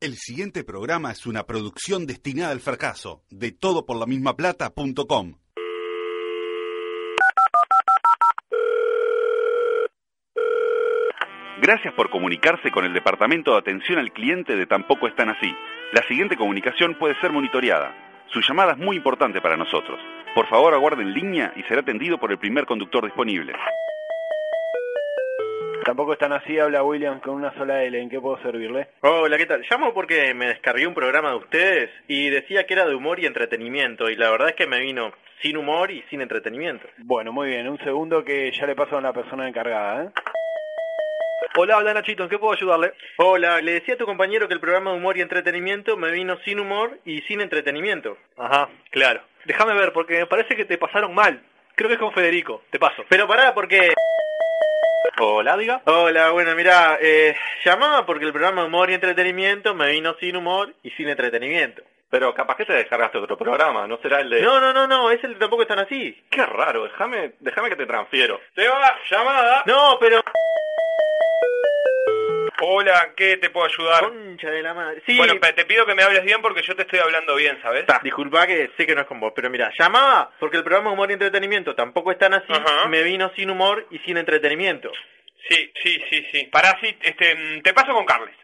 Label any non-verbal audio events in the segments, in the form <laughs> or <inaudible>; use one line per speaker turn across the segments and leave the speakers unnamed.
El siguiente programa es una producción destinada al fracaso de todo por la misma plata.com. Gracias por comunicarse con el Departamento de Atención al Cliente de Tampoco Están Así. La siguiente comunicación puede ser monitoreada. Su llamada es muy importante para nosotros. Por favor, aguarde en línea y será atendido por el primer conductor disponible.
Tampoco están así, habla William con una sola L. ¿En qué puedo servirle?
Hola, ¿qué tal? Llamo porque me descargué un programa de ustedes y decía que era de humor y entretenimiento y la verdad es que me vino sin humor y sin entretenimiento.
Bueno, muy bien. Un segundo que ya le paso a la persona encargada. ¿eh?
Hola, hola Nachito, ¿en qué puedo ayudarle? Hola, le decía a tu compañero que el programa de humor y entretenimiento me vino sin humor y sin entretenimiento. Ajá, claro. Déjame ver porque me parece que te pasaron mal. Creo que es con Federico, te paso. Pero pará porque... Hola, diga. Hola, bueno, mira, eh, llamaba porque el programa de humor y entretenimiento me vino sin humor y sin entretenimiento.
Pero capaz que te descargaste otro programa, ¿no será el de...?
No, no, no, no, es el tampoco están así.
Qué raro, déjame, déjame que te transfiero. Te va, llamada.
No, pero...
Hola, ¿qué te puedo
Ah,
ayudar?
Concha de la madre. Sí,
Bueno, pe- te pido que me hables bien porque yo te estoy hablando bien, ¿sabes?
Ta, disculpa que sé que no es con vos, pero mira, llamaba porque el programa Humor y Entretenimiento tampoco es tan así,
Ajá.
me vino sin humor y sin entretenimiento.
Sí, sí, sí, sí. Pará, sí, este, mm, te paso con Carles.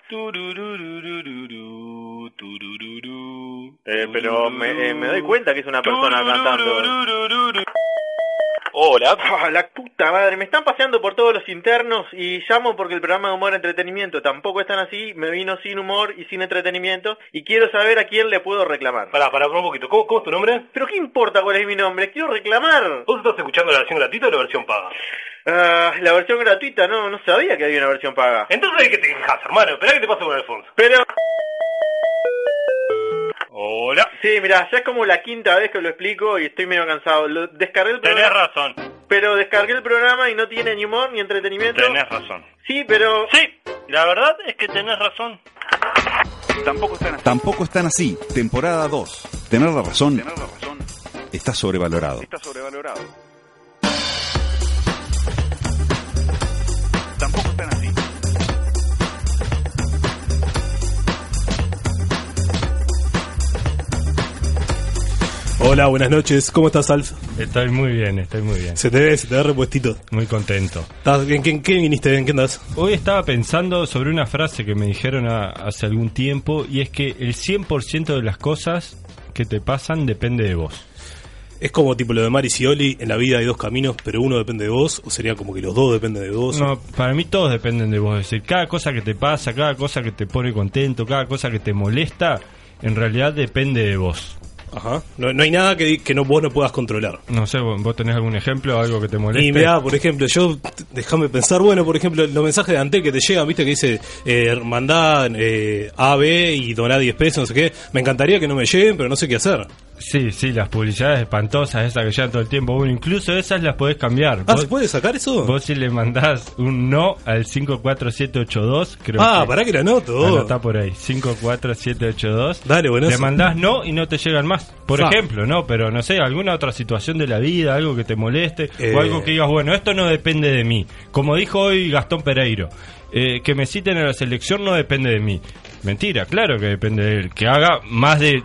Eh, pero me, eh, me doy cuenta que es una persona cantando.
Hola.
Ah, la puta madre, me están paseando por todos los internos y llamo porque el programa de Humor y Entretenimiento tampoco es tan así, me vino sin humor y sin entretenimiento y quiero saber a quién le puedo reclamar.
Pará, pará, pará un poquito. ¿Cómo, cómo es tu nombre?
Pero qué importa cuál es mi nombre, quiero reclamar.
¿Vos estás escuchando la versión gratuita o la versión paga?
Ah, la versión gratuita, no, no sabía que había una versión paga.
Entonces hay que te quejas, hermano. Esperá que te pase con Alfonso.
Pero...
Hola.
Sí, mira, ya es como la quinta vez que lo explico y estoy medio cansado. Lo- descargué el
Tenés
programa,
razón.
pero descargué el programa y no tiene ni humor ni entretenimiento.
Tenés razón.
Sí, pero
Sí, la verdad es que tenés razón.
Tampoco están así. Tampoco están así. Temporada 2. Tener la razón
Tenés razón,
está sobrevalorado.
está sobrevalorado. Tampoco están así.
Hola, buenas noches. ¿Cómo estás, Alf?
Estoy muy bien, estoy muy bien.
Se te ve, se te ve repuestito.
Muy contento.
¿Estás bien? ¿Qué, qué viniste? ¿En qué andas?
Hoy estaba pensando sobre una frase que me dijeron a- hace algún tiempo y es que el 100% de las cosas que te pasan depende de vos.
¿Es como tipo lo de Mari Scioli? En la vida hay dos caminos, pero uno depende de vos. ¿O sería como que los dos dependen de vos?
No, para mí todos dependen de vos. Es decir, cada cosa que te pasa, cada cosa que te pone contento, cada cosa que te molesta, en realidad depende de vos.
Ajá. No, no hay nada que, di- que no, vos no puedas controlar.
No sé, vos vos tenés algún ejemplo, algo que te moleste.
Y mirá, por ejemplo, yo, t- déjame pensar, bueno, por ejemplo, los mensajes de Antel que te llegan, viste, que dice, eh, mandá eh, A, B y doná 10 pesos, no sé qué. Me encantaría que no me lleguen, pero no sé qué hacer.
Sí, sí, las publicidades espantosas, esas que llegan todo el tiempo. Bueno, incluso esas las podés cambiar.
Ah,
Vos-
¿se puede sacar eso?
Vos si le mandás un no al 54782, creo
ah,
que...
pará que lo anoto.
está por ahí, 54782.
Dale, buenazo.
Le mandás no y no te llegan más. Por
Fa.
ejemplo, ¿no? Pero no sé, alguna otra situación de la vida, algo que te moleste,
Eh.
o algo que digas, bueno, esto no depende de mí. Como dijo hoy Gastón Pereiro, eh, que me citen a la selección no depende de mí. Mentira, claro que depende de él. Que haga más de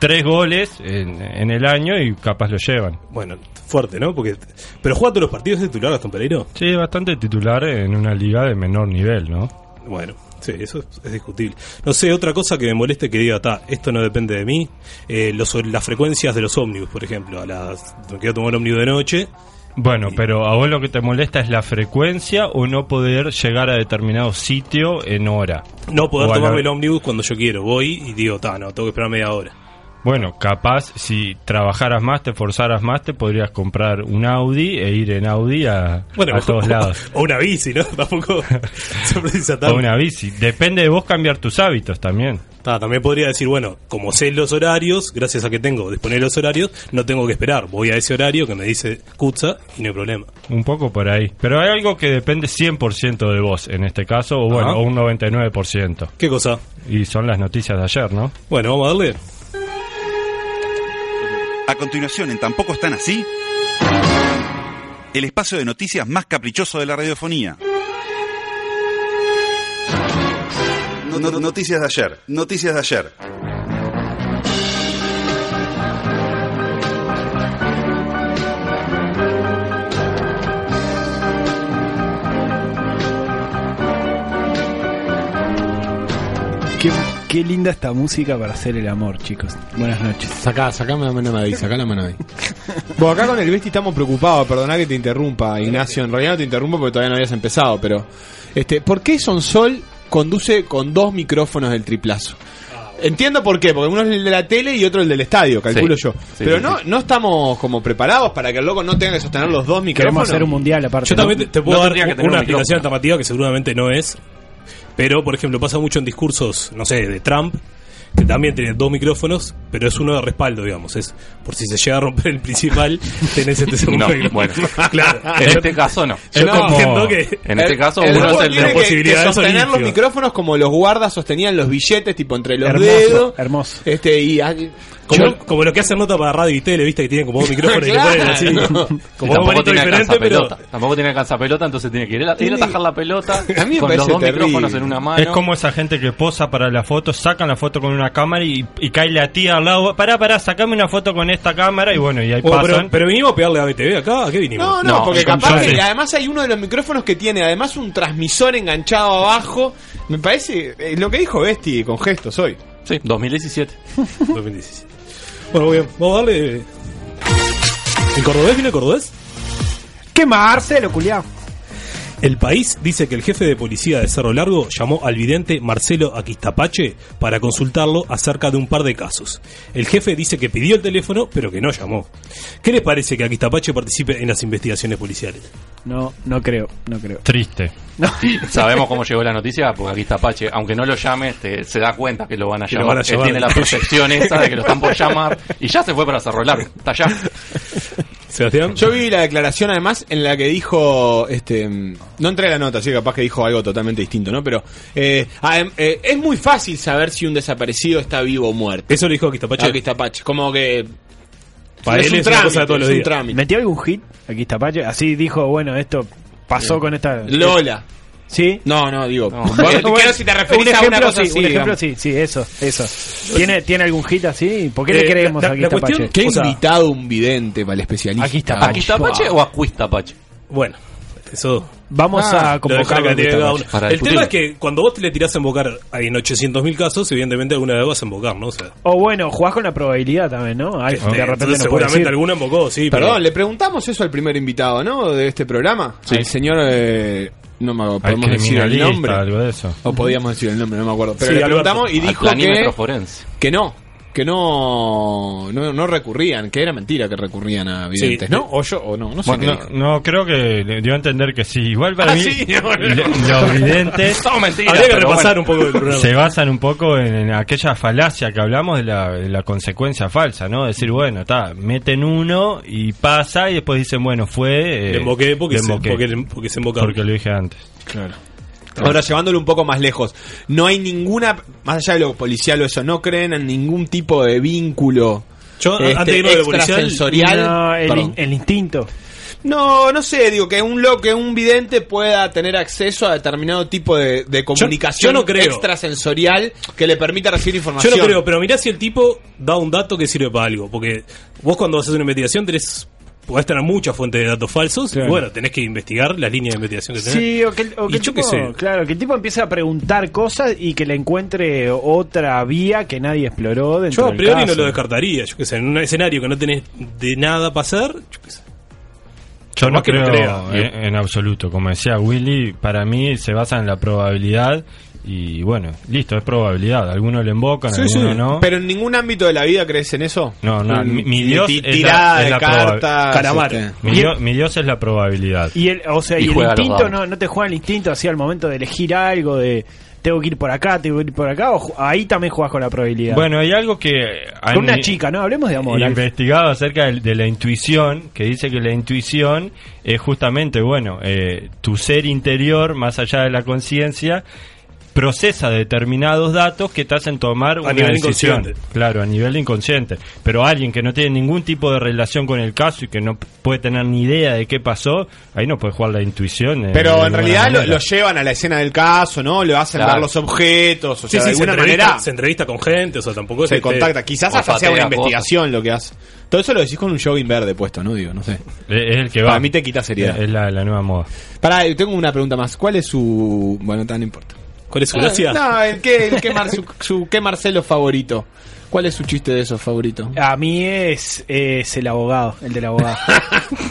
tres goles en, en el año y capaz lo llevan.
Bueno, fuerte, ¿no? Porque pero juega todos los partidos de titular Gastón Pereiro.
Sí, bastante titular en una liga de menor nivel, ¿no?
Bueno, sí, eso es, es discutible. No sé, otra cosa que me moleste que diga, ta, esto no depende de mí. Eh, los, las frecuencias de los ómnibus, por ejemplo, a las me quiero tomar ómnibus de noche.
Bueno, pero a vos lo que te molesta es la frecuencia o no poder llegar a determinado sitio en hora.
No poder
O a la-
tomarme el ómnibus cuando yo quiero. Voy y digo, ta, no, tengo que esperar media hora.
Bueno, capaz si trabajaras más, te esforzaras más, te podrías comprar un Audi e ir en Audi a, a
<laughs> mejor-
todos lados.
O una bici, ¿no? <laughs>
<laughs>
Tampoco se precisa
O
tanto.
una bici. Depende de vos cambiar tus hábitos también.
Ta, también podría decir, bueno, como sé los horarios, gracias a que tengo disponibles los horarios, no tengo que esperar. Voy a ese horario que me dice Kutza y no hay problema.
Un poco por ahí. Pero hay algo que depende 100% de vos en este caso, o bueno,
Ajá.
o un 99%.
¿Qué cosa?
Y son las noticias de ayer, ¿no?
Bueno, vamos a darle.
A continuación, en Tampoco están así, el espacio de noticias más caprichoso de la radiofonía. No- no- noticias de ayer, noticias de ayer.
Qué, qué linda esta música para hacer el amor, chicos. Buenas noches.
Sacá, sacame la mano de ahí, sacá la mano de ahí.
<laughs> Bueno, acá con el Besti estamos preocupados, perdoná que te interrumpa, Ignacio. En realidad no te interrumpo porque todavía no habías empezado, pero. Este, ¿Por qué Sonsol conduce con dos micrófonos del triplazo?
Ah.
Entiendo por qué, porque uno es el de la tele y otro el del estadio, calculo
Sí.
yo.
Sí,
pero
sí,
no, no estamos como preparados para que el loco no tenga que sostener los dos
Queremos
micrófonos.
hacer un mundial aparte.
Yo
¿no?
también te, te puedo
No
dar
tendría que
u-
tener
una
un micrófono.
explicación alternativa que seguramente no es, pero por ejemplo pasa mucho en discursos, no sé, de Trump, que también tiene dos micrófonos, pero es uno de respaldo, digamos, es por si se llega a romper
<laughs>
el principal, tenés este segundo
No,
micrófono.
bueno.
<laughs>
<laughs> claro.
En este caso no.
Yo
No.
comprendo que
En este
El-
caso,
el
uno
loco
es el de
tiene
la
que-
posibilidad
que
de
sostener los
sonido.
micrófonos como los guardas sostenían los billetes, tipo entre los
Hermoso,
dedos.
hermoso.
Este, y. ah,
como,
yo-
como lo que hacen nota para radio y tele, viste que
<laughs>
tienen como dos micrófonos y le ponen así,
<laughs>
Claro.
como un bonito diferente, pero
pelota. Tampoco tiene alcanza pelota, entonces tiene que ir a, ir a atajar la
<laughs>
pelota
A mí me
con los
parece
dos
terrible.
micrófonos en una mano.
Es como esa gente que posa para la foto, sacan la foto con una cámara y, y cae la tía al lado. Pará, pará, sacame una foto con esta cámara y bueno,
Oh,
y ahí
Bueno, pero,
pasan.
pero vinimos a pegarle a BTV acá, ¿a qué vinimos?
No, no,
No,
porque
yo- yo
capaz que
sé.
además hay uno de los micrófonos que tiene además un transmisor enganchado abajo. Me parece eh, lo que dijo Besti con gestos hoy.
Sí,
<laughs>
2017.
2017. Bueno, muy bien, vamos a darle. ¿En cordobés viene cordobés?
¡Qué Marcelo, culiao!
El país dice que el jefe de policía de Cerro Largo llamó al vidente Marcelo Aquistapache para consultarlo acerca de un par de casos. El jefe dice que pidió el teléfono, pero que no llamó. ¿Qué les parece que Aquistapache participe en las investigaciones policiales?
No, no creo, no creo. <laughs>
Triste.
Sabemos cómo llegó la noticia, porque aquí está Apache. Aunque no lo llame, te- se da cuenta que lo van a
Que lo
llamar.
van a
Él
llamar.
tiene la percepción esa de que lo están por llamar. Y ya se fue para Cerro Largo. Está allá.
Sebastián.
Yo vi la declaración además en la que dijo, este, mm, no entré a la nota, así que capaz que dijo algo totalmente distinto, ¿no? Pero eh, adem- eh, es muy fácil saber si un desaparecido está vivo o muerto.
Eso lo dijo Aquistapache.
Aquí está Pache, como que
Para él es una cosa de todos los
es un
días.
trámite.
¿Metió algún hit? Aquí está Pache. Así dijo, bueno, esto pasó con esta.
Lola.
¿Sí.
No, no, digo. <laughs>
No.
bueno, creo si te referís
un ejemplo,
a una cosa
sí,
así,
un ejemplo
digamos.
sí, sí, eso, eso. ¿Tiene, ¿Tiene algún hit así? ¿Por qué le
Eh,
creemos
la-
a
la cuestión-
Guistapache?
Qué
O sea-
invitado un vidente para el especialista.
Aquí está
¿Aquí está Apache o Acuista Apache?
Bueno, eso.
Vamos
Ah,
a
Lo dejo
convocar
a la categoría de cada uno.
Para
El tema
discutirlo.
es que cuando vos te le tirás a invocar en 800.000 casos, evidentemente alguna vez vas a invocar, ¿no?
<laughs>
O sea,
O bueno, jugás con la probabilidad también, ¿no? Ay,
este,
de repente
entonces
no puedes
seguramente
decir.
alguna invocó, sí. pero-
Perdón, le preguntamos eso al primer invitado, ¿no? De este programa. El señor. eh, no me acuerdo,
Al
podemos decir el
criminalista,
nombre.
algo de eso.
O podíamos decir el nombre, no me acuerdo. Pero
Sí,
le
Alberto.
preguntamos y
Al
dijo
planímetro
que,
forense.
que no. Que no, no no recurrían, que era mentira que recurrían a videntes,
Sí.
¿no? O yo, o no, no sé
Bueno,
qué
No,
dijo.
no, creo que le dio a entender que sí. Igual para
Ah,
mí,
sí,
lo- los
<laughs>
videntes
Todo mentira.
Habría que
pero
repasar
bueno.
un poco el programa.
se basan un poco en, en aquella falacia que hablamos de la, de la consecuencia falsa, ¿no? Decir, bueno, está, meten uno y pasa y después dicen, bueno, fue... eh,
Le invoqué porque,
le
se,
invoqué,
porque, le- porque se invocaron.
porque lo dije antes.
Ahora, llevándolo un poco más lejos, no hay ninguna, más allá de lo policial o eso, no creen en ningún tipo de vínculo
Yo,
este,
antes de irme de lo policial,
extrasensorial.
No, el,
Perdón.
in- el instinto.
No, no sé, digo que un loco, que un vidente pueda tener acceso a determinado tipo de, de comunicación
yo no creo.
extrasensorial que le permita recibir
Yo
información.
no creo, pero mirá si el tipo da un dato que sirve para algo. Porque vos cuando haces una investigación tenés, podés tener muchas fuentes de datos falsos.
Claro.
Y bueno, tenés que investigar las líneas de investigación que tenés.
Sí, o que, el- o que
Y
el
yo qué
tipo,
sé.
claro, que el tipo empiece a preguntar cosas y que le encuentre otra vía que nadie exploró dentro
yo a
del
priori no
caso.
lo descartaría. Yo qué sé, en un escenario que no tenés de nada pasar, yo qué sé.
Yo
Por
no
más que lo
creo eh,
crea.
en, en absoluto. Como decía Willy, para mí se basa en la probabilidad y bueno, listo, es probabilidad. Algunos le invocan,
Sí, sí.
algunos no.
Pero en ningún ámbito de la vida crees en eso.
No, no, mi- mi
Ni
Dios
ti-
es la-
tirada
es
de
la proba-
cartas.
Calamar.
este.
mi, dio- mi Dios es la probabilidad.
Y el, o sea,
Y
y el
juega a los
instinto
dados.
no, no te juega el instinto así al momento de elegir algo, de tengo que ir por acá, tengo que ir por acá, o ju- ahí también jugás con la probabilidad.
Bueno, hay algo que...
con una chica, ¿no? Hablemos de amor. Alf. <laughs>
investigado acerca del- de, la intuición, que dice que la intuición es justamente, bueno, eh, tu ser interior, más allá de la conciencia, procesa determinados datos que te hacen tomar una
nivel
decisión.
inconsciente.
Claro, a nivel de inconsciente. Pero alguien que no tiene ningún tipo de relación con el caso y que no p- puede tener ni idea de qué pasó, ahí no puede jugar la intuición. eh, de
Pero en
ninguna
realidad lo,
manera.
lo llevan a la escena del caso, ¿no? Le hacen
Claro.
ver los objetos, o sea,
sí,
de
sí, se
alguna
entrevista,
manera
se entrevista con gente, o sea, tampoco
se
es este-
contacta. Quizás hasta sea una investigación lo que hace. Todo eso lo decís con un jogging verde puesto, ¿no? Digo, no sé.
Eh, Es el que va.
Para mí te quita seriedad.
Es la, la nueva moda.
Pará, yo tengo una pregunta más. ¿Cuál es su. Bueno, tan no importa.
¿Cuál es
su gracia?
Ah, No, el que, el <laughs> que Mar- su, su- ¿qué Marcelo favorito. ¿Cuál es su chiste de esos favorito?
A mí es, es el abogado, el del abogado.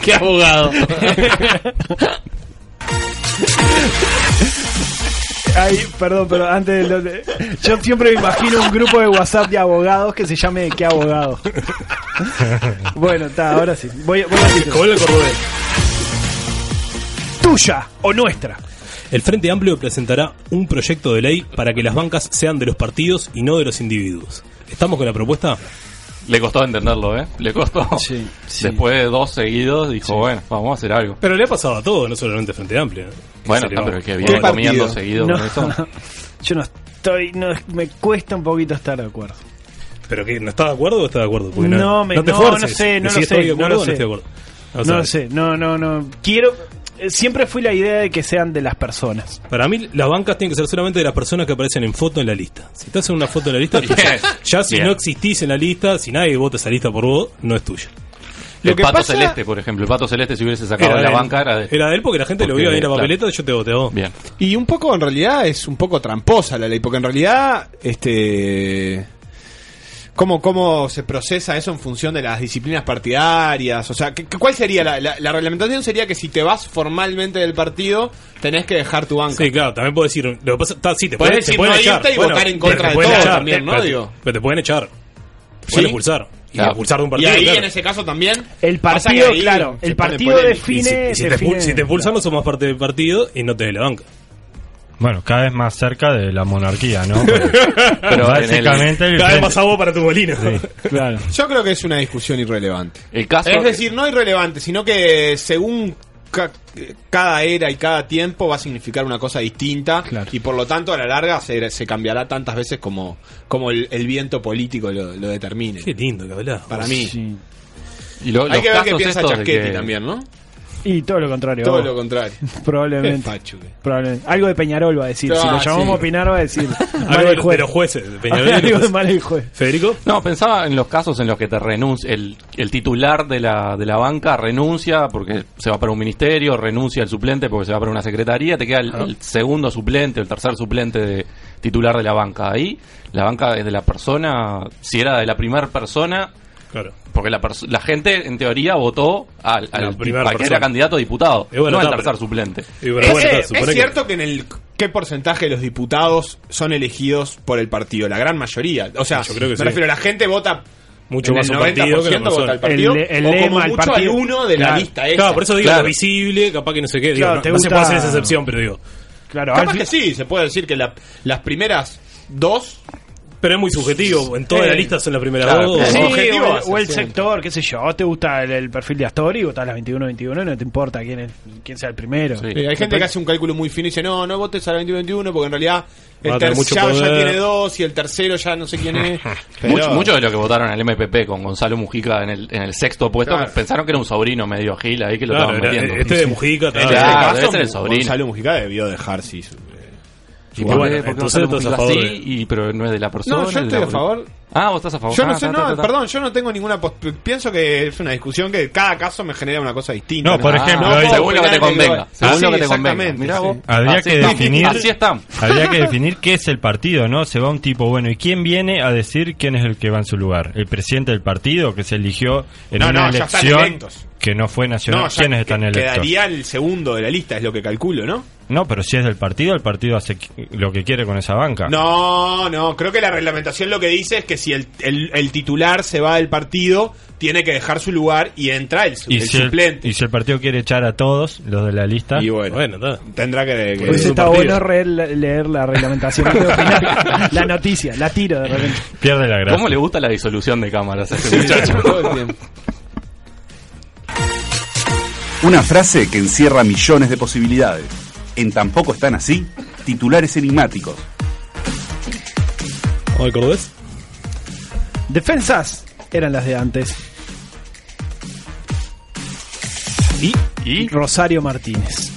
¡Qué abogado!
<laughs> Ay, perdón, pero antes de lo de- Yo siempre me imagino un grupo de WhatsApp de abogados que se llame ¿Qué abogado? <laughs> Bueno, está, ahora sí. Voy, voy al título. Tuya o nuestra.
El Frente Amplio presentará un proyecto de ley para que las bancas sean de los partidos y no de los individuos. ¿Estamos con la propuesta?
Le costó entenderlo, ¿eh? Le costó. Después de dos seguidos dijo, bueno, vamos a hacer algo.
Pero le ha pasado a todo, no solamente Frente Amplio. ¿eh?
Bueno,
se
no,
le va?
pero que viene comiendo seguido
No.
con
<laughs>
eso.
Yo no estoy, no, me cuesta un poquito estar de acuerdo.
¿Pero que no está de acuerdo o está de acuerdo? Porque
No, me-
te
no,
esfuerces.
no sé, no
Decí,
lo
¿estoy
sé,
de acuerdo
no lo
o no
sé.
estoy de acuerdo? O sea,
no lo sé, no, no, no. Quiero. eh, Siempre fui la idea de que sean de las personas.
Para mí, las bancas tienen que ser solamente de las personas que aparecen en foto en la lista. Si estás en una foto en la
<laughs>
lista,
Bien.
ya- ya si
Bien.
no existís en la lista, si nadie vota esa lista por vos, no es tuya.
El pato celeste, por ejemplo. El pato celeste, si hubiese sacado
Era
de la
de él.
banca, era de.
Era de él porque la gente lo
Porque,
vio ahí en la
claro.
papeleta y yo te voté a vos.
Bien.
Y un poco, en realidad, es un poco tramposa la ley, porque en realidad, este. ¿Cómo, ¿Cómo se procesa eso en función de las disciplinas partidarias? O sea, ¿qué- qué- ¿cuál sería la, la- la reglamentación? Sería que si te vas formalmente del partido, tenés que dejar tu banca.
Sí, claro, también puedo decir. Lo que pasa, está, sí, te
Podés
pueden,
decir
te pueden
no irte
echar.
y votar en contra
pero te
de
pueden
todo
echar,
también,
te-
¿no?
Pero, te-
Digo.
pero te pueden echar. Te
Sí.
pueden expulsar. Y
Claro.
expulsar de un
y
partido.
ahí,
claro.
en ese caso, también.
El
pasa que
partido,
ahí
claro,
se
el
pone
partido
polémico.
Y si,
define.
y si te, expul-
define-
si te expulsan, no somos parte del partido y no te de la banca.
Bueno, cada vez más cerca de la monarquía,
<laughs>
¿no?
Pero
Pero básicamente. el
Cada vez
frente-
más agua para tu molino.
Claro.
Yo creo que es una discusión irrelevante.
El caso.
Es decir, no irrelevante, sino que según ca- cada era y cada tiempo va a significar una cosa distinta
Claro.
y por lo tanto a la larga se, se cambiará tantas veces como, como el, el viento político lo, lo determine.
Qué lindo que hablás.
Para mí.
Sí.
y lo-
Hay
los
que ver qué
casos
piensa
estos de
Chasquetti
que-
también, ¿no?
Y todo lo contrario.
Todo
vos.
lo contrario. Qué
<laughs> Probablemente.
facho que-
Probablemente. Algo de Peñarol va a decir. si
Ah,
lo llamamos
sí.
a opinar, va a
<laughs>
decir. mal
Algo de,
el
los-
juez.
de los jueces. de Peñarol y los
<laughs> Algo de
jueces.
mal el juez.
Federico.
No, pensaba en los casos en los que te renuncia, el, el titular de la, de la banca renuncia porque se va para un ministerio, renuncia el suplente porque se va para una secretaría, te queda el, el segundo suplente, el tercer suplente de titular de la banca. Ahí la banca es de la persona, si era de la primera persona,
Claro.
porque la, pers- la gente en teoría votó al, al,
La
ti-
primera
al que era
persona.
candidato a diputado,
Y bueno,
no al
está,
tercer
pero-
suplente.
Y bueno,
Es,
bueno, está,
eh,
supone
es
que-
cierto que en el qué porcentaje de los diputados son elegidos por el partido, la gran mayoría. O sea,
Yo creo que
me
sí.
refiero, la gente vota
Mucho
en
más
el
un partido
90%
que la persona.
vota al partido,
El- el
o como
lema al
mucho al
partido.
uno de la
Claro.
lista esa.
Claro, por eso digo,
Claro.
lo visible, capaz que no sé qué. digo,
Claro,
no,
te
no se puede
gusta-
hacer esa excepción, pero digo.
Claro,
Capaz
al
que
fin-
sí, se puede decir que la- las primeras dos.
Pero es muy subjetivo. En toda
Eh,
<laughs> la lista son las primeras
claro,
dos.
claro.
Sí,
Como objetivo
o,
vas
o el
haciendo.
sector, qué sé yo, te gusta el, el perfil de Astori y votás las 21-21 no te importa quién, es- quién sea el primero.
Sí.
Eh, hay gente que hace un cálculo muy fino y dice, no, no votes a la 2021 porque en realidad
Va
el
a tener mucho
tercero ya
poder.
tiene dos y el tercero ya no sé
<laughs>
quién es. Pero-
Mucho, mucho de lo que votaron al MPP con Gonzalo Mujica en el, en el sexto puesto
Claro.
pensaron que era un sobrino medio gil ahí que lo
Claro,
estaban
era-
metiendo.
este de Mujica,
En
tal.
este
Claro,
caso,
debe ser el sobrino.
Gonzalo Mujica debió dejar, sí. su- eh,
Y
Y
por
bueno,
qué- por qué
entonces
Gonzalo
estás a
Mujica
favor
sí, y- pero no es de la persona.
No,
es
yo
de
estoy
la-
a favor.
Ah, vos estás a favor.
Yo no
Ah,
sé,
ta, ta,
no,
ta, ta.
perdón, yo no tengo ninguna post- Pienso que es una discusión que cada caso me genera una cosa distinta.
No, por
Ah,
ejemplo, Ah,
no
ahí-
puedo
según lo que te
opinar en
convenga.
global.
Según
Sí,
lo que te convenga.
exactamente,
Mirá
sí.
vos.
Habría
Así
que
estamos.
definir-
Así estamos.
<laughs>
Habría que definir qué es el partido, ¿no? Se va un tipo, bueno, ¿y quién viene a decir quién es el que va en su lugar? ¿El presidente del partido que se eligió en
No,
una
no, ya están
elección
electos.
que no fue nacional?
No, ya
¿Quiénes están
que-
electos?
Quedaría el segundo de la lista, es lo que calculo, ¿no?
No, pero si es del partido, el partido hace qu- lo que quiere con esa
Ah.
banca.
No, no, creo que la reglamentación lo que dice es que si el, el- el titular se va del partido, tiene que dejar su lugar y entra el, su-
Y,
el
si el,
suplente.
y si el partido quiere echar a todos los de la lista,
Y bueno,
Bueno, está.
tendrá que... que-
Hubiese
un
estado Pues
partido.
bueno re- leer la reglamentación antes de
<laughs>
opinar. la noticia, la tiro de repente.
pierde la gracia.
¿Cómo le gusta la disolución de cámaras a este
Sí,
muchacho?
<laughs> todo el tiempo.
Una frase que encierra millones de posibilidades. En tampoco están así, Titulares enigmáticos.
¿O el cordobés?
Defensas eran las de antes.
¿Y?
Rosario Martínez.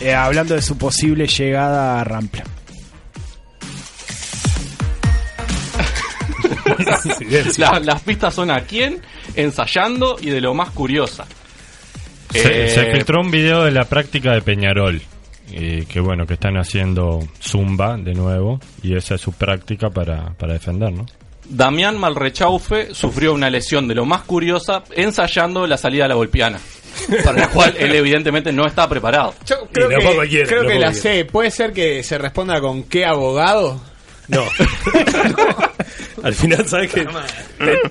Eh, hablando de su posible llegada a Rampla.
<laughs> La- las pistas son a quién, ensayando y de lo más curiosa.
Se,
Eh,
se filtró un video de la práctica de Peñarol. Y que bueno, que están haciendo zumba de nuevo. Y esa es su práctica para, para defender, ¿no?
Damián Malrechaufe sufrió una lesión de lo más curiosa ensayando la salida a la golpiana, para la cual él evidentemente no está preparado.
Yo creo
Y lo
que,
fue cualquiera,
creo
lo
que
fue
la
cualquiera.
sé. ¿Puede ser que se responda con qué abogado?
No. <laughs> Al final, ¿sabes que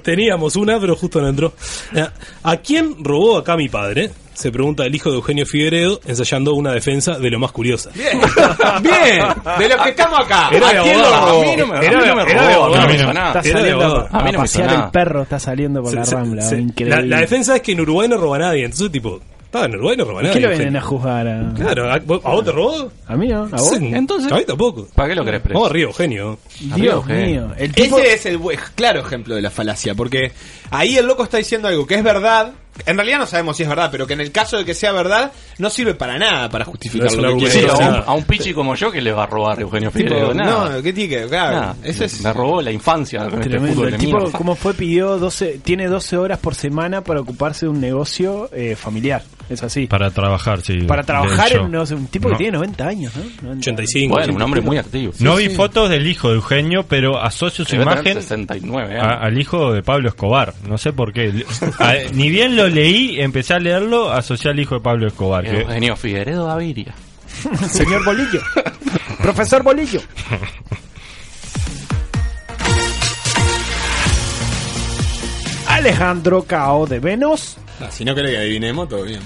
Teníamos una, pero justo no entró. Eh, ¿A quién robó acá mi padre? Se pregunta el hijo de Eugenio Figueredo ensayando una defensa de lo más curiosa.
<laughs> Bien, de los que estamos acá.
Era
¿A
de
quién lo
abogado.
robó?
Ah, A mí no me- a mí no me robó, a mí no me hizo
Está
nada. Era de
saliendo
abogado.
a,
A mí no me hizo
pasear
nada.
el perro, está saliendo por la
Se-
rambla.
se- la,
increíble.
la defensa es que en Uruguay no roba nadie. Entonces, tipo, está, en Uruguay no roba
¿Por
nadie.
qué lo
Eugenio.
vienen a juzgar? A...
Claro, ¿a, ¿a vos te robó?
A mí no, a vos.
Sí, A mí tampoco.
¿Para qué lo querés
Vamos arriba, Eugenio.
Dios mío. El tipo-
Ese es el bu- claro ejemplo de la falacia, porque ahí el loco está diciendo algo que es verdad. En realidad no sabemos si es verdad, pero que en el caso de que sea verdad, no sirve para nada para justificar
Sí,
lo que quiere
a,
decir.
un, a un pichi como yo que le va a robar Eugenio
Tipo,
Figueredo. Nada.
no, ¿qué tiene que ver? Claro,
Nada.
ese es-
Me robó la infancia. con este
Tremendo.
fútbol
El
de
tipo,
mierda.
como fue, pidió 12, tiene 12 horas por semana para ocuparse de un negocio eh, familiar. Es así.
Para trabajar, sí.
Para
de
trabajar en
hecho.
un, negocio- un tipo
No.
que tiene 90 años, ¿no? 90.
Bueno, un hombre muy activo.
No vi fotos del hijo de Eugenio, pero asocio su
Debe tener
imagen
69
Ah,
años.
a- al hijo de Pablo Escobar. No sé por qué. A- ni bien lo leí, empecé a leerlo, asocié al hijo de Pablo Escobar. que-
Eugenio Figueredo Gaviria.
<laughs> Señor Bolillo. Profesor Bolillo. Alejandro Cao de Venus.
Ah, si no querés que adivinemos, todo bien.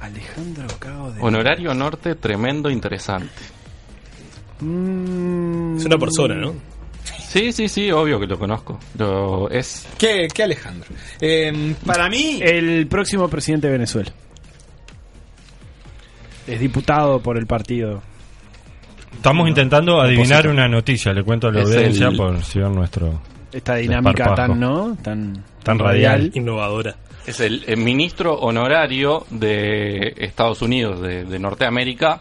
Alejandro Cao de
Honorario Norte, tremendo interesante.
Mm,
Es una persona, ¿no?
Sí, sí, sí, obvio que lo conozco. Lo- es
¿Qué, qué Alejandro? Eh, para mí,
El próximo presidente de Venezuela. Es diputado por el partido.
Estamos intentando adivinar una noticia, le cuento a la
Es
audiencia
el-
por si van nuestro...
Esta dinámica
Desparpajo.
tan, ¿no? Tan,
Tan radial.
Innovadora.
Es el, eh, ministro honorario de Estados Unidos, de, de Norteamérica,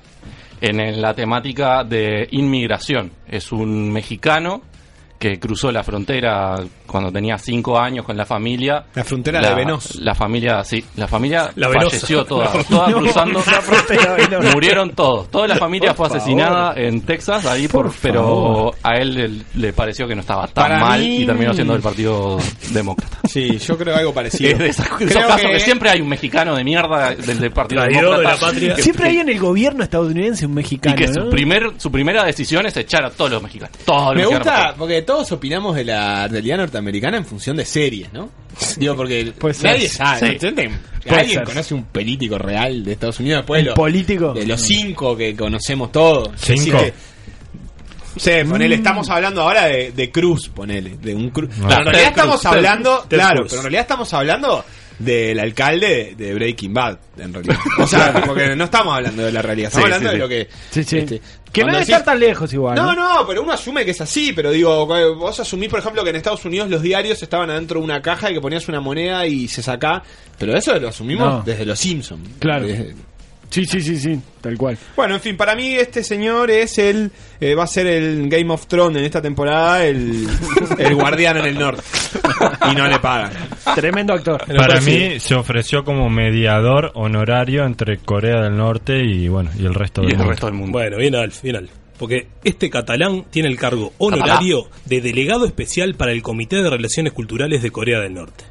en, el- la temática de inmigración. Es un mexicano que cruzó la frontera cuando tenía cinco años con la familia.
la frontera de Venos.
La familia, sí, la familia
La Venosa.
falleció toda, toda cruzando. Murieron todos, toda la familia
Por
fue
favor.
asesinada en Texas, ahí por,
Por
pero
favor.
a él le, le pareció que no estaba tan
Para
mal
mí-
y terminó siendo del Partido Demócrata.
Sí, yo creo algo parecido.
<laughs> Es de esas- de esos
Creo
casos que... siempre hay un mexicano de mierda del, del Partido
Traidor de la
Demócrata
patria.
que-
Siempre hay en el gobierno estadounidense un
y
mexicano.
que
¿no?
su, primer, su primera decisión es echar a todos los mexicanos. Todos los
Me
mexicanos
gusta
mexicanos.
porque todos opinamos de la realidad norteamericana en función de series, ¿no? Digo, porque
<laughs> Puede ser.
nadie sabe.
Sí.
¿entienden?
Puede
¿Alguien
ser.
conoce un político real de Estados Unidos después? de
¿El
los-
político?
De los cinco que conocemos todos.
¿Cinco?
Sí, ponele, estamos hablando ahora de, de Cruz, ponele. De un Cruz.
No.
Claro, en realidad
Ah. Ted Cruz,
estamos
Ted-
hablando.
Ted
claro,
Cruz.
pero en realidad estamos hablando del alcalde de Breaking Bad, en realidad. O
<laughs>
sea, porque no estamos hablando de la realidad, estamos
Sí,
hablando de
sí, sí.
lo que.
Sí, sí.
este,
que no
cuando
debe
decís-
estar tan lejos igual.
no,
Ah, No,
no, pero uno asume que es así, pero digo, eh, vos asumís, por ejemplo, que en Estados Unidos los diarios estaban adentro de una caja y que ponías una moneda y se sacá, pero eso lo asumimos
No.
desde los Simpsons.
Claro. Sí, sí, sí, sí, tal cual.
Bueno, en fin, para mí este señor es el, eh, va a ser el Game of Thrones en esta temporada, el, <laughs> el guardián en el norte. Y no le pagan.
Tremendo actor.
Para mí se ofreció como mediador honorario entre Corea del Norte y bueno y el resto del
Y el
mundo.
resto del mundo.
Bueno, bien Alf, bien Alf. Porque este catalán tiene el cargo honorario de delegado especial para el Comité de Relaciones Culturales de Corea del Norte.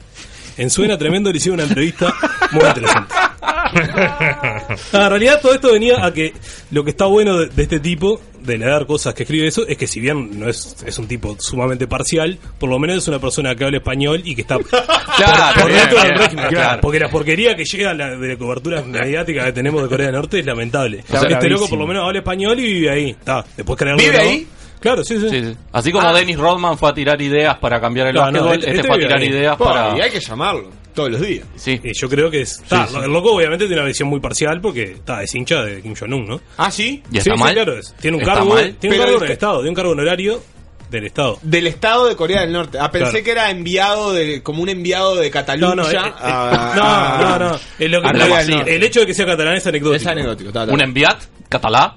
En Suena Tremendo le hicieron una entrevista muy
<laughs>
interesante. Ah, en realidad todo esto venía a que lo que está bueno de, de este tipo, de leer cosas que escribe eso, es que si bien no es, es un tipo sumamente parcial, por lo menos es una persona que habla español y que está por-
Claro,
por
bien,
dentro del
bien,
régimen.
claro.
Porque la porquería que llega a la, de la cobertura mediática que tenemos de Corea del Norte es lamentable.
sea,
este
bravísimo.
loco por lo menos habla español y vive ahí. Está, después crearlo.
¿Vive
¿no?
ahí?
Claro, sí, sí.
Sí, sí.
Ah.
Así como Dennis Rodman fue a tirar ideas para cambiar el
No, no,
básquetbol,
este-
este
este
fue a
vive
tirar
ahí.
ideas
Pô,
para...
Y hay que llamarlo. todos los días.
Sí.
yo creo que es. ta,
sí.
El loco obviamente tiene una visión muy parcial porque está es hincha de Kim Jong-un, ¿no?
Ah, sí.
¿Y está mal?
claro, es- tiene un
¿Está
cargo,
mal?
Tiene
Pero
un cargo
es
en el
que-
Estado, tiene un cargo honorario del Estado.
Del Estado de Corea del Norte. Ah, pensé
Claro.
que era enviado de, como un enviado de Cataluña.
No, no, eh, eh,
a-
<laughs> no,
a-
no, no. Es lo que-
a Corea del
sí.
Norte.
el hecho de que sea catalán es anecdótico.
Es anecdótico. ta, ta.
Un enviat catalá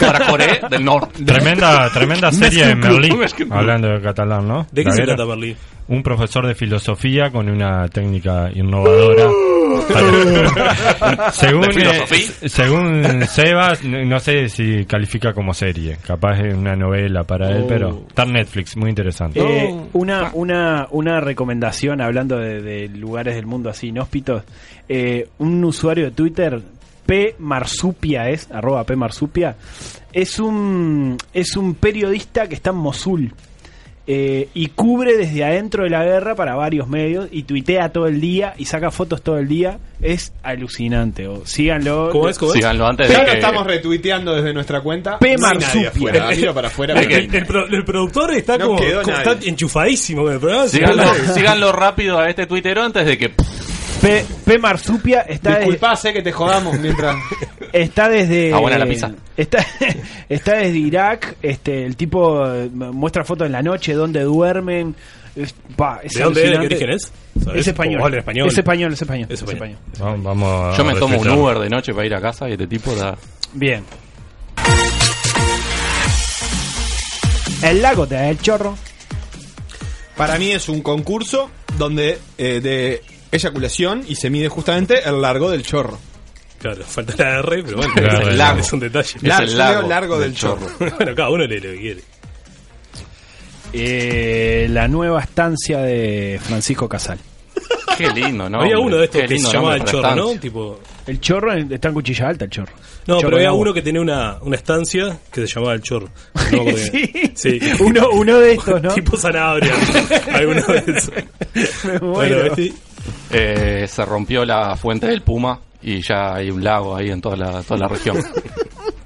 para Corea
<laughs>
del Norte.
Tremenda, tremenda serie en Berlín, hablando de catalán, ¿no?
¿De qué
La
se
guerra.
trata Berlín?
Un profesor de filosofía con una técnica innovadora. según,
¿De filosofía?
eh, según Sebas, n- no sé si califica como serie. Capaz es una novela para él,
Oh.
pero está en Netflix, muy interesante.
Eh,
Ah.
una, una, una recomendación, hablando de, de lugares del mundo así inhóspitos. eh, un usuario de Twitter, P. Marsupia es, arroba P. Marsupia, es un, es un periodista que está en Mosul. eh, y cubre desde adentro de la guerra para varios medios y tuitea todo el día y saca fotos todo el día. Es alucinante. O, síganlo.
¿Cómo es? ¿Cómo es?
Síganlo antes
Ya
de
lo
que...
estamos retuiteando desde nuestra cuenta.
P.
No hay nadie
Marsupia.
afuera, miro para afuera.
Es
pero-
que-
El, el pro- el productor está
No
como,
quedó
como
nadie.
está enchufadísimo con el programa.
Síganlo, síganlo rápido a este tuitero antes de que...
P. P. Marsupia está desde-
Disculpá, sé que te jodamos mientras.
Está desde.
Está buena la pizza.
Está, <laughs> está desde Irak. Este, el tipo eh, muestra fotos en la noche, dónde duermen. Es, pa, es
¿De dónde es? ¿De qué
alucinante.
origen es? ¿Sabes?
Es español.
¿O habla en español.
Es español, es español.
Es
es
español.
español.
Vamos, vamos a
Yo me tomo un
reflexionar.
Uber de noche para ir a casa y este tipo da...
Bien. El lago te da el chorro.
Para mí es un concurso donde eh, de eyaculación y se mide justamente el largo del chorro.
Claro, <laughs> falta la R, pero bueno,
Claro,
es,
claro.
es un detalle.
Es
Largo,
el
yo
lago
leo largo del,
del
chorro.
<laughs> bueno, cada uno lee lo que quiere.
Eh, la nueva estancia de Francisco Casal.
Qué lindo, ¿no?
había uno de estos
Qué
que
lindo
se llamaba
nombre
el
para
chorro, ¿no?
estancia.
Tipo,
El chorro en- está en cuchilla alta, el chorro.
no,
Chorro
pero
de
había
agua.
uno que tenía una, una estancia que se llamaba el chorro.
<laughs>
No, porque-
sí.
sí. <laughs>
Uno, uno de estos, ¿no? <laughs>
Tipo zanahoria. Alguno de esos.
Me muero.
Bueno, este-
Eh, se rompió la fuente del Puma y ya hay un lago ahí en toda la, toda la región.
<laughs>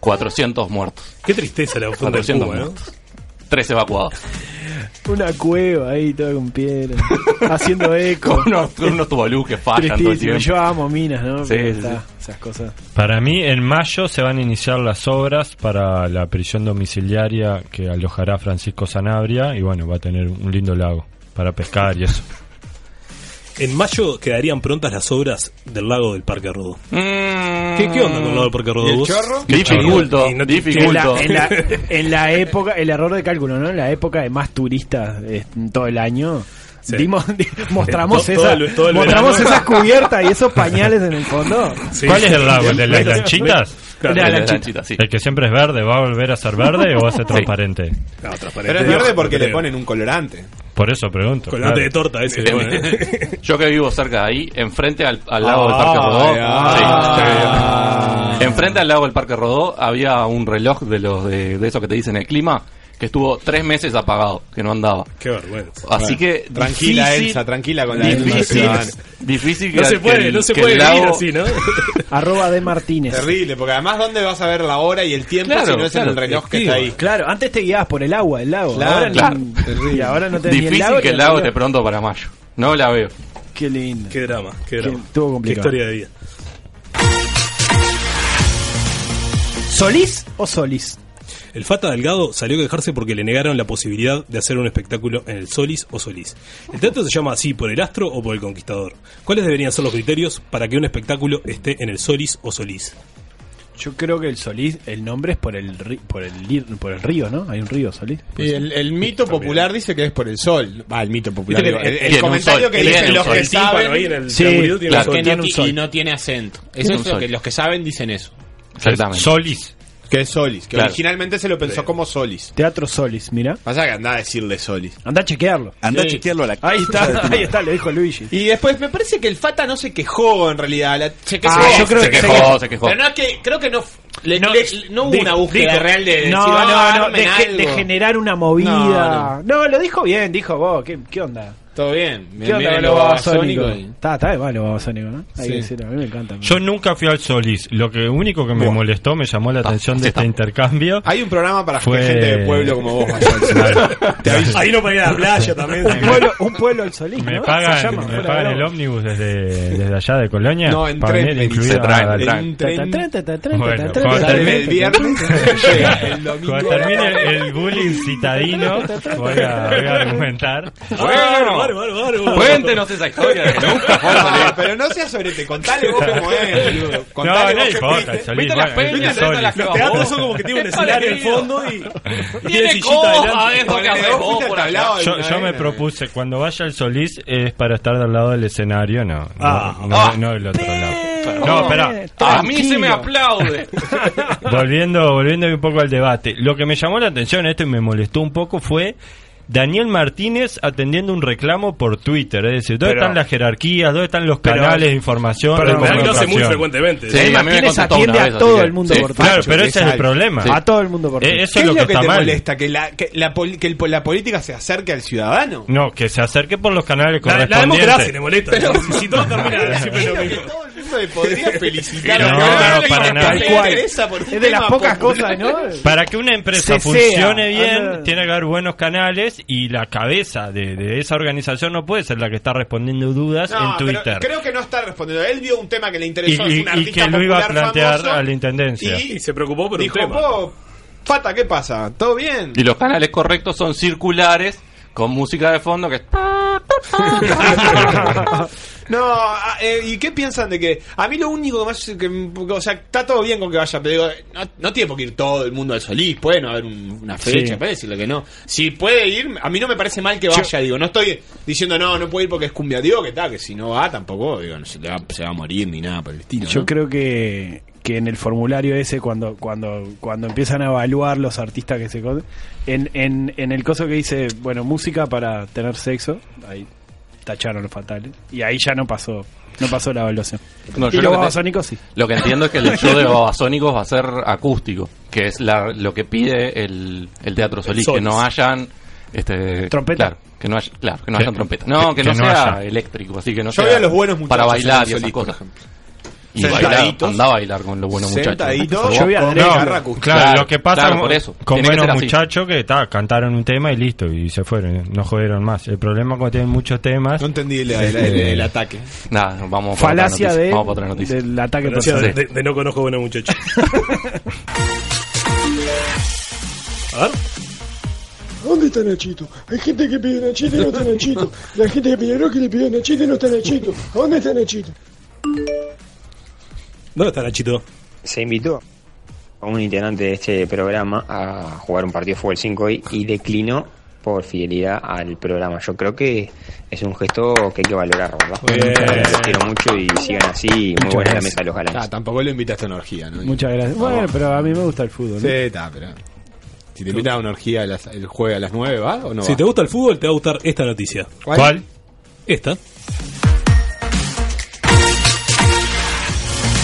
400 muertos,
qué tristeza la fuente del
400
Puma, ¿eh? ¿no?
muertos. Tres evacuados. <laughs>
Una cueva ahí, toda con piedra. haciendo
<laughs>
eco.
Con unos, con unos tubalú que fallan todo el
Tristísimo.
tiempo.
Yo amo minas, ¿no?
Sí,
Pero
sí,
está, Esas cosas.
Para mí, en mayo se van a iniciar las obras para la prisión domiciliaria que alojará Francisco Sanabria y bueno, va a tener un lindo lago para pescar y eso.
En mayo quedarían prontas las obras del lago del Parque Rodó.
Mm.
¿Qué, qué onda con el lago del Parque Rodó?
¿Y el
vos?
chorro?
Dificulto,
Y no-
En la,
dificulto.
en la- en la época, el error de cálculo, ¿no? En la época de más turistas eh, en todo el año.
Sí.
dimos-
<laughs>
di- mostramos
Todo-
esa-
todo el- todo el
mostramos
verano.
esas cubiertas y
<laughs>
esos pañales en el fondo.
Sí.
¿Cuál es el lago? ¿El de las lanchitas?
El
Claro.
de
la
la
lanchita.
lanchita, sí.
¿El que siempre es verde va a volver a ser verde o va a ser transparente?
No, transparente.
Pero es verde porque le
Creo.
ponen un colorante.
Por eso pregunto.
Colante
claro.
de torta ese. bueno, ¿eh?
<laughs> Yo que vivo cerca de ahí, enfrente al, al lago del Parque Rodó.
ah,
Sí. Enfrente al lago del Parque Rodó había un reloj de los de, de esos que te dicen el clima que estuvo tres meses apagado, que no andaba.
Qué vergüenza.
Así que.
Tranquila,
difícil-
Elsa, tranquila con la
Difícil,
Elsa.
difícil que
No se
que
puede,
el-
no se
que
puede
el
vivir
lago-
así,
<laughs>
¿no? <laughs>
Arroba de Martínez.
Terrible, porque además, ¿dónde vas a ver la hora y el tiempo
Claro,
si no es
claro,
en el reloj que está ahí?
Claro, antes te guiabas por el agua, el lago.
Clago,
ahora
claro.
ni- y ahora no te ni
Difícil
lago
que
ni
el lago esté
río.
pronto para mayo. No la veo.
Qué lindo.
Qué drama, qué drama.
estuvo complicado.
Qué historia de vida.
¿Solís o Solís?
El Fata Delgado salió a quejarse porque le negaron la posibilidad de hacer un espectáculo en el Solís o Solís. El teatro se llama así por el astro o por el conquistador. ¿Cuáles deberían ser los criterios para que un espectáculo esté en el Solís o Solís?
Yo creo que el Solís, el nombre es por el ri- por el li- por el río, ¿no? Hay un río Solís.
Y el, el mito popular dice que es por el sol. Va, el mito popular.
Viste
digo,
que
el- el
tiene un
comentario
sol,
que
tiene
dicen
un
los
sol.
que
El
tímpano ahí en
saben.
el
Sí,
tamburío tiene
claro,
sol.
que
Tiene
no
un
ti-
sol.
no tiene acento.
Eso es lo que
los que saben dicen eso.
Exactamente.
Solis.
Que es Solis, que
Claro.
originalmente se lo pensó como Solis.
Teatro Solís, mira.
Pasa que andá a decirle Solis.
Anda a chequearlo.
Anda a chequearlo a la
Ahí está, ahí está, le dijo Luigi.
Y después me parece que el Fata no se quejó en realidad. La-
Se quejó.
Ah, yo creo
se
que-
quejó, se quejó.
Pero no es que, creo que no, f- le-
No,
le- no hubo
dijo-
una búsqueda
dijo-
real de decir,
No,
"Ah,
no, no,
armen
de, ge-
algo".
de generar una movida. No, lo dijo bien, dijo vos, ¿qué, qué onda?
Todo bien.
¿Qué onda con
bien
los
lo
babasónicos?
babasónico.
Está, está de malo babasónico, ¿no? Hay
Sí.
que decirlo, a mí me encanta.
Yo nunca fui al Solís. Lo que único que me molestó, me llamó
Ah,
la atención de este intercambio.
Hay un programa para
fue...
gente de pueblo como
<laughs>
vos vaya al Solís. <laughs> Te aviso.
Ahí no para ir a la playa también.
Un pueblo, un pueblo al Solís,
Me
¿no? Se
pagan,
llama,
me
fuera
pagan
de
el ómnibus desde, desde allá de Colonia.
No, en
Para
tren
venir
venís,
incluido Ah,
te traen, en
a- al-
tren.
broma. Ta, ta, ta, ta, ta, ta,
Bueno,
ta, ta,
cuando
ta,
Sale
termine-
el viernes, llega el
Cuando
domingo.
termine el bullying citadino, voy a, voy a argumentar.
Bueno, cuéntenos
<laughs>
esa historia de que nunca fue al
Ah,
Solís.
pero no seas sobrete, contale vos cómo es, boludo.
No,
Contale
no
vos qué
importa,
fuiste.
el Solís.
Viste las
bueno, el
peñas,
Solís.
viste las que
Los teatros son como que tiene un
Es
escenario al
parecido.
fondo y, y tiene
Tiene
sillita
coja, es
adelante.
lo que
Ponele,
haces
vos
vos
fuiste
por
al
allá.
Ah,
tablado de
Yo,
una
yo me
arena.
propuse, cuando vaya al Solís es para estar del lado del escenario, no. no-
Ah.
no, no del otro lado. No, espera.
Eh,
A mí se me aplaude.
volviendo, volviendo un poco al debate. Lo que me llamó la atención, esto y me molestó un poco, fue Daniel Martínez atendiendo un reclamo por Twitter. Es decir, ¿dónde
Pero-
están las jerarquías? ¿Dónde están los
Pero-
canales de información? de
Pero lo hace muy
comunicación?
frecuentemente.
Sí, a mí me
Martínez
contestó
atiende
una
a
vez,
todo
así
el mundo
sí.
por
Claro,
Pancho,
pero
que
ese es
sal-
el problema.
A todo el mundo por
Eh, eso
¿Qué
es lo que,
te
está mal.
molesta? ¿Que, la, que, la pol- que el po- la política se acerque al ciudadano?
No, que se acerque por los canales
La, la
correspondientes.
democracia le molesta. si, si
<laughs>
todo
<laughs>
termina siempre lo mismo.
Todo el mundo le podría felicitar
No,
a
no, para nada.
Te
Tal cual.
interesa por un
Es de las
tema
pocas
popular. <laughs>
cosas, ¿no?
Para que una empresa
Se sea.
funcione
Ah,
bien,
Anda.
tiene que haber buenos canales y la cabeza de, de esa organización no puede ser la que está respondiendo dudas
No,
en
pero
Twitter.
creo que no está respondiendo. Él vio un tema que le
Y,
interesó.
y-
es un
y
artista
que lo iba a
popular
plantear
famoso,
a la intendencia.
Y-
Y se preocupó por un
Dijo,
tema.
"Po, Fata, ¿qué pasa? ¿Todo bien?
Y los canales correctos son circulares con música de fondo que es-
<laughs>
No, a- eh, ¿y qué piensan de que? A mí lo único que más. que- o sea, está todo bien con que vaya, pero digo, no, no tiene por qué ir todo el mundo al Solís. Pueden haber un- una fecha,
Sí.
puede decirle que no. Si puede ir, a mí no me parece mal que vaya, digo. No estoy diciendo no, no puede ir porque es cumbia. Digo que tal, que si no va tampoco, digo, no se, le va, se va a morir ni nada por el estilo.
Yo
¿no?
creo que, que en el formulario ese, cuando, cuando, cuando empiezan a evaluar los artistas que se con- en, en, en el coso que dice, bueno, música para tener sexo, ahí tacharon los fatales. Y ahí ya no pasó, no pasó la evaluación.
No,
y los
yo lo que te-
babasónicos sí.
Lo que entiendo es que el
<laughs>
show de Babasónicos va a ser acústico, que es la- lo que pide el, el Teatro Solís, que no hayan... Este,
Trompeta.
Claro, que no, haya, claro, que no
Que-
hayan trompeta. No, que,
que
no,
no
sea
haya.
eléctrico, así que no
Yo
sea
veo a los buenos muchachos
para bailar
en el
y esas
Solís, por
cosas.
ejemplo.
Y bailar,
Sentaditos.
anda a bailar con los buenos muchachos.
Sentaditos.
Por
Yo vi a
Con
Andrés.
una
No,
guitarra
claro,
acústica.
Claro,
lo que pasa
claro,
con-
por eso.
con
Tiene que
buenos
ser así.
muchachos que ta, cantaron un tema y listo, y se fueron, no jodieron más. El problema cuando tienen muchos temas, este,
No entendí el, el- el- el ataque. Ah,
Nada, vamos para otra
Falacia
noticia,
de,
vamos para otra noticia.
del ataque
Gracias de,
personal.
de- de no conozco
<laughs>
buena muchacha. A ver,
¿Dónde está Nachito? Hay gente que pide Nachito y no está Nachito. La gente que pide Rocky le pidió Nachito y no está Nachito. ¿A dónde está Nachito?
¿dónde está Nachito?
se invitó a un integrante de este programa a jugar un partido de fútbol 5 y, y declinó por fidelidad al programa. Yo creo que es un gesto que hay que eh, valorar, ¿verdad? Los quiero mucho y sigan así. Muy buena la
gracias.
mesa de los galanes.
Ah, tampoco lo invitaste a una orgía, ¿no?
Muchas gracias. Bueno, pero a mí me gusta el fútbol.
Sí,
¿no?
está, pero. Si te invitan a una orgía el, el jueves a las 9, ¿va o no?
Si
va?
te gusta el fútbol, te va a gustar esta noticia.
¿Cuál?
Esta.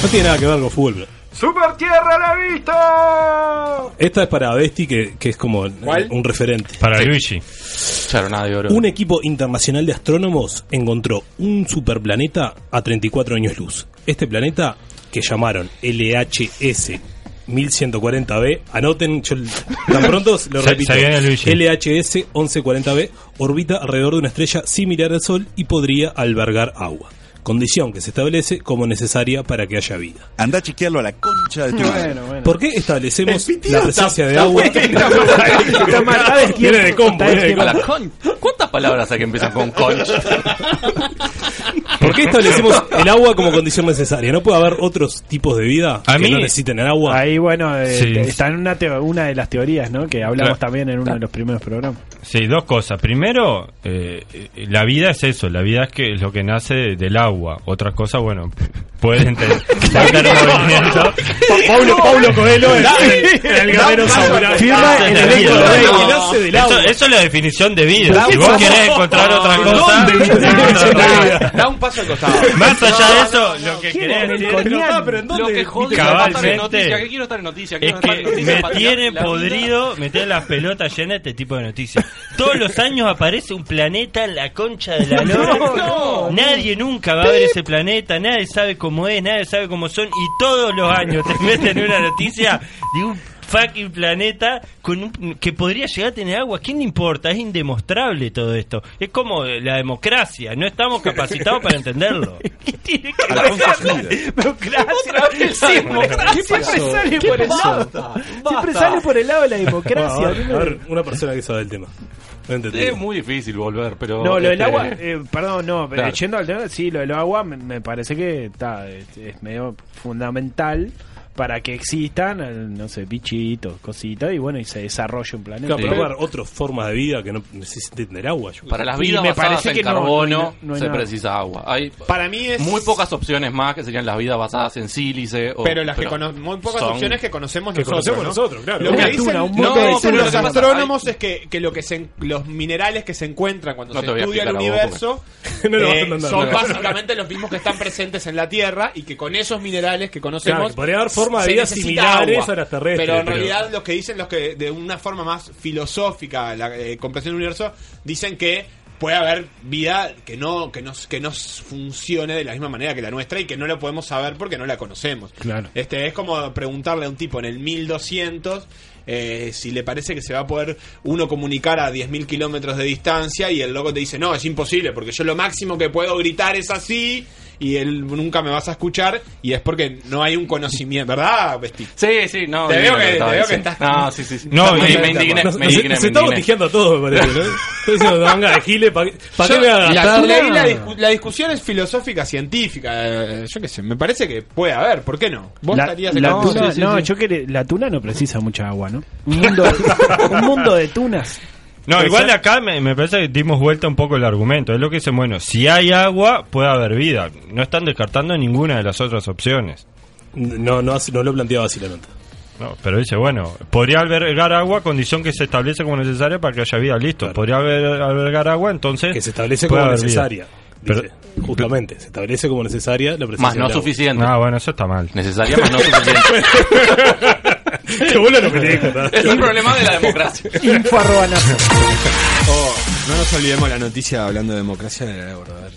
No tiene nada que ver con fútbol, pero.
¡Super Tierra a la vista!
Esta es para Besti, que, que es como
¿Cuál?
un referente.
para Luigi.
Claro, nada de oro.
Un equipo internacional de astrónomos encontró un superplaneta a 34 años luz. Este planeta, que llamaron LHS 1140b, anoten, yo l- tan
<laughs>
pronto lo
Se-
repito.
se viene Luigi.
LHS 1140b orbita alrededor de una estrella similar al Sol y podría albergar agua. Condición que se establece como necesaria para que haya vida.
Anda a chequearlo a la concha de tu madre.
Bueno, bueno.
¿Por qué establecemos
El pitido
la presencia
está-
de
está
agua? <laughs>
Está mal, está despierto,
Viene de combo,
está
viene de
despierto.
A la con- ¿Cuántas palabras hay que empiezan con concha?
¿Por qué establecimos el agua como condición necesaria? ¿No puede haber otros tipos de vida
A
que
mí-
no necesiten el agua?
Ahí, bueno, eh,
Sí.
está en una, teo- una de las teorías, ¿no? Que hablamos
Claro.
también en uno de los primeros programas.
Sí, dos cosas. Primero, eh, eh, la vida es eso, la vida es que es lo que nace de- del agua. Otra cosa, bueno, pueden
<laughs>
tener movimiento.
Paulo, Paulo Coelho
el guerrero samurái.
Firma en el
Nace de
Eco
la
Rey.
vida.
que nace del
Eso,
agua.
eso es la definición de vida. Si vos querés encontrar otra cosa, <laughs>
¿Dónde?
encontrá otra cosa.
Da un paso
paso al costado.
Más allá de eso,
no, no,
lo que
¿quién
quería
es
decir.
Melconian?
Pero está, pero ¿en dónde?
Lo que jode
Cabalmente.
es noticia, que quiero estar en noticia,
Es
quiero estar
que
en noticia
me
para
tiene
tirar la
podrido meter las pelotas llenas de este tipo de noticias. Todos los años aparece un planeta en la concha de la
<laughs>
lora. nadie nunca va a ver ese planeta, nadie sabe cómo es, nadie sabe cómo son. Y todos los años te <laughs> meten una noticia de un fucking planeta con un- que podría llegar a tener agua. ¿Quién le importa? Es indemostrable todo esto. Es como la democracia, no estamos capacitados
<laughs>
para entenderlo.
Siempre sale
¿Qué
por el
pasó?
lado.
Siempre sale por el lado de la
Bueno,
democracia.
Ah, a ver, a ver, una persona que sabe el tema. No entendí.
Es muy difícil volver, pero.
No, lo del
este,
agua, eh, perdón, no, pero
Claro.
yendo al tema, sí, lo del agua me, me parece que está, es, es medio fundamental para que existan, eh, no sé, bichitos, cositas, y bueno, y se desarrolle un planeta.
Claro, pero habrá otras formas de vida que no necesiten tener agua. yo creo.
Para las vidas
Y me
basadas
parece
en
que no,
carbono
no hay- no hay
se
nada.
precisa agua. Hay
Para mí es-
muy pocas opciones más que serían las vidas basadas en sílice. o-
Pero las que cono- muy pocas
son-
opciones que conocemos
que
nosotros.
conocemos
¿no?
nosotros, claro.
Lo que
Una
dicen,
tuna, un
lo
montón
que
de
dicen
tuna.
los
Lo que pasa-
astrónomos es que, que lo que se, en- los minerales que se encuentran cuando
No
se
te voy a
estudia el
explicar a vos,
universo
porque- <laughs> No lo vas a
eh,
entender,
son
no.
básicamente los mismos que están presentes en la Tierra y que con esos minerales que conocemos.
Claro, que podría haber formas de
se
vida
necesita
similares
agua.
a las terrestres,
Pero en
pero-
realidad los que dicen, los que de una forma más filosófica, la eh, comprensión del universo, dicen que puede haber vida que no que nos que nos funcione de la misma manera que la nuestra y que no lo podemos saber porque no la conocemos.
Claro.
Este es como preguntarle a un tipo en el 1200 eh, si le parece que se va a poder uno comunicar a 10.000 kilómetros de distancia y el loco te dice, no, es imposible, porque yo lo máximo que puedo gritar es así y él nunca me vas a escuchar y es porque no hay un conocimiento, ¿verdad, Besti?
Sí, sí, no.
Te veo
divino
que-
estaba
te veo que
diciendo.
estás-
No, sí, sí. sí.
No,
me,
y-
me indigné,
Nos-
me
nos-
indigné.
se
me
está
indigné.
botijando todo, me parece. ¿no? Estoy diciendo, manga de giles, ¿para qué
Yo-
me va a
la-
gastar?
la, la discu- la discusión es filosófica, científica, eh, yo qué sé, me parece que puede haber, ¿por qué no? Vos
La,
estarías
la
en-
tuna,
Sí, sí,
no,
sí.
yo quería, la tuna no precisa mucha agua, ¿no? Un mundo de, un mundo de tunas.
No,
Puede
igual
ser.
acá me, me parece que dimos vuelta un poco el argumento. Es lo que dicen, bueno, si hay agua, puede haber vida. No están descartando ninguna de las otras opciones.
No, no, así- no lo planteaba así la nota.
No, pero dice, bueno, podría albergar agua, condición que se establece como necesaria para que haya vida, listo. Podría haber- albergar agua, entonces... Que se
establece como necesaria. dice. justamente, se establece como necesaria la presencia del agua.
Ah, bueno, eso está mal.
Necesaria, más no
<laughs>
suficiente.
<laughs> Qué bueno lo que le dijo, ¿no?
Es un problema de la democracia.
Info arroba nazo.
Oh, no nos olvidemos la noticia hablando de democracia de la verdad.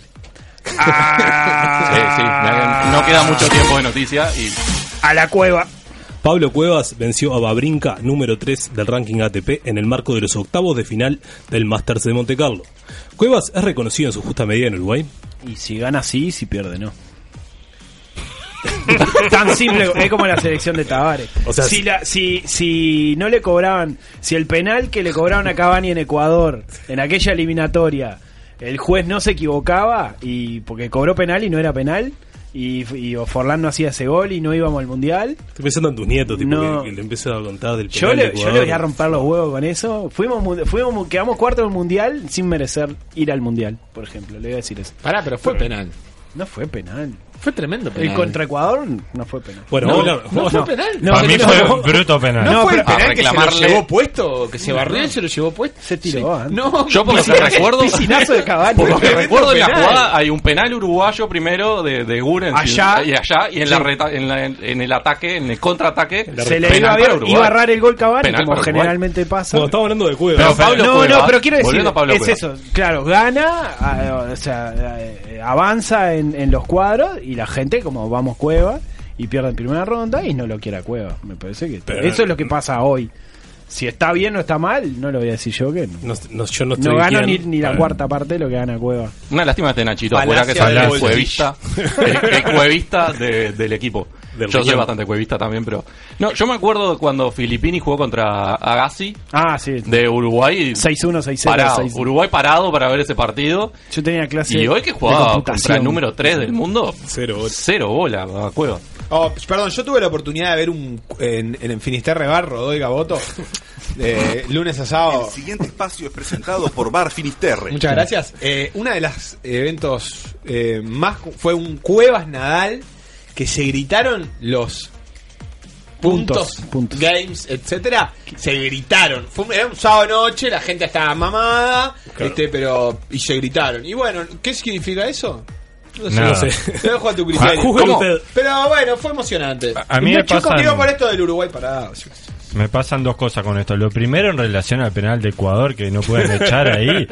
Sí, sí, me- no queda mucho tiempo de noticia y
A la cueva.
Pablo Cuevas venció a Babrinka, número 3 del ranking ATP, en el marco de los octavos de final del Masters de Monte Carlo. Cuevas es reconocido en su justa medida en Uruguay.
Y si gana sí, si pierde no. <laughs> Tan simple, es como la selección de Tabares.
O sea,
si, la- si, si no le cobraban, si el penal que le cobraron a Cavani en Ecuador, en aquella eliminatoria, el juez no se equivocaba, y porque cobró penal y no era penal, y, y Forlán no hacía ese gol y no íbamos al Mundial,
Estoy pensando en tus nietos, tipo,
No.
que, que le empiezo a contar del
yo
penal
le,
de
yo
Ecuador.
le voy a romper los huevos con eso. Fuimos, mu- fuimos mu- quedamos cuarto del Mundial sin merecer ir al Mundial, por ejemplo, le voy a decir eso.
Pará, pero fue penal.
No fue penal.
Fue tremendo
El contra Ecuador no fue penal.
Bueno,
no,
vos la- vos la-
No,
Para mí
no,
fue
no.
bruto penal.
¿No, fue el
pero-
penal que se lo
reclamarle-
llevó puesto? ¿Que se barrió y
No.
se lo llevó puesto?
Se tiró. ¿eh? <laughs>
No,
Yo porque
piscinazo-
recuerdo-
piscinazo de Cavani.
Por lo que
Tremendo
recuerdo en la
penal.
jugada hay un penal uruguayo primero de, de Guren
Allá.
y allá y en, la
Sí.
reta- en, la- en- en el ataque, en el contraataque,
Se le
penal
iba a,
para
ver,
Uruguay.
iba a agarrar el gol Cavani,
Penal
como
para Uruguay.
generalmente pasa.
Bueno, estamos hablando de Cuevas.
Pero Pablo
no,
Cuevas,
no, pero quiero decir,
volviendo a Pablo
es
Cuevas.
eso, claro, gana, ah, o sea, eh, avanza en, en los cuadros y la gente como vamos Cueva y pierde en primera ronda y no lo quiere a Cueva, me parece que
Pero-
eso es lo que pasa hoy. Si está bien o está mal, no lo voy a decir yo que no.
No, no, yo no estoy
No gano ni,
guiando.
ni la
Claro.
cuarta parte de lo que gana Cueva.
Una lástima este Nachito
Palacio
afuera que salió
del
el
bolsillo.
cuevista, el, el cuevista de- del equipo.
Del
yo soy
riñón.
bastante cuevista también, pero... No, yo me acuerdo cuando Filippini jugó contra Agassi
Ah, sí.
de Uruguay.
6-1, 6-0,
Parado.
6-1.
Uruguay parado para ver ese partido.
Yo tenía clase
Y hoy que
de
jugaba contra
computación.
el número 3 del mundo, cero, bola a Cueva.
Oh, perdón, yo tuve la oportunidad de ver un en, en Finisterre Bar, Godoy Gaboto, eh, lunes a sábado.
El siguiente espacio es presentado por Bar Finisterre.
Muchas gracias. Eh, una de las eventos eh, más cu- fue un Cuevas Nadal que se gritaron los puntos,
Puntos, puntos.
games, etcétera. Se gritaron. Fue un, era un sábado noche, la gente estaba mamada, este, pero y se gritaron. Y bueno, ¿qué significa eso? Yo
Nada.
no sé. Te
<laughs>
dejo a tu criterio.
Juzgue
¿Cómo?
usted.
Pero bueno, fue emocionante.
a mí
Y
me
yo
pasan-
contigo por esto del Uruguay parado.
Me pasan dos cosas con esto. Lo primero, en relación al penal de Ecuador, que no pueden echar
<laughs>
ahí.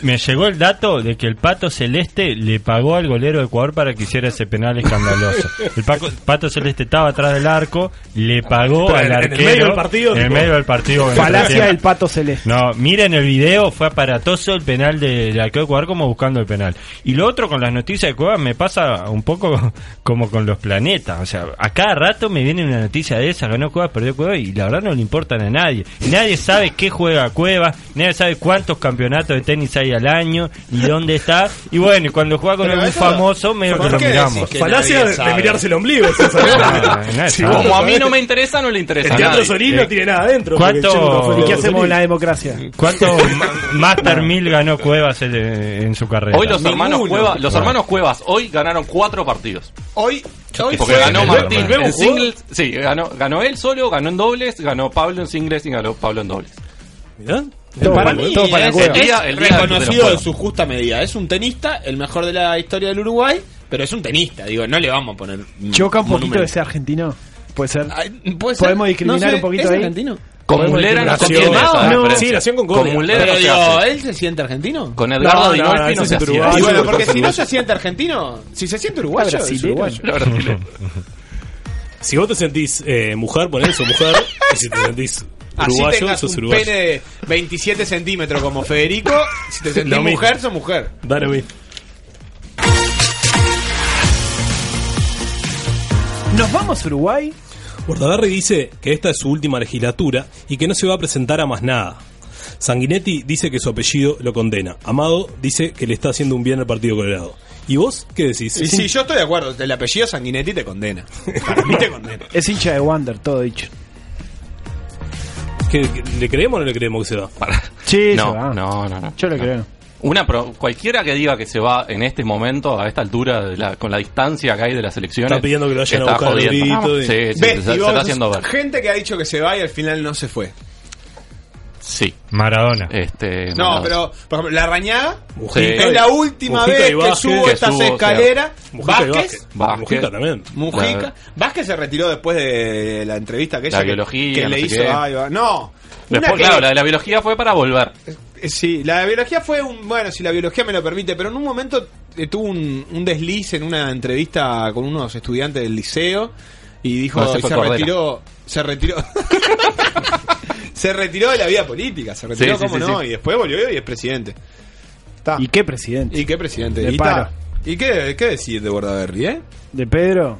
Me llegó el dato de que el Pato Celeste le pagó al golero de Ecuador para que hiciera ese penal escandaloso. El Paco- Pato Celeste estaba atrás del arco, le pagó
Pero
al
en- en el
arquero.
medio del partido,
En el
tipo,
medio del partido.
Falacia del pato celeste.
No, miren el video, fue aparatoso el penal de, de Arqueo de Ecuador como buscando el penal. Y lo otro con las noticias de Cuevas me pasa un poco <laughs> como con los planetas. O sea, a cada rato me viene una noticia de esa, ganó Cuevas, perdió Cuevas y la verdad no le importan a nadie. Nadie sabe qué juega Cuevas, nadie sabe cuántos campeonatos de tenis hay al año y dónde está. Y bueno, y cuando juega con
Pero
algún
eso-
famoso, medio
¿por
que lo
qué
miramos.
decís que Falacia nadie de- de sabe? mirarse el ombligo, es eso, ¿no?
nadie
Si
sabe.
vos-
Como a mí no me interesa, no le interesa.
El
a
teatro
nadie.
Sorín no tiene nada adentro. porque
¿Cuánto-
el Che nunca fue
Eh, ¿Y qué
teatro
hacemos
Sorín?
con la democracia?
¿Cuánto ma- Master 1000 ganó Cuevas en, en su carrera?
Hoy los hermanos,
Ninguno.
Cuevas, los
Bueno.
hermanos Cuevas hoy ganaron cuatro partidos.
Hoy,
porque
fue-
ganó
el-
Martín
el nuevo
en
jugador.
singles. Sí, ganó, ganó él solo, ganó en dobles, ganó Pablo en singles y ganó Pablo en dobles.
Todo para,
mí
todo para
eh,
es-
Cueva.
el día-
Es
el día de los
reconocido en
Juegos.
su justa medida. Es un tenista, el mejor de la historia del Uruguay, pero es un tenista. Digo, no le vamos a poner. mm,
Choca un poquito
monumento.
ese argentino. Puede ser.
puede ser.
Podemos discriminar
No sé,
un poquito
¿es
ahí.
argentino?
Con
Podemos
Muslera no se
discriminar.
entiende esa
No,
referencia.
sí, nació con
Con Muslera
Pero
no se
digo,
hace.
¿él se siente argentino?
Con Edgardo No, Dinolfi no, no, se ese es hacía. uruguayo.
Y bueno,
Pero
porque si no
uruguayo.
se siente argentino, si se siente uruguayo, es
Brasilero.
uruguayo.
Si vos te sentís eh, mujer, ponés eso, mujer. y si te sentís
Así
uruguayo,
tengas
sos
un
uruguayo.
pene de 27 centímetros como Federico, si te sentís
Lo mismo.
mujer, sos mujer.
Da lo mismo.
¿Nos vamos a Uruguay?
Bordaberry dice que esta es su última legislatura y que no se va a presentar a más nada. Sanguinetti dice que su apellido lo condena. Amado dice que le está haciendo un bien al Partido Colorado. ¿Y vos qué decís?
Y sí, yo estoy de acuerdo. El apellido Sanguinetti te condena.
Es hincha de Wander, todo dicho.
¿Qué- qué- ¿Le creemos o no le creemos que se va?
Sí,
No,
se va.
no, no, no.
Yo le creo.
Una pro- cualquiera que diga que se va en este momento, a esta altura, de la- con la distancia que hay de las elecciones.
Está pidiendo que lo vayan a
está
buscar al
jodiendo.
grito y-
Sí, sí,
Ves,
se,
y
se
vos,
está haciendo ver.
Gente que ha dicho que se va y al final no se fue.
Sí.
Maradona.
Este,
No,
Maradona.
pero, por ejemplo, la rañada
Mujica
es
y-
la última
Mujica
vez
y
que
Vázquez.
subo
Que
estas
subo, o sea,
escaleras.
Mujica y
Vázquez.
Vázquez. Vázquez. Mujica también.
Mujica.
La-
Vázquez se retiró después de la entrevista aquella
La
que,
biología,
que
no
le
sé
hizo.
qué.
ay, va- No. Una
Después,
que-
claro, la de la biología fue para volver.
Eh, Sí, la biología fue un. Bueno, si la biología me lo permite, pero en un momento eh, tuvo un, un desliz en una entrevista con unos estudiantes del liceo y dijo.
No, ese
y
fue
se
Cordera.
retiró. Se retiró. <laughs> se retiró de la vida política, se retiró,
Sí, sí,
cómo
sí,
no,
sí.
y después volvió y es presidente.
¿Y qué presidente?
¿Y qué presidente?
De
¿Y,
paro.
ta- ¿Y qué, qué decís de Bordaberry, eh?
¿De Pedro?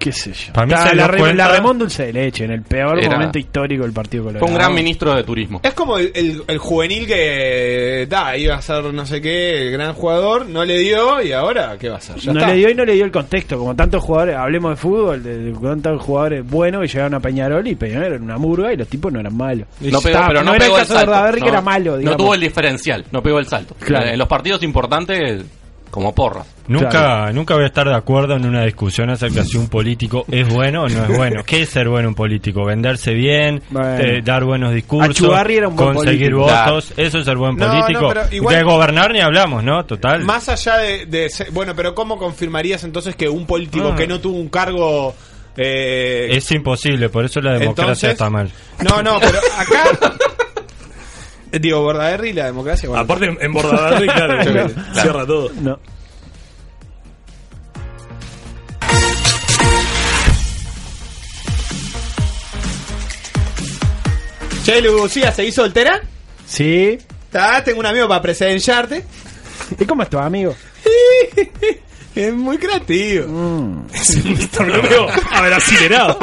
¿Qué sé yo?
Pa' mí
Está
se
la,
dio
re-
cuenta-
la Remón Dulce de Leche, en el peor
Era-
momento histórico del Partido Colorado.
Fue un gran ministro de turismo.
Es como el, el- el juvenil que da, iba a ser no sé qué, el gran jugador, no le dio y ahora, ¿qué va a ser? Ya
no
está.
le dio y no le dio el contexto, como tantos jugadores, hablemos de fútbol, de, de tantos jugadores buenos que llegaron a Peñarol y Peñarol era una murga y los tipos no eran malos.
No pegó,
Está,
pero no,
era
pegó
el
el,
caso de
salto.
Raberri que
No,
era malo, digamos.
No tuvo el diferencial, no pegó el salto.
Claro.
En los partidos importantes, como porras.
Nunca, nunca voy a estar de acuerdo en una discusión acerca de si un político es bueno o no es bueno. ¿Qué es ser bueno un político? Venderse bien,
Bueno.
eh, dar buenos discursos,
Achugarri era un buen
conseguir
político.
votos. Eso es ser buen
No, no,
político.
pero igual-
De gobernar ni hablamos, ¿no? Total.
Más allá de, de ser- Bueno, pero ¿cómo confirmarías entonces que un político
Ah.
que no tuvo un cargo... eh,
Es imposible, por eso la
Entonces-
democracia está mal.
No, no, pero acá... Eh, Digo, Bordaberry y la democracia... bueno.
Aparte, en- en Bordaberry, claro,
<laughs>
cierra todo.
No.
Che, Lucía, ¿seguís soltera?
Sí.
Ah, tengo un amigo para presenciarte.
¿Y cómo estás, amigo?
<laughs> es muy creativo.
Mm.
Es un tabloneo acelerado.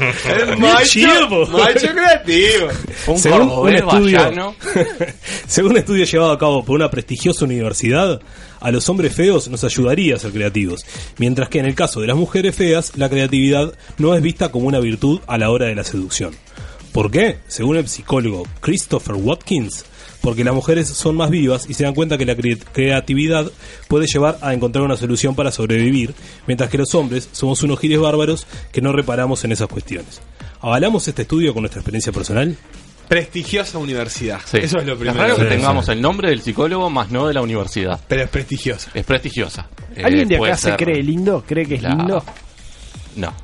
Es
Muy
macho,
chido, po.
macho creativo.
según <laughs> un, estudio, <laughs> según un estudio llevado a cabo por una prestigiosa universidad, a los hombres feos nos ayudaría a ser creativos, mientras que en el caso de las mujeres feas, la creatividad no es vista como una virtud a la hora de la seducción. ¿Por qué? Según el psicólogo Christopher Watkins, porque las mujeres son más vivas y se dan cuenta que la cre- creatividad puede llevar a encontrar una solución para sobrevivir, mientras que los hombres somos unos giles bárbaros que no reparamos en esas cuestiones. ¿Avalamos este estudio con nuestra experiencia personal?
Prestigiosa universidad.
Sí.
Eso es lo primero.
raro que
Sí,
tengamos el nombre del psicólogo más no de la universidad.
Pero es prestigiosa.
Es prestigiosa. eh,
¿Alguien de
puede
acá se
ser-
cree lindo? ¿Cree que es lindo?
No, no.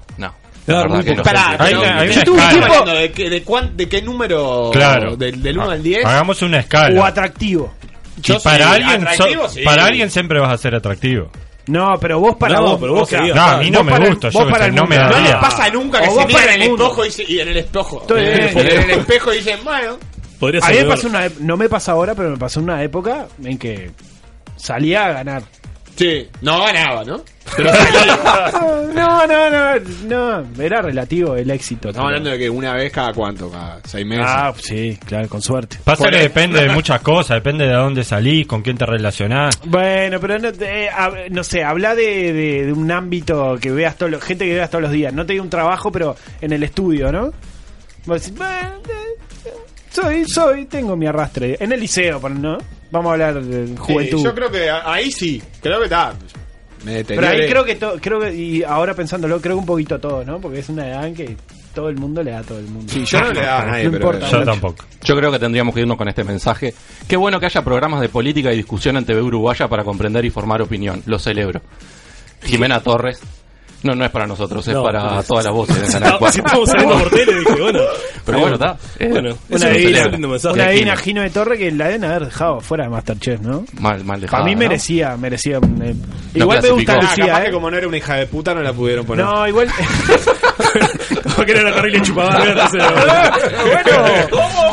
No,
La verdad
muy
que
poco.
no.
Pará,
Hay
pero-
una- hay
yo
una
tuve un
escala.
tiempo-
Bueno, ¿de qué, de cuán- de qué número?
Claro.
Del, del 1
Ah,
al 10.
Hagamos una escala.
O atractivo.
Y para alguien, so- para alguien siempre vas a ser atractivo.
No, pero vos para
No,
vos.
pero vos
o sea,
querías, No, a mí no
vos
me
para el-
gusta,
vos
yo que
para
sé,
el
no
mundo.
me da
No les
Ah.
pasa nunca que
O
se
vos
miran
para
en
el
el
mundo.
espejo y, se- y en el espejo. Eh,
Estoy bien.
En el espejo dicen, bueno.
Podría
a mí me
ser
pasó una, ep- no me pasa ahora, pero me pasó una época en que salía a ganar.
<laughs> Sí, no ganaba, ¿no?
<laughs>
Ah,
no, no, no, no, era relativo el éxito.
Estamos hablando de que una vez cada cuánto, cada seis meses.
Ah, sí, claro, con suerte.
Pasa que
Por-
depende de muchas cosas, depende de a dónde salís, con quién te relacionás.
Bueno, pero no, te- eh, hab- no sé, habla de, de- de un ámbito que veas todos los, gente que veas todos los días. No te digo un trabajo, pero en el estudio, ¿no? Vos decís, "Bueno, eh, soy, soy, tengo mi arrastre. En el liceo, por- ¿no? Vamos a hablar de juventud.
Sí, yo creo que a- ahí sí, creo que está. Me
pero
deterioré.
ahí creo que, to- creo que, y ahora pensándolo, creo que un poquito todo, ¿no? Porque es una edad en que todo el mundo le da a todo el mundo.
Sí, yo no le daba a nadie, pero-
importa,
Yo
mucho.
tampoco.
Yo creo que tendríamos que irnos con este mensaje. Qué bueno que haya programas de política y discusión en TV Uruguaya para comprender y formar opinión. Lo celebro. Jimena Torres. No, no es para nosotros, es
No,
para
no.
todas las voces de
No,
Canal 4.
si estamos saliendo por tele, dije, bueno.
Pero bueno, está. Eh,
Bueno,
eso
Una
lo
divina,
celebro.
una
Y aquí
divina Gino de Torre que la deben haber dejado fuera de Masterchef, ¿no?
Mal, mal
Para
dejada.
mí
¿no?
merecía, merecía. eh, igual me
clasificó.
gusta
Ah,
Lucía,
capaz
¿eh?
que como no era una hija de puta no la pudieron poner. <laughs>
No, igual.
Porque era la terrible chupadora.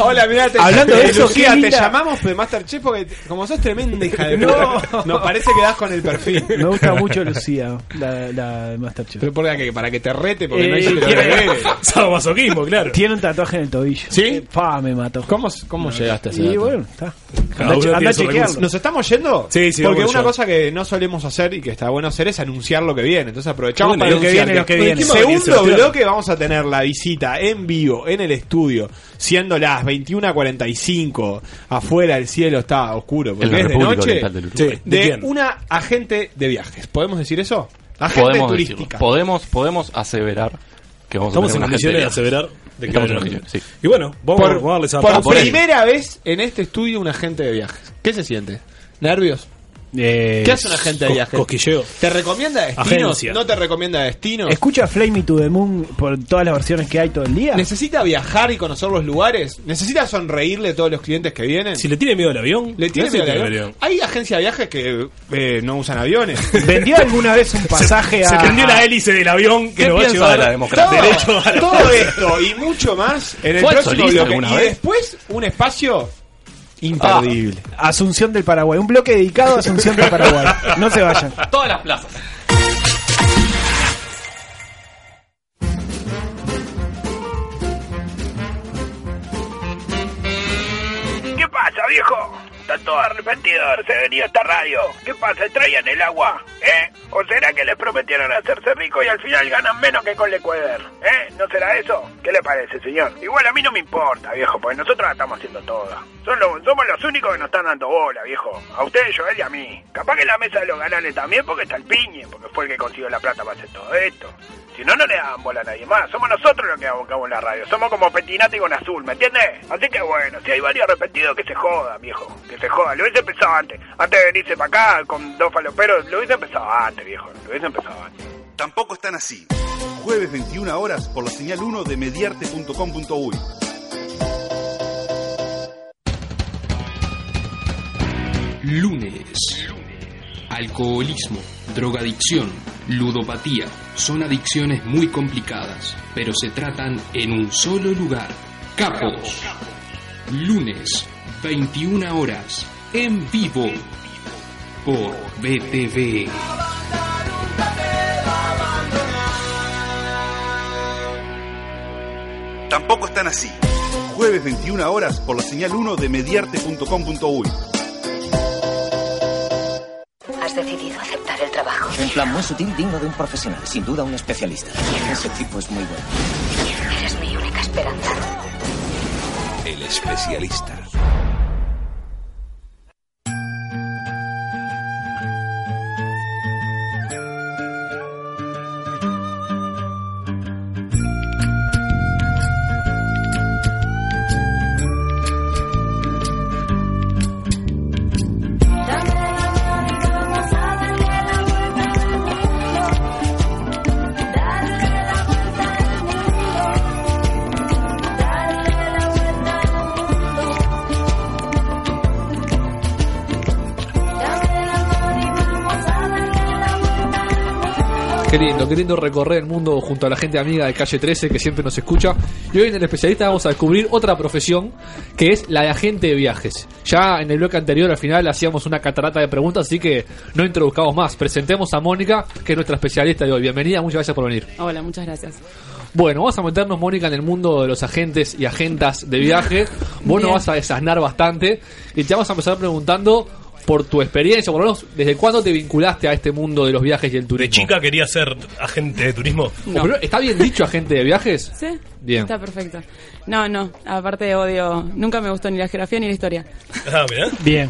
Hola, mirá, te,
Hablando de
eh,
eso,
Lucía,
qué
te
linda.
llamamos de Masterchef porque te- como sos tremenda hija de
No.
puta, nos parece que das con el perfil.
eh. Me gusta mucho Lucía, la, la de Masterchef.
Pero ¿por qué? Para que te rete, porque no
Eh,
hice
tiene-
<laughs>
masoquismo, claro.
Tiene un tatuaje en el tobillo. ¿Sí? Pa, me mató.
¿Cómo, cómo llegaste a ese
Y
dato?
bueno, está.
Cada
Anda,
uno
che-
tiene
anda
su
chequearlo.
recurso. ¿Nos estamos yendo?
Sí, sí,
Porque
vamos
una
ya.
cosa que no solemos hacer y que está bueno hacer es anunciar lo que viene. Entonces aprovechamos
Bueno,
para
lo que
anunciar
viene, lo que
Bueno,
viene.
dijimos, Segundo
Sebastián.
bloque vamos a tener la visita en vivo, en el estudio, siendo las 21.45. Afuera el cielo está oscuro porque
En la
es de
República
noche.
Oriental del Uruguay.
de
¿De quién?
una agente de viajes. ¿Podemos decir eso? Agente
podemos decirlo.
turística.
podemos podemos aseverar que vamos
Estamos
a tener
en
una gente
condiciones de
viaje.
aseverar de que
Estamos
hay
en
una
condiciones, sí.
Y bueno, vamos,
Por-
vamos a darles a
Por,
todos.
primera vez en este estudio un agente de viajes. ¿Qué se siente? ¿Nervios? ¿Qué hace un agente de
Eh, co-
viajes?
cosquilleo.
¿Te recomienda destinos?
Agencia.
¿No te recomienda destinos?
¿Escucha Flamey to the Moon por todas las versiones que hay todo el día?
¿Necesita viajar y conocer los lugares? ¿Necesita sonreírle a todos los clientes que vienen?
Si le tiene miedo al avión,
¿Le tiene
no sé
miedo
si
al avión? Hay agencias de viajes que eh, no usan aviones.
<laughs>
<laughs>
¿Vendió alguna vez un pasaje a.?
Se prendió la hélice del avión que
¿Qué
nos va a
piensa
llevar
de la
democracia. derecho a la
Todo esto y mucho más en el
¿Fue al
próximo
solista
bloque.
alguna
Y
vez?
después un espacio imperdible.
Ah, Asunción del Paraguay. Un bloque dedicado a Asunción del Paraguay. No se vayan.
Todas las plazas.
¿Qué pasa, viejo? Están todos arrepentidos de haberse venido a esta radio. ¿Qué pasa? ¿Traían el agua? ¿Eh? ¿O será que les prometieron hacerse ricos y al final ganan menos que con Lecueder? ¿Eh? ¿No será eso? ¿Qué le parece, señor? Igual a mí no me importa, viejo, porque nosotros la estamos haciendo toda. Son los- somos los únicos que nos están dando bola, viejo. A usted, Joel y a mí. Capaz que la mesa de los galanes también porque está el piñe, porque fue el que consiguió la plata para hacer todo esto. Si no, no le dan bola a nadie más. Somos nosotros los que abocamos la radio. Somos como Petinati con Azul, ¿me entiendes? Así que bueno, si hay varios arrepentidos, que se joda, viejo. Que se joda. Lo hubiese empezado antes. Antes de venirse para acá con dos faloperos, lo hubiese empezado antes, viejo. Lo hubiese empezado antes.
Tampoco están así. Jueves 21 horas por la señal 1 de mediarte.com.uy.
Lunes. Alcoholismo, drogadicción, ludopatía son adicciones muy complicadas, pero se tratan en un solo lugar. Capos. Lunes, 21 horas, en vivo, por BTV.
Tampoco están así. Jueves 21 horas por la señal 1 de mediarte.com.uy.
Has decidido aceptar el trabajo.
Un plan muy sutil, digno de un profesional, sin duda un especialista. Ese tipo es muy bueno.
Eres mi única esperanza.
El especialista.
Dame la mano y vamos a darle la vuelta
Qué lindo, qué lindo recorrer el mundo junto a la gente amiga de Calle 13 que siempre nos escucha. Y hoy en el especialista vamos a descubrir otra profesión que es la de agente de viajes. Ya en el bloque anterior al final hacíamos una catarata de preguntas, así que no introduzcamos más. Presentemos a Mónica, que es nuestra especialista de hoy. Bienvenida, muchas gracias por venir.
Hola, muchas gracias.
Bueno, vamos a meternos, Mónica, en el mundo de los agentes y agentas de viaje. Vos nos vas a desasnar bastante y te vamos a empezar preguntando por tu experiencia, por lo menos, ¿desde cuándo te vinculaste a este mundo de los viajes y el turismo?
Chica quería ser agente de turismo.
Oh, pero, ¿Está bien dicho agente de viajes?
¿Sí?
Bien.
Está perfecto. No, no, aparte odio, nunca me gustó ni la geografía ni la historia.
Ah, mirá.
Bien.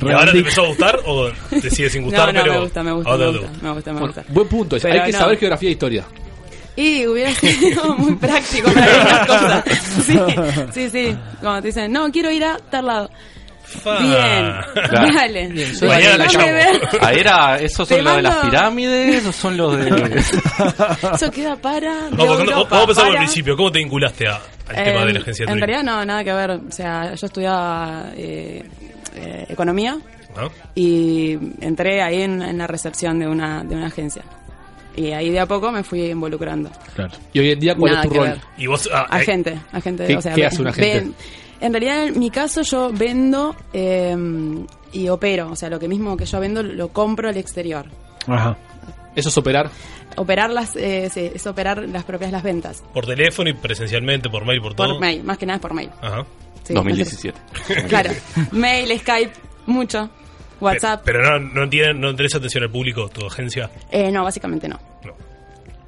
¿Y ahora te empezó a gustar o te sigue sin gustar?
no, no,
pero
me gusta, me gusta,
ahora
me
te
gusta, me gusta, me
Bueno,
gusta.
buen punto. ese.
Pero
Hay que
no.
saber geografía e historia.
Y
<laughs>
hubiera sido muy práctico para algunas cosas. <laughs>
<laughs>
Sí, sí, sí. Cuando te dicen, no, quiero ir a tal lado. Bien,
<laughs>
<laughs>
Claro.
dale.
Yo-
Déjame ver.
Ahí Ah. era, esos son
Te
los de las
mando-
pirámides, esos son los
<laughs>
de.
<laughs>
Eso queda para. de
Vamos, vamos
Europa,
a empezar por el
para.
principio. ¿Cómo te vinculaste a- al tema
Eh,
de la agencia de
En
turismo?
realidad no, nada que ver. O sea, yo estudiaba eh, eh, economía y entré ahí en, en la recepción de una, de una agencia. Y ahí de a poco me fui involucrando.
Y hoy en día, ¿cuál
Nada
es tu
que
rol?
ver.
ah, eh,
agente, agente.
¿Qué-
o sea,
qué
ve-
hace un agente?
ven- en realidad, en mi caso, yo vendo eh, y opero. O sea, lo que mismo que yo vendo, lo compro al exterior.
Ajá.
Eso es operar.
Operar las, eh, sí, es operar las propias las ventas.
Por teléfono y presencialmente, por mail, por todo.
Por mail, más que nada es por mail.
Ajá.
Sí, 2017. <laughs> Claro. mail, Skype, mucho. WhatsApp.
Pero no, no, tienen, no tenés atención al público, tu agencia.
Eh, no, básicamente no.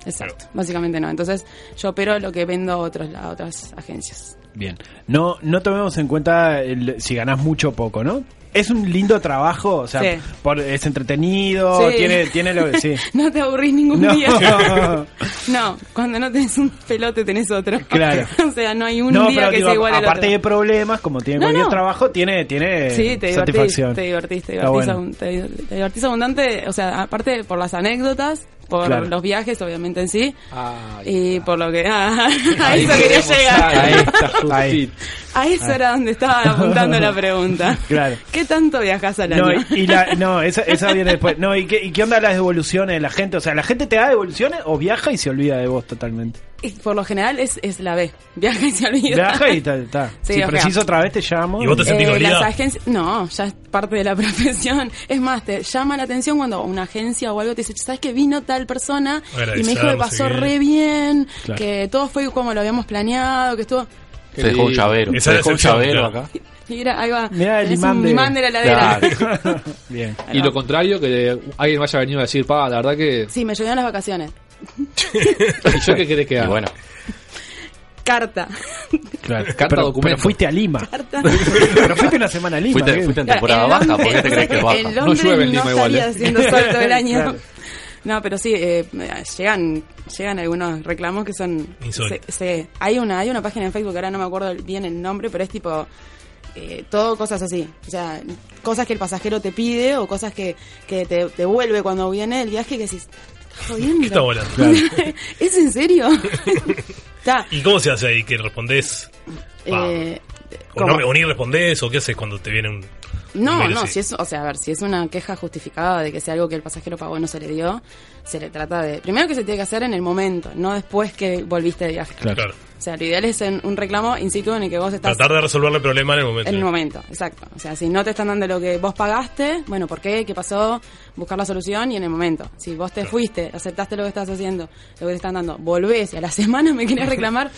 Exacto, básicamente no. Entonces yo opero lo que vendo a, otros, a otras agencias.
Bien. No, no tomemos en cuenta el- si ganás mucho o poco, ¿no? Es un lindo trabajo, o sea,
Sí.
por- es entretenido,
Sí.
Oh, tiene, tiene lo sí.
<laughs> No te aburrís ningún
No.
día.
<laughs>
No, cuando no tenés un pelote tenés otro.
Claro.
<laughs> o sea, no hay
<laughs>
un
no,
día
pero
que
digo,
sea igual al
aparte
otro.
de problemas, como tiene
No,
cualquier
no.
trabajo, tiene, tiene
Sí, te divertís,
satisfacción.
te divertís, te
Está
divertís,
bueno.
abun- te di- te divertís abundante, o sea, aparte por las anécdotas, por
Claro.
los viajes, obviamente en sí,
Ah,
y por lo que... <laughs> ah, a eso quería
queremos
llegar.
Ahí está,
Ahí. A eso
Ahí.
era donde estaba apuntando la pregunta. <laughs>
Claro.
¿Qué tanto viajas al año?
No, y, y la, no
<laughs>
esa, esa viene después. No, ¿y qué, ¿y qué onda las devoluciones de la gente? O sea, ¿la gente te da devoluciones o viaja y se olvida de vos totalmente?
Y por lo general es, es la B. Viaja <laughs> y se olvida.
Viaja y tal, tal.
<laughs> Sí,
si
o sea.
preciso otra vez te llamo.
Eh, las agencias, no, ya es parte de la <laughs> profesión. Es más, te llama la atención cuando una agencia o algo te dice, ¿sabes que vino tal persona? Y me dijo que
Agradecer,
pasó
no sé qué".
re bien,
Claro.
que todo fue como lo habíamos planeado, que estuvo...
Se dejó un llavero. Se
Esa es
dejó un
la excepción,
llavero
claro.
acá.
Mira, ahí va.
Mirá el
Tenés
imán
un
de-
imán de la heladera.
<laughs>
Bien.
Y lo contrario, que alguien me haya venido a decir, pa, la verdad que.
Sí, me llovió en las vacaciones.
¿Y yo qué querés que haga? bueno.
Carta.
Carta
pero,
documento.
pero fuiste a Lima. <laughs> pero fuiste una semana a Lima.
Fuiste-
bien.
fuiste
Claro, en Londres- En ¿eh? Londres no, estaría <laughs> haciendo sol todo el año.
¿eh? <laughs> Claro.
No, pero sí, eh, llegan, llegan algunos reclamos que son...
Insólitos.
se- se- hay, una, hay una página en Facebook, ahora no me acuerdo bien el nombre, pero es tipo... eh, todo cosas así, o sea, cosas que el pasajero te pide o cosas que, que te devuelve cuando viene el viaje que decís, "¿Estás jodiendo?
¿Qué
<laughs>
está volando?
¿Es en serio? Está,
¿Y cómo se hace ahí? ¿Que respondés? Va.
eh,
¿O, no,
¿cómo?
o ni respondés? ¿O qué haces cuando te viene un.?
No,
Bueno,
no,
sí.
si es, o sea, a ver, si es una queja justificada de que sea algo que el pasajero pagó y no se le dio, se le trata de. Primero que se tiene que hacer en el momento, no después que volviste de viaje.
Claro. Claro.
O sea, lo ideal es en un reclamo in situ en el que vos estás.
Tratar de resolver el problema en el momento.
En el momento, exacto. O sea, si no te están dando lo que vos pagaste, bueno, ¿por qué? ¿Qué pasó? Buscar la solución y en el momento. Si vos te fuiste, aceptaste lo que estás haciendo, lo que te están dando, volvés y a la <laughs> semana me querés reclamar,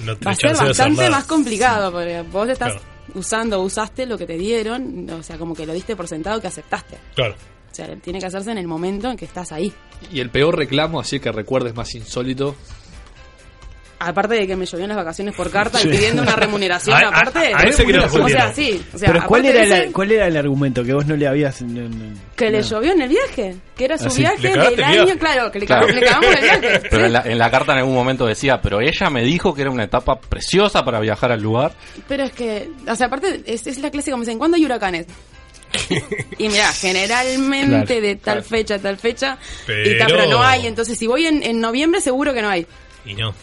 No tenés
va a ser
chance de hacer
bastante
nada.
más complicado porque vos estás
Claro.
usando, usaste lo que te dieron, o sea, como que lo diste por sentado que aceptaste.
Claro.
O sea, tiene que hacerse en el momento en que estás ahí.
Y el peor reclamo, así que recuerdes más insólito.
Aparte de que me llovió en las vacaciones por carta
Sí.
y pidiendo
<laughs>
una remuneración,
A- a-
aparte.
a ese
quiero
o
responder.
sea, sí. O sea,
pero ¿cuál
aparte
era,
de
el,
ese,
¿cuál era el argumento que vos no le habías... no, no, <laughs>
que le
no.
llovió en el viaje, que era su
Ah, sí. Le
viaje
cagaste
del
el
año,
viaje.
claro, que le,
Claro.
cagamos- le cagamos el
<laughs>
viaje.
<laughs> Pero en la, en la carta en algún momento decía, pero ella me dijo que era una etapa preciosa para viajar al lugar.
Pero es que, o sea, aparte, es, es la clase como dicen, ¿cuándo hay
<laughs>
huracanes? y mira, generalmente
Claro,
de tal
claro.
fecha a tal fecha, y
Pero-
tal, pero no hay. Entonces, si voy en, en noviembre, seguro que no hay.
Y no.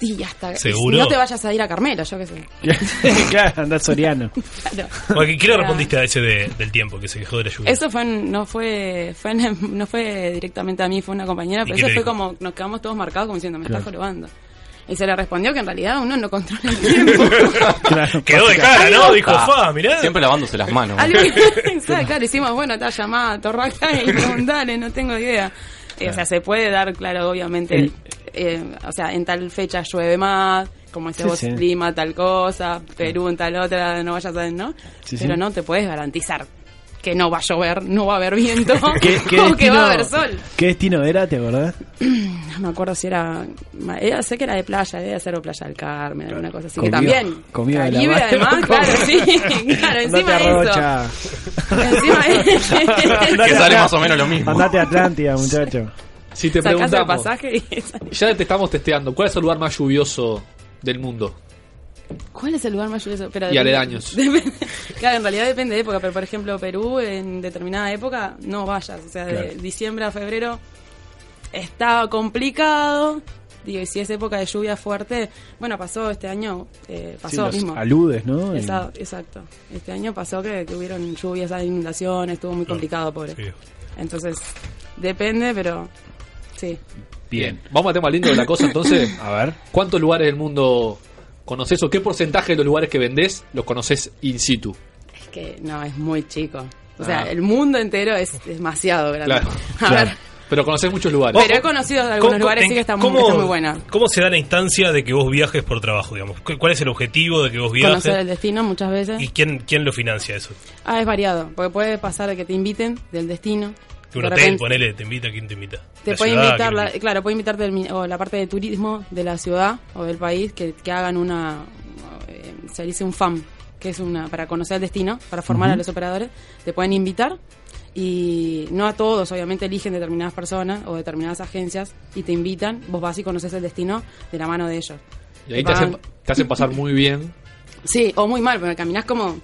y hasta.
¿Seguro?
No te vayas a ir a Carmelo, yo qué sé.
claro, andá Soriano.
Claro.
Porque creo
Ah.
que respondiste a ese de- del tiempo que se quejó de la lluvia.
Eso fue, en- no fue, fue en- no fue directamente a mí, fue una compañera,
¿Y
pero
qué
eso
te
fue
dijo?
como, nos quedamos todos marcados como diciendo, me
Claro.
estás jorobando. Y se le respondió que en realidad uno no controla
<laughs>
el tiempo.
Quedó de cara, ¿no? Dijo, fa, mirá.
Siempre lavándose las manos.
Algo <laughs>
<laughs>
que- Exacto, claro, hicimos, bueno, está llamada, torraca y preguntale, no tengo idea. Eh, o sea, se puede dar, claro, obviamente,
El-
eh, o sea, en tal fecha llueve más, como ese
Sí,
vos,
sí.
clima, tal cosa, Perú en tal otra, no vayas a ¿no?
Sí,
Pero
sí.
no te puedes garantizar que no va a llover, no va a haber viento,
<laughs> ¿Qué-
<laughs>
qué
o que
destino-
va a haber sol.
¿Qué destino era, te acordás?
No me acuerdo si era, era- sé que era de playa, debe ser o Playa del Carmen, alguna cosa así, que
Comió-
también.
comió de la
Caribe,
mano. <laughs>
además, claro, sí, <laughs> claro, encima
Andate a
de eso.
Rocha. <laughs>
Encima de-
Que sale más o menos lo
mismo.
Andate a Atlántida, muchacho.
Si te
Sacás el
preguntamos,
pasaje y <laughs>
ya te estamos testeando, ¿cuál es el lugar más lluvioso del mundo?
¿Cuál es el lugar más lluvioso? Pero
Y aledaños.
<laughs> depende- claro, en realidad depende de época, pero por ejemplo Perú en determinada época no vayas, o sea, de
Claro.
diciembre a febrero está complicado. Digo, y si es época de lluvia fuerte, bueno, pasó este año, eh,
Sí,
pasó
los
mismo.
aludes, ¿no?
Esa- exacto. Este año pasó que, que hubieron lluvias, hay inundaciones, estuvo muy complicado, pobre.
Sí.
Entonces, depende, pero sí.
Bien. Vamos al tema lindo de la cosa entonces. <laughs> A ver. ¿Cuántos lugares del mundo conoces o qué porcentaje de los lugares que vendés los conoces in situ?
Es que no, es muy chico. O sea,
Ah.
el mundo entero es demasiado grande.
Claro.
<laughs> A
Claro.
ver.
Pero conoces muchos lugares.
Pero he conocido de algunos
¿Cómo-
lugares
en-
sí que están,
cómo-
que están muy buenas.
¿Cómo se da la instancia de que vos viajes por trabajo, digamos? ¿Cu- ¿Cuál es el objetivo de que vos viajes?
Conocer el destino muchas veces.
¿Y quién, quién lo financia eso?
Ah, es variado, porque puede pasar de que te inviten del destino.
Que un
De
hotel,
repente-
ponele, te invita, ¿quién te invita?
Te
La
puede
ciudad,
invitar,
¿quién
la-
invita?
claro, puede invitarte el mi- o la parte de turismo de la ciudad o del país que, que hagan una, eh, se dice un FAM, que es una para conocer el destino, para formar a
Ujú.
los operadores. Te pueden invitar y no a todos, obviamente eligen determinadas personas o determinadas agencias y te invitan. Vos vas y conoces el destino de la mano de ellos.
Y ahí
Te
te hacen,
pagan-
te hacen pasar muy bien.
Sí, o muy mal, porque caminás como.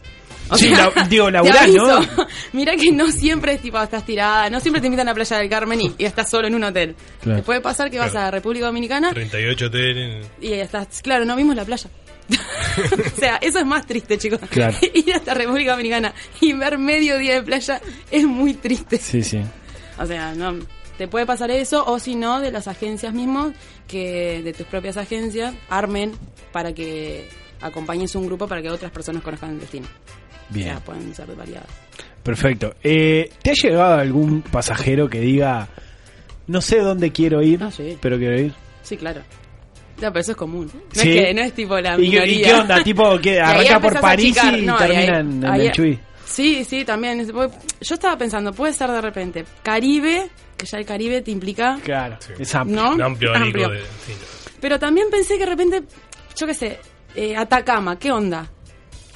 o
Sí,
sea, <laughs>
la- digo,
te
laburás, ¿no?
aviso. <laughs> Mirá que no siempre es tipo, estás tirada, no siempre te invitan a Playa del Carmen y, y estás solo en un hotel.
Claro.
Te puede pasar que vas
Claro.
a República Dominicana
38 hoteles.
y estás, claro, no vimos la playa. <laughs> o sea, eso es más triste, chicos.
Claro.
<laughs> Ir hasta República Dominicana y ver medio día de playa es muy triste.
Sí, sí.
O sea, no te puede pasar eso o si no de las agencias mismos que de tus propias agencias armen para que acompañes un grupo para que otras personas conozcan el destino.
Bien.
O sea, pueden ser variadas.
Perfecto. Eh, ¿Te ha llegado algún pasajero que diga, no sé dónde quiero ir,
Ah,
pero quiero ir?
Sí, claro. No, pero eso es común. No
Sí.
es que no es tipo la
¿Y qué-
minoría.
y qué onda? Tipo,
<laughs>
¿qué?
Y ahí
Arranca por
empezás a
París
achicar.
y termina en- en el Chuy.
Sí, sí, también. Es- voy- Yo estaba pensando, puede ser de repente Caribe, que ya el Caribe te implica
Claro, es amplio.
¿No?
Un amplio abanico
Amplio.
de- sí.
Pero también pensé que de repente, yo qué sé, eh, Atacama, ¿qué onda?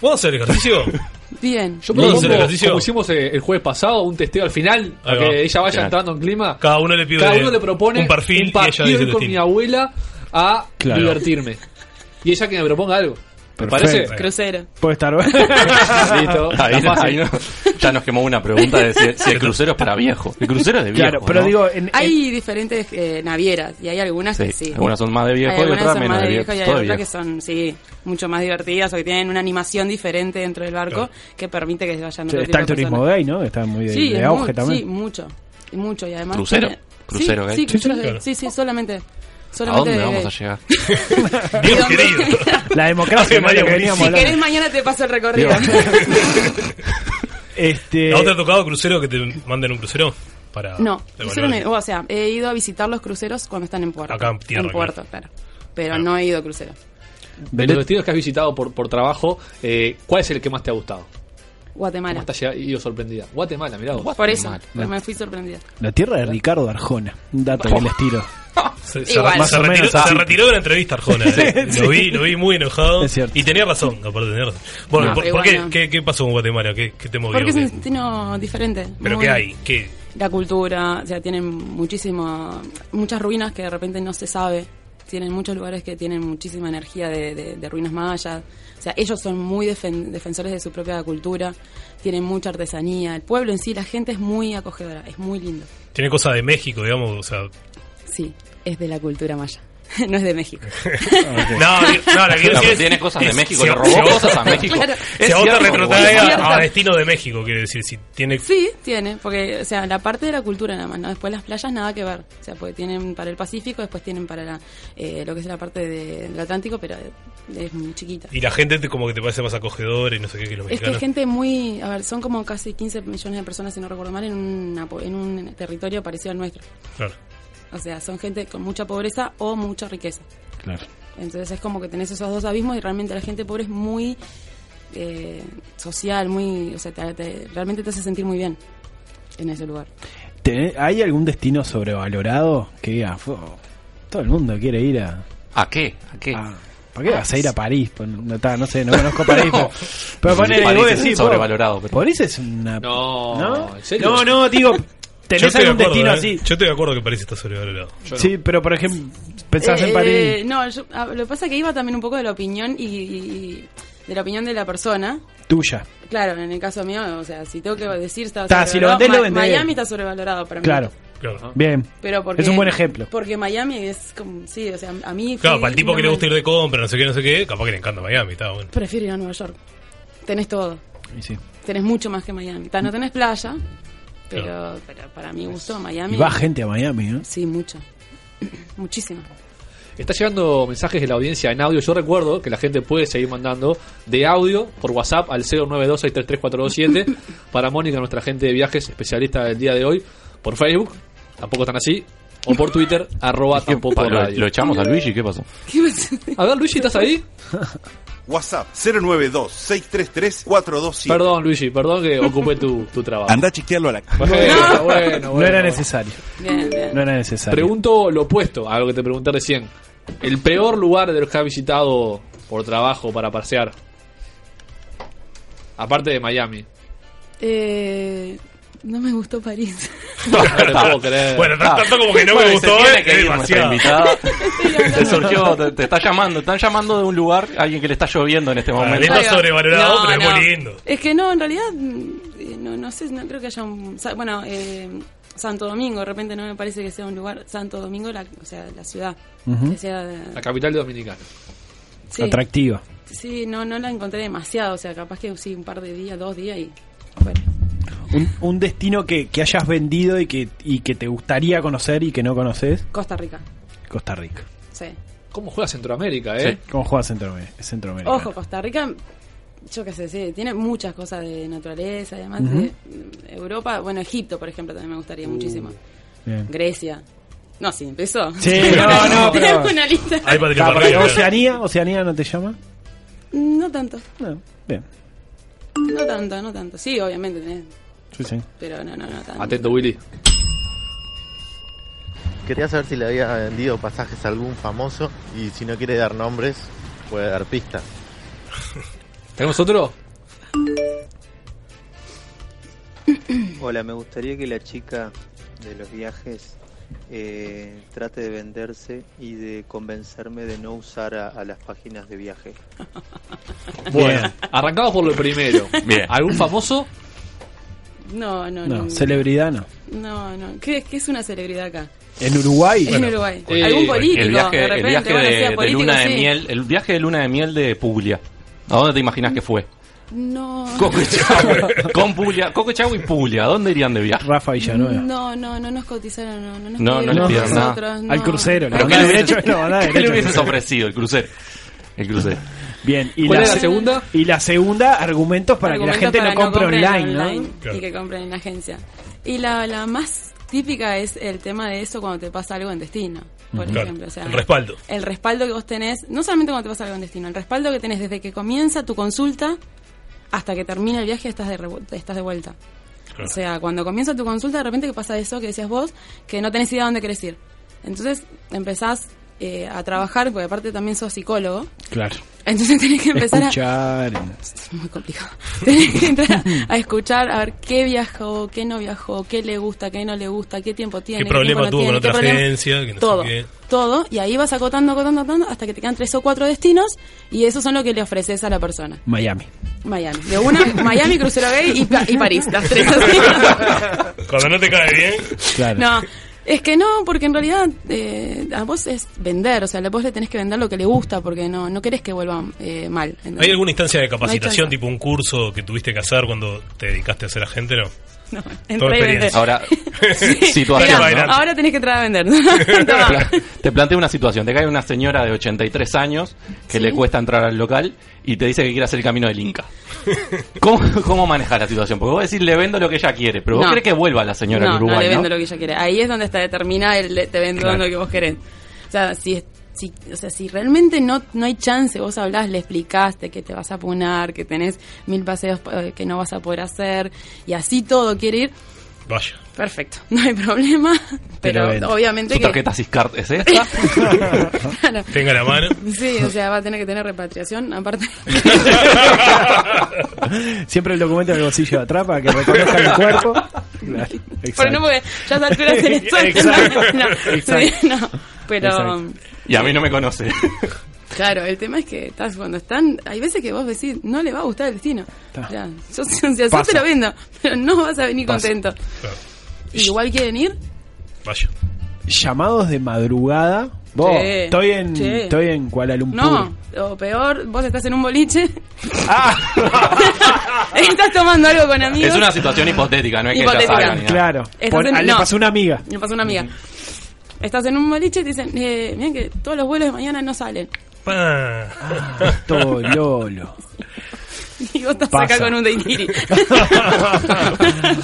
¿Puedo hacer ejercicio?
<laughs>
Bien.
Yo
¿Puedo
propongo,
hacer ejercicio?
como hicimos eh, el jueves pasado, un testeo al final,
Ahí
para
va.
que ella vaya
Claro.
entrando en clima.
Cada uno le pide
Cada uno le propone
un perfil
par-
y ella
quiero
dice
ir con
destino.
mi abuela a
Claro.
divertirme. Y ella que me proponga algo. ¿Te
Perfecto.
parece?
Crucero.
Puede estar <laughs> bueno.
Listo.
Ahí,
Está fácil.
ahí no- ya nos quemó una pregunta de si, si el crucero es para viejo. El crucero es de viejo.
Claro, pero
¿no?
digo, en-
Hay diferentes eh, navieras y hay algunas
Sí,
que sí.
algunas son más de viejo
Hay
y
algunas
otras
son
menos
más
de
de
viejo,
viejo y hay
todo de
otras que
viejo.
son, sí, mucho más divertidas o que tienen una animación diferente dentro del barco que permite que se vayan
Che,
otro
está el
tipo de
turismo
personas.
gay, ¿no? Está muy de,
Sí,
de
es
auge
mu-
también.
sí, mucho. Y mucho. Y además.
¿Crucero?
tiene-
¿Crucero
sí,
gay?
Sí,
Sí, sí,
cruceros gay.
claro.
sí, sí, solamente.
¿A
solamente
dónde
de
vamos a
gay. <laughs>
llegar?
Dios querido. <laughs>
La democracia, ¿no? Lo que veníamos
Si
hablando.
querés, mañana te paso el recorrido. <laughs>
Este,
¿A vos te ha tocado crucero que te manden un crucero? Para
No,
evaluar?
crucero no he- o sea, he ido a visitar los cruceros cuando están en puerto.
Acá en tierra,
En
claro.
puerto, claro. Pero no he ido a cruceros.
De los destinos que has visitado por, por trabajo, eh, ¿cuál es el que más te ha gustado?
Guatemala.
¿Cómo estás ido sorprendida? Guatemala, mirá vos.
Por eso, me fui sorprendida.
La tierra de Ricardo Arjona. Un dato que les tiro.
Se, se-
Igual.
se
Más o
retiró,
menos
se
así.
retiró de la entrevista Arjona. eh.
<laughs> Sí.
Lo vi, lo vi muy enojado.
Es cierto.
Y tenía razón, aparte tenía razón. Bueno,
No,
¿por,
pero
por qué,
bueno.
qué, qué pasó con Guatemala? ¿Qué, qué te movió?
Porque es
¿Qué-
un destino diferente.
¿Pero
muy-
qué hay? ¿Qué?
La cultura, o sea, tienen muchísimo, muchas ruinas que de repente no se sabe. Tienen muchos lugares que tienen muchísima energía de, de- de ruinas mayas. O sea, ellos son muy defen- defensores de su propia cultura. Tienen mucha artesanía. El pueblo en sí, la gente es muy acogedora. Es muy lindo.
Tiene cosa de México, digamos. O sea,
Sí, es de la cultura maya. <laughs> no es de México.
No,
<laughs>
no, la que
Pero
decía es-
Ah, tiene cosas de
es-
México,
si
le
a-
robó
si a vos-
cosas a México.
Claro.
Es
Si a vos te
cierto,
retrotrae
es
a-
cierto.
a, destino de México, quiere decir, si tiene.
Sí, tiene, porque, o sea, la parte de la cultura nada más, ¿no? Después las playas nada que ver, o sea, porque tienen para el Pacífico, después tienen para la, eh, lo que es la parte de- del Atlántico, pero es muy chiquita.
Y la gente te- como que te parece más acogedora y no sé qué que los
Es que hay
mexicanos.
gente muy, a ver, son como casi 15 millones de personas, si no recuerdo mal, en, una po- en un territorio parecido al nuestro.
Claro.
O sea, son gente con mucha pobreza o mucha riqueza.
Claro.
Entonces es como que tenés esos dos abismos y realmente la gente pobre es muy eh, social, muy, o sea, te- te- realmente te hace sentir muy bien en ese lugar.
¿Tené- ¿Hay algún destino sobrevalorado que diga, "Fu, todo el mundo quiere ir a...
¿A qué? ¿A qué?
¿Por qué vas a ir a París? Pon- No, ta, no sé, no conozco París.
No.
pero- Pero
Sí,
ponele,
París
vos
es
decís,
sobrevalorado,
vos-
pero-
París es una...
No,
¿No?
¿en serio?
No, no, digo,
Yo
tenés
estoy de
algún
acuerdo,
destino
¿eh?
así.
Yo estoy de acuerdo que París está sobrevalorado.
Sí, pero por ejemplo, pensás
Eh,
en París.
No, yo- ah, lo que pasa es que iba también un poco de la opinión y, y- y de la opinión de la persona.
Tuya.
Claro, en el caso mío, o sea, si tengo que decir está
Ta, si lo
sobrevalorado,
vendés, lo
Ma-
vendés.
Miami está sobrevalorado para mí.
Claro. Bien.
Pero porque,
Es un buen ejemplo.
Porque Miami es como, sí, o sea, a mí...
Claro,
fui-
para el tipo
no
que le
me-
gusta ir de compra, no sé qué, no sé qué, capaz que le encanta Miami, está bueno.
Prefiero ir a Nueva York. Tenés todo.
sí.
Tenés mucho más que Miami. Ta, no tenés playa, pero, pero para mi gusto Miami...
Y va gente a Miami, ¿eh? ¿no?
Sí, mucho. Muchísimo.
Está llegando mensajes de la audiencia en audio. Yo recuerdo que la gente puede seguir mandando de audio por WhatsApp al 092633427 para Mónica, nuestra agente de viajes especialista del día de hoy, por Facebook, tampoco están así, o por Twitter, arroba tampoco
Lo,
radio.
lo echamos a Luigi, ¿qué pasó?
A ver, Luigi, ¿estás ahí?
<laughs> WhatsApp 092-633-427.
Perdón, Luigi, perdón que ocupé tu, tu trabajo.
Anda a chequearlo a la...
<laughs> Ah,
Bueno, eh,
<laughs>
bueno,
No
bueno.
era necesario. No era necesario.
Pregunto lo opuesto a lo que te pregunté recién. El peor lugar de los que has visitado por trabajo para pasear. Aparte de Miami.
Eh, no me gustó
<laughs>
París.
No
<laughs>
te puedo creer.
Bueno,
Ah.
tanto como que no me
Bueno,
gustó,
se tiene
eh,
que ir
es
nuestra
demasiado.
<laughs>
invitada.
Te surgió, te, te está llamando, están llamando de un lugar, alguien que le está lloviendo en este momento.
está Oiga, sobrevalorado,
no, pero es no. muy
lindo.
Es que no, en realidad, mm, eh, no, no sé, no creo que haya un... sa- Bueno, eh, Santo Domingo, de repente no me parece que sea un lugar... Santo Domingo, la, o sea, la ciudad.
Ujú.
que sea,
La capital dominicana.
sí.
Atractiva.
Sí, no, no la encontré demasiado, o sea, capaz que sí, un par de días, dos días y...
Un, un destino que, que hayas vendido y que, y que te gustaría conocer y que no conoces,
Costa Rica,
Costa Rica.
sí.
¿Cómo juega Centroamérica, eh?
¿Cómo juega Centroamérica? Centroamérica.
Ojo, Costa Rica, yo qué sé, sí, tiene muchas cosas de naturaleza, además
Ujú. Uh,
de mm, Europa, bueno, Egipto, por ejemplo, también me gustaría muchísimo.
Bien.
Grecia. No, sí, empezó. <laughs>
Sí,
Tenemos
no, no,
tenemos
pero-
una lista.
Está, pero Oceanía, Oceanía no te llama.
No tanto.
No. Bien.
No tanto, no tanto. Sí, obviamente tenés,
Sí, sí.
pero no, no, no tanto.
Atento, Willy.
Quería saber si le había vendido pasajes a algún famoso y si no quiere dar nombres, puede dar pistas.
<laughs> ¿Tenemos otro?
Hola, me gustaría que la chica de los viajes eh, trate de venderse y de convencerme de no usar a, a las páginas de viaje.
Bueno, arrancamos por lo primero.
Bien.
¿Algún famoso?
No, no, no.
No, celebridad no.
No, no. ¿Qué, qué es una celebridad acá?
En Uruguay.
En Uruguay. Algún político,
el viaje,
de
el
repente,
viaje
bueno,
de,
sea
de
político,
luna de
sí.
miel, el viaje de luna de miel de Puglia. ¿A dónde te imaginas que fue?
No. <laughs>
Coquechagua. Con Puglia, Coquechagua y Puglia, ¿a dónde irían de viaje?
Rafa
No, no, no nos cotizaron, no, no nos
No, no
pidieron
le
a
pidieron nada.
nosotros,
Al
no.
crucero,
¿Pero qué
mandá
le hubieses-
derecho, no, mandá
¿Qué le
derecho,
hubieses
crucero.
ofrecido? El crucero. El crucero.
Bien. ¿Y
¿Cuál
la,
es la
segunda?
Y la segunda, argumentos para
Argumentos
que la gente
para
no compre
Ah, compren
online, ¿no?
Y que compren en la agencia. Y la, la más típica es el tema de eso cuando te pasa algo en destino, por
Ujú. Claro,
ejemplo. O sea,
el respaldo.
El respaldo que vos tenés, no solamente cuando te pasa algo en destino, el respaldo que tenés desde que comienza tu consulta hasta que termina el viaje estás de, revu- estás de vuelta. O sea, cuando comienza tu consulta, de repente que pasa eso que decías vos, que no tenés idea dónde querés ir. Entonces empezás eh, a trabajar, porque aparte también sos psicólogo,
Claro.
entonces <laughs> tenés que empezar a...
Escuchar.
Es muy complicado. Tenés que entrar a escuchar, a ver qué viajó, qué no viajó, qué le gusta, qué no le gusta, qué tiempo tiene.
¿Qué problema
tiempo no
tuvo con
eh, tiene, qué
otra
problema-
agencia? Que no
todo,
sé qué.
todo. Y ahí vas acotando, acotando, acotando hasta que te quedan tres o cuatro destinos y esos son lo que le ofreces a la persona.
Miami.
Miami. De
<laughs>
una, Miami, Crucero Gay y, Pa- y París. Las tres así.
Cuando no te cae bien.
Claro.
No, Es que no, porque en realidad eh, a vos es vender, o sea, a vos le tenés que vender lo que le gusta, porque no, no querés que vuelva eh, mal. ¿entendés?
¿Hay alguna instancia de
No hay
capacitación,
chance.
tipo un curso que tuviste que hacer cuando te dedicaste a ser agente, no?
No,
Toda
entré y vendé. <laughs>
experiencia.
Ahora,
Mirá,
situación. ¿no?
Ahora tenés que entrar a vender.
<laughs>
Te planteo una situación. Te cae una señora de 83 años que le cuesta entrar al local y te dice que quiere hacer el camino del
<laughs>
Inca. ¿Cómo, cómo manejas la situación? Porque vos decís, le vendo lo que ella quiere, pero vos
No.
crees que vuelva la señora
no,
al Uruguay,
no le
¿no?
vendo lo que ella quiere. Ahí es donde está determina el le- te vendo
Claro.
lo que vos querés. O sea, si, es- si, o sea, si realmente no, no hay chance, vos hablás, le explicaste que te vas a apunar, que tenés mil paseos eh, que no vas a poder hacer, y así todo quiere ir,
Vaya.
perfecto, <laughs> no hay problema. Pero obviamente
¿Su
que...
tarjeta Ciscard es esta?
<laughs> Claro.
Tenga la mano.
Sí, o sea, va a tener que tener repatriación, aparte.
<laughs>
<laughs>
Siempre el documento del bolsillo de atrapa que reconozca el cuerpo. Claro,
Porque no,
exacto.
porque ya a esa altura se les
<laughs> Exacto.
<laughs> No, sí, no. Pero...
Exacto. Y a mí no me conoce.
Claro, el tema es que estás cuando están, hay veces que vos decís, no le va a gustar el destino. O sea, yo, <laughs> o sea, yo
Pasa.
te lo vendo, pero no vas a venir
Pasa.
contento.
Claro.
¿Y Igual quieren ir,
Vaya.
Llamados de madrugada. Vos,
Sí.
estoy en,
Sí.
estoy en Kuala Lumpur.
no, o peor, vos estás en un boliche. <laughs> estás tomando algo con amigos.
Es una situación hipotética, no es que ella
Hipotética.
salga ni nada.
Claro.
Estás
Pon-
en-
ah, le
no.
pasó una amiga.
Me pasó una amiga. Estás en un boliche y te dicen, eh, miren que todos los vuelos de mañana no salen. <laughs>
Ah, Todo lolo.
Y vos estás
Pasa.
acá con un daiquiri. <laughs>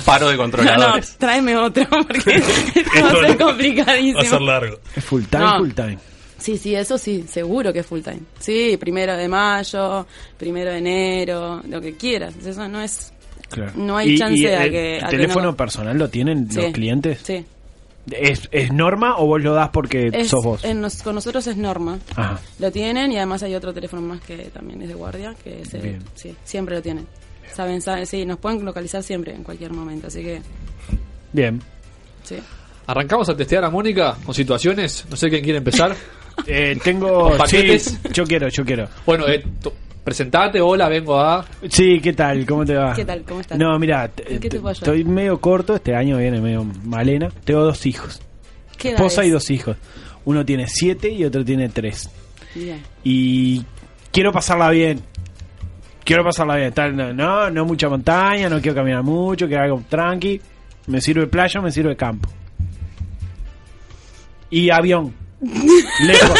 Paro
no, no,
de controladores.
tráeme otro <laughs> porque esto va
Esto
a ser
no-
complicadísimo.
largo.
Es full time,
No.
full time.
Sí, sí, eso sí, seguro que es full time. Sí, primero de mayo, primero de enero, lo que quieras. Eso no es.
Claro.
No hay chance de
el
que- a que
teléfono
no-
personal lo tienen
Sí.
los clientes?
Sí.
¿Es, ¿Es norma o vos lo das porque
Es-
Eh, sos vos?
en nos- con nosotros es norma.
Ajá.
Lo tienen y además hay otro teléfono más que también es de guardia, que es el-
Bien.
sí, siempre lo tienen. Saben, saben, sí, nos pueden localizar siempre, en cualquier momento, así que
Bien.
sí.
¿Arrancamos a testear a Mónica con situaciones? No sé quién quiere empezar.
Eh, tengo.
¿Con paquetes?
Oh, sí, yo quiero, yo quiero.
Bueno, eh, tú- presentate, hola, vengo a...
Sí, ¿qué tal? ¿Cómo te va?
¿Qué tal? ¿Cómo estás?
Ah. No, mira,
¿En qué te puedo ayudar?
estoy medio corto, este año viene medio malena. Tengo dos hijos.
¿Qué edad
Esposa
es?
y dos hijos. Uno tiene siete y otro tiene tres.
Bien.
Y quiero pasarla bien. Quiero pasarla bien. Tal, no, no, no mucha montaña, no quiero caminar mucho, quiero algo tranqui. Me sirve playa, me sirve campo.
<laughs>
Y avión. Lejos.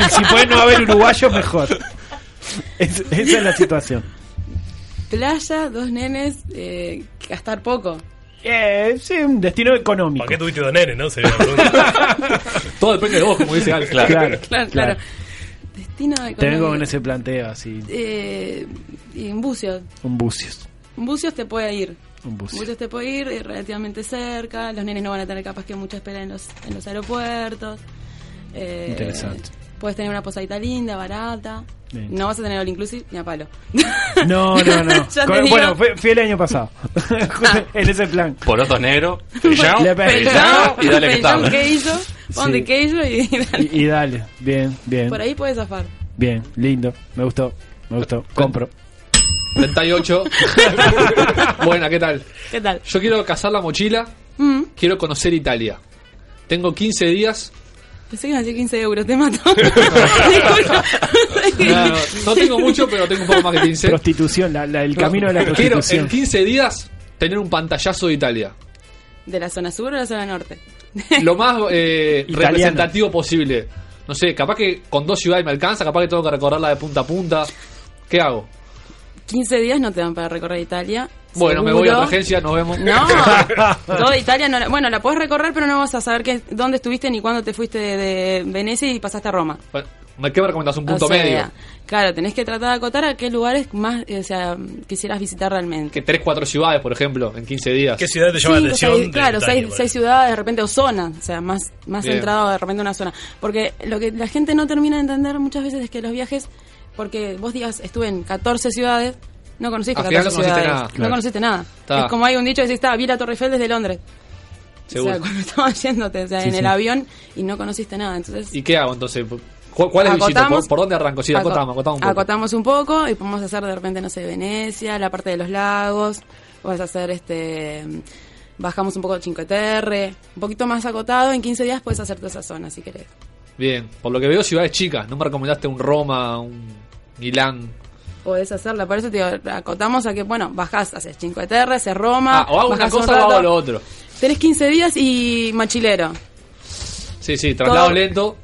Y si puede no haber uruguayos, mejor. Es- esa es la situación.
Playa, dos nenes, eh, gastar poco. <laughs>
Eh, sí, un destino económico.
¿Para qué tuviste dos nenes, no? Sería la pregunta.
<laughs> Todo depende de vos, como dice Al.
Claro, claro.
Claro, claro. Destino económico.
Te vengo con ese planteo así.
Eh, y en bucio.
Un bucios.
En Bucios te puede ir.
Un bucio.
Bucios te puede ir eh, relativamente cerca. Los nenes no van a tener capaz que mucha espera en los, en los aeropuertos. Eh,
Interesante.
Puedes tener una posadita linda, barata.
Bien.
No vas a tener all inclusive ni a palo.
No, no,
<laughs>
no.
Ya
Con-
te digo.
bueno, fue, <laughs> fui el año pasado. en ese plan.
Porotos negros, pellao,
Le pe-
pellao y dale que
Pellón,
estamos.
¿qué hizo? ¿Dónde
Sí.
qué hizo? Y <laughs> dale.
Y, y dale. Bien, bien.
Por ahí puedes zafar.
Bien, lindo. Me gustó. Me gustó. Compro.
38. Buena, ¿qué tal?
¿Qué tal?
Yo quiero cazar la mochila,
Mm,
quiero conocer Italia. Tengo
<laughs>
15 días.
pensé que me hacía 15 euros, te mato. <laughs>
No, no, no tengo mucho, pero tengo un poco más que 15.
Prostitución, la- la- el camino de la
Quiero
prostitución.
en 15 días tener un pantallazo de Italia.
¿De la zona sur o la zona norte?
<laughs> Lo más eh,
Italiano.
representativo posible. No sé, capaz que con dos ciudades me alcanza, capaz que tengo que recorrerla de punta a punta. ¿Qué hago?
15 días no te dan para recorrer Italia.
Bueno, me
Seguro.
voy a otra agencia, nos vemos. <laughs>
No, toda Italia no la- bueno, la puedes recorrer, pero no vas a saber qué, dónde estuviste ni cuándo te fuiste de, de Venecia y pasaste a Roma.
Bueno, ¿me- ¿Qué me recomendás? Un punto
O sea,
medio.
Claro, tenés que tratar de acotar a qué lugares más, eh, o sea, quisieras visitar realmente.
Que tres, cuatro ciudades, por ejemplo, en 15 días. ¿Qué
ciudad
te
Sí, o sea, claro, seis, seis ciudades de repente o zonas, o sea, más, más
Bien.
centrado de repente una zona. Porque lo que la gente no termina de entender muchas veces es que los viajes, porque vos digas, estuve en 14 ciudades, no conociste
Al final
14
no conociste
ciudades.
nada.
No
Claro.
conociste nada.
Está.
Es como hay un dicho que dice, está, vi la Torre Eiffel desde Londres. O
Seguro.
sea, <laughs> cuando estabas yéndote, o sea,
Sí,
en el
sí.
avión y no conociste nada. Entonces,
¿Y qué hago entonces? ¿Cu- ¿Cuál es el sitio?
Acotamos.
¿Por, por dónde arranco? Sí,
aco-
acotamos, acotamos un poco.
acotamos un poco y podemos hacer de repente, no sé, Venecia, la parte de los lagos, podés hacer este bajamos un poco Cinco Terre, un poquito más acotado, en 15 días puedes hacer toda esa zona si querés.
Bien, por lo que veo ciudades chicas, no me recomendaste un Roma, un Milán.
Podés hacerla, por eso te digo, acotamos a que, bueno, bajás, haces Cinco Terre, haces Roma,
Ah, o hago una
bajás un
cosa o hago
rato.
lo otro.
Tenés 15 días y mochilero.
Sí, sí, traslado
Todo.
lento.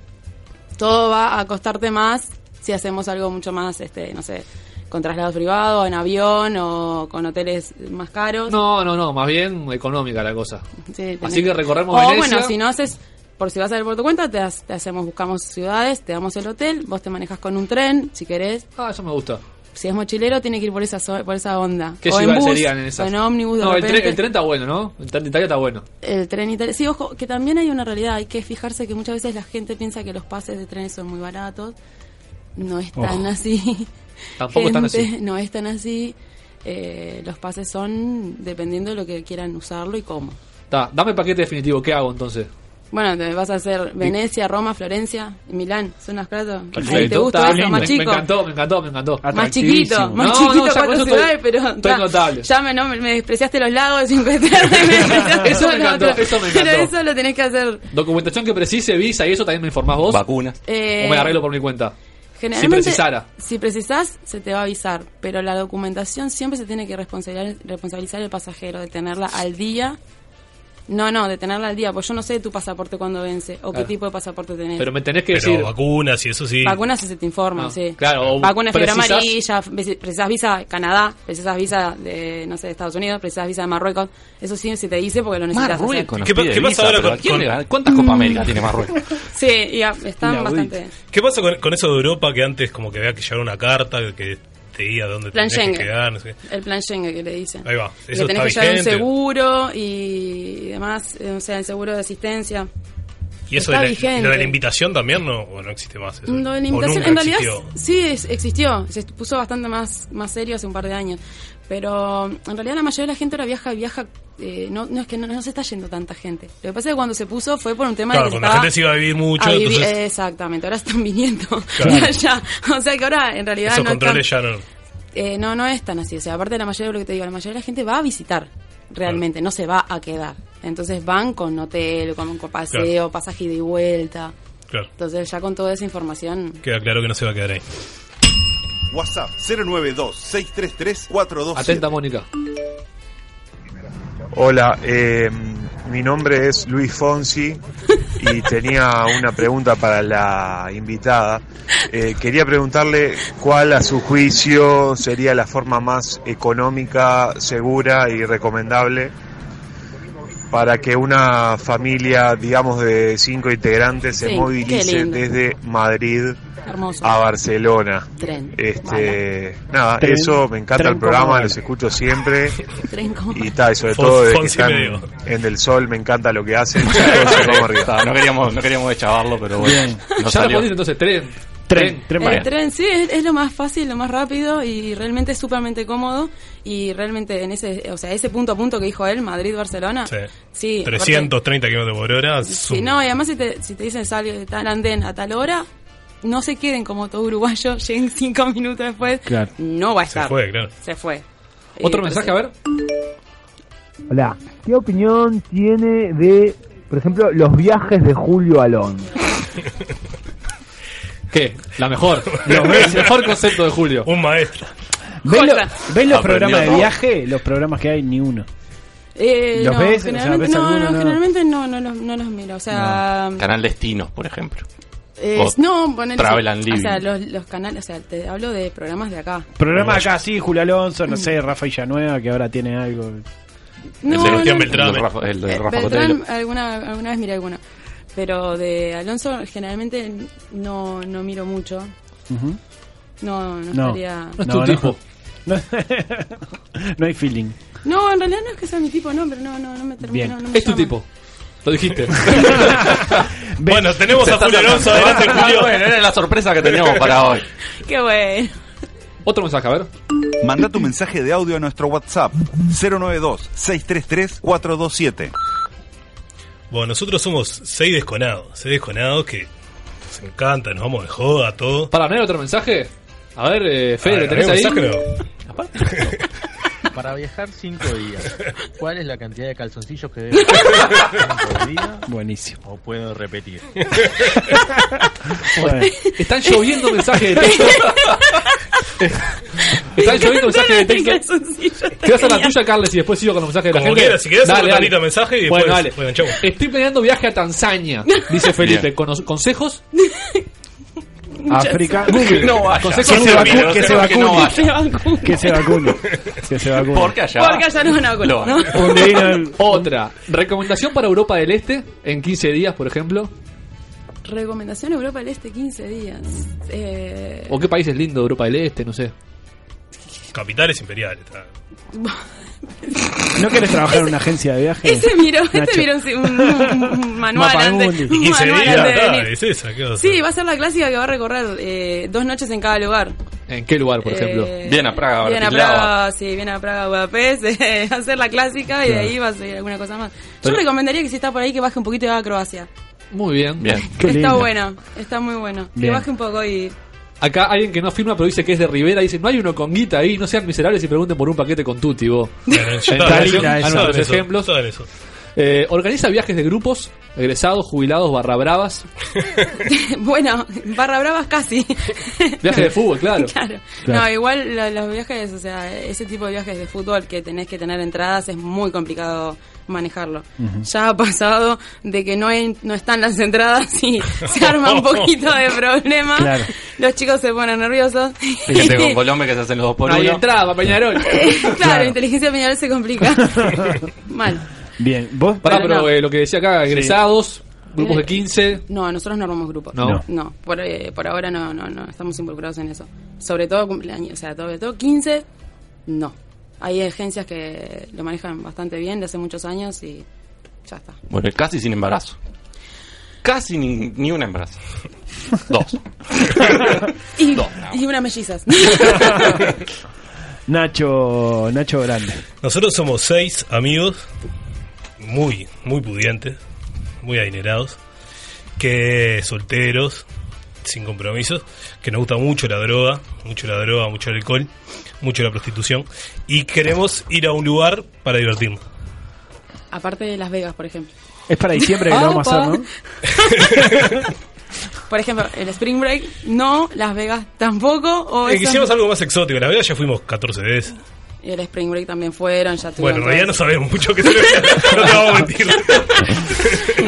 Todo va a costarte más si hacemos algo mucho más, este, no sé, con traslados privados, en avión o con hoteles más caros.
No, no, no, más bien económica la cosa.
Sí, tenés-
Así que recorremos
o,
Venecia.
bueno, si no haces, por si vas a ver por tu cuenta, te, has- te hacemos, buscamos ciudades, te damos el hotel, vos te manejas con un tren, si querés.
Ah, eso me gusta.
Si es mochilero, tiene que ir por esa, zo- por esa onda.
¿Qué
o en
ciudades
bus,
serían en
o
esas?
en ómnibus, de
no, el
repente.
tren, el tren está bueno, ¿no? El tren de Italia está bueno.
El tren y tal. Sí, ojo, que también hay una realidad. Hay que fijarse que muchas veces la gente piensa que los pases de trenes son muy baratos. No es tan
Ojo.
así.
Tampoco es tan
Gente,
así.
No es tan así. Eh, los pases son dependiendo de lo que quieran usarlo y cómo.
Está, dame el paquete definitivo, ¿qué hago entonces?
Bueno, te vas a hacer Venecia, Roma, Florencia y Milán. ¿Son las cuatro? Ahí te
Perfecto,
gusta
está
eso,
lindo.
más
me,
chico.
me encantó, me encantó, me encantó.
Más chiquito, más
No, no,
chiquito
ya con
para
eso estoy-
ciudades, pero
estoy
ta,
notable.
ya me, no, me- me despreciaste los lagos de cinco estrellas, <laughs> me despreciaste
Eso me
todo lo
encantó,
otro.
eso me
Pero
encantó.
eso lo tenés que hacer.
Documentación que precise, visa y eso también me informás vos. Vacunas.
Eh,
o me la arreglo por mi cuenta. Si
Generalmente,
precisara.
si precisás, se te va a avisar, pero la documentación siempre se tiene que responsabilizar, responsabilizar el pasajero de tenerla al día. No, no, de tenerla al día, porque yo no sé tu pasaporte cuando vence o qué
Claro.
tipo de pasaporte tenés.
Pero me tenés que
Pero
decir.
vacunas y eso sí.
Vacunas si se te informa,
Ah,
sí.
claro, o
Vacunas fiebre
precisas-
amarilla, ve- precisas visa de Canadá, precisas visa de, no sé, de Estados Unidos, precisas visa de Marruecos. Eso sí se te dice porque lo necesitas. hacer.
Marruecos nos
¿Qué pa-
pide
qué pasa
visa,
ahora
pero
con-
¿a quién
con-
le gana? ¿Cuántas Copa América tiene Marruecos?
Sí, y a- están
La
bastante.
<laughs> ¿Qué pasa con, con eso de Europa que antes como que había que llevar una carta que te guía dónde
Plan
tenías que
Schengen.
quedar? no sé qué?
El plan Schengen que le dicen.
Ahí va.
Y
Eso
que tenés
está
que llevar un
vigente.
seguro y demás, eh, o sea, el seguro de asistencia.
Y eso de
Está
la,
vigente. Mm,
lo de la invitación también no, o no existe más. Eso.
Lo de la
O
invitación,
nunca
en realidad,
existió.
sí, es- existió. Se puso bastante más, más serio hace un par de años. Pero en realidad la mayoría de la gente ahora viaja, viaja. eh, no, no es que no, no se está yendo tanta gente. Lo que pasa es que cuando se puso fue por un tema
Claro,
de que se
cuando
estaba
la
eh,
gente se iba a vivir mucho,
a vivir-
entonces
Exactamente, ahora están <laughs> viniendo.
Claro.
<laughs> de allá. O sea que ahora en realidad
esos
no, es tan-
controles ya no.
eh, no, no es tan así. O sea, aparte de la mayoría de lo que te digo, la mayoría de la gente va a visitar realmente, no se va a quedar. Entonces van con hotel, con, con paseo,
Claro.
pasaje ida y vuelta.
Claro,
Entonces ya con toda esa información
queda claro que no se va a quedar ahí.
WhatsApp 092-633-427.
Atenta, Mónica.
<laughs> Hola, eh, mi nombre es Luis Fonsi y tenía una pregunta para la invitada. Eh, quería preguntarle cuál a su juicio sería la forma más económica, segura y recomendable para que una familia, digamos, de cinco integrantes se
Sí, qué
movilice
lindo.
desde Madrid
hermosa.
Ah.
a Barcelona.
Tren.
Este, nada,
Tren-
eso me encanta
tren
el programa,
como-
los escucho siempre.
Tren como-
Y tal, sobre
Fon-
todo de que
Fonsi
están
medio.
en el sol, me encanta lo que hacen. Chicos, se vamos arriba.
No, no queríamos, no queríamos deschavarlo, pero bueno.
Bien.
nos
ya lo
salió.
poniste entonces, tren.
Tren, tren,
El Eh, tren, sí, es, es lo más fácil, lo más rápido y realmente es súpermente cómodo. Y realmente en ese, o sea, ese punto a punto que dijo él, Madrid-Barcelona,
Sí.
sí, aparte-
330 kilómetros por hora. es
Sí,
un-
no, y además si te, si te dicen salió de tal andén a tal hora, no se queden como todo uruguayo, <laughs> lleguen cinco minutos después,
Claro.
no va a estar.
fue, claro.
Se fue.
Otro
Eh,
mensaje, a
entonces-
ver.
Hola, ¿qué opinión tiene de, por ejemplo, los viajes de Julio Alonso?
¿Qué? La mejor.
Lo
el mejor concepto de Julio.
Un maestro.
<laughs> ¿Ves, lo- ves los
Aprendió
programas de
todo.
viaje? Los programas que hay, ni uno.
Eh,
¿Los
no,
ves? O sea,
Generalmente,
¿ves
no,
alguno?
no,
No.
generalmente no, no los, no los miro. O sea,
Canal Destinos, por ejemplo.
eh,
O
no, ponele-
Travel and
O
Living.
sea, los, los canales, o sea, te hablo de programas de acá.
Programa acá, sí, Julio Alonso, no sé, Rafa Villanueva, que ahora tiene algo.
No, Sebastián no, Beltrán.
El de Rafa- el de
Eh,
Rafa
Beltrán,
Cotelo.
alguna, alguna vez miré alguna. Pero de Alonso generalmente no, no miro mucho.
Ujú.
No, no,
No.
estaría...
No es tu No, no. tipo. No, <laughs> no hay feeling.
No, en realidad no es que sea mi tipo, no, pero no, no, no me termino.
Bien.
no me
Es tu
llama.
tipo. Lo dijiste.
Bueno, tenemos a Julio Alonso.
<laughs>
Adelante, Julio.
bueno, era la sorpresa que teníamos para
<laughs>
hoy.
Qué bueno.
<laughs> Otro mensaje, a ver.
Manda tu mensaje de audio a nuestro WhatsApp 092-633-427.
Bueno, nosotros somos seis desconados. Seis desconados que nos encanta, nos vamos de joda, todo.
Para, ¿no hay otro mensaje? A ver, eh, Fede,
A ver,
¿lo tenés
¿hay
ahí?
un mensaje o
Para viajar 5 días, ¿cuál es la cantidad de calzoncillos que debo usar por día?
Buenísimo.
¿O puedo repetir?
Bueno, están lloviendo mensajes de texto. están lloviendo mensajes de texto. Te vas a la tuya, Carles, y después sigo con los mensajes de la
Como
gente.
quieras, si querés,
Dale,
hago
dale.
talita mensaje y
Bueno,
después-
dale.
bueno, chau.
Estoy planeando viaje a Tanzania, dice Felipe. ¿Cono- ¿Consejos?
África.
Google.
No vaya.
Consejos
Que se
Google.
vacune, que se vacune.
<laughs>
Que se vacune.
Que se vacune.
Porque allá-
Porque allá nos van a vacunar,
Lo-
¿no?
Donde vino el- Otra. Recomendación para Europa del Este en 15 días, por ejemplo.
Recomendación Europa del Este 15 días. Eh, <laughs>
¿O qué país es lindo Europa del Este? No sé.
Capitales imperiales. está.
¿No querés trabajar en una agencia de viajes?
Este
Eh,
miró, este
Nacho.
miró un, un- un-
<laughs>
un manual
Mapa
antes.
Mundi.
un manual antes de venir.
Ah, es esa, ¿qué vas a
Sí, va a ser la clásica que va a recorrer eh, dos noches en cada lugar.
¿En qué lugar, por
Eh,
ejemplo?
Viena, Praga,
Viene a
Bratislava.
Praga, sí, viene a Praga, Budapest, <laughs> eh, va a hacer la clásica y de
Claro.
ahí va a ser alguna cosa más. Yo
Pero-
recomendaría que si está por ahí que baje un poquito y va a Croacia.
Muy bien.
está buena, está muy buena. Que
Bien.
baje un poco y... <laughs>
Acá alguien que no firma pero dice que es de Rivera dice, no hay uno con guita ahí, no sean miserables y pregunten por un paquete con Tuti, vos.
Eh,
En
Todo
relación
eso,
a
todo
nuestros
eso,
ejemplos.
todo eso.
Eh, organiza viajes de grupos, egresados, jubilados, barra bravas,
bueno, barra bravas casi.
viajes de fútbol, claro.
Claro.
Claro.
No, igual lo- los viajes, o sea, ese tipo de viajes de fútbol que tenés que tener entradas es muy complicado manejarlo.
Ujú.
Ya ha pasado de que no, hay- no están las entradas y se arma un poquito de problema.
Claro.
Los chicos se ponen nerviosos. <laughs>
Fíjate con Colombia que se hacen los dos por
No hay
uno.
entrada para Peñarol.
claro, inteligencia Peñarol se complica. Mal.
Bien, vos.
Pará,
Pero
pero
no.
eh, lo que decía acá, egresados, grupos de 15.
No, nosotros no armamos grupos.
No. No.
por, eh, por ahora no, no, no, estamos involucrados en eso. Sobre todo cumpleaños, o sea, sobre todo 15, no. Hay agencias que lo manejan bastante bien de hace muchos años y ya está.
Bueno, casi sin embarazo. Casi ni, ni
<laughs>
un embarazo. Dos.
Y, y unas mellizas. <laughs>
Nacho, Nacho Grande.
Nosotros somos seis amigos muy, muy pudientes, muy adinerados, que solteros, sin compromisos, que nos gusta mucho la droga, mucho la droga, mucho el alcohol, mucho la prostitución, y queremos ir a un lugar para divertirnos.
Aparte de Las Vegas, por ejemplo.
Es para diciembre que lo vamos a hacer, ¿no?
<laughs> Por ejemplo, el Spring Break, no. Las Vegas tampoco. O
Eh,
eso-
Quisiéramos algo más exótico, la verdad ya fuimos 14 veces.
Y el Spring Break también fueron, ya
Bueno, en
tuvieron
realidad no sabemos mucho que se le no te vamos a mentir.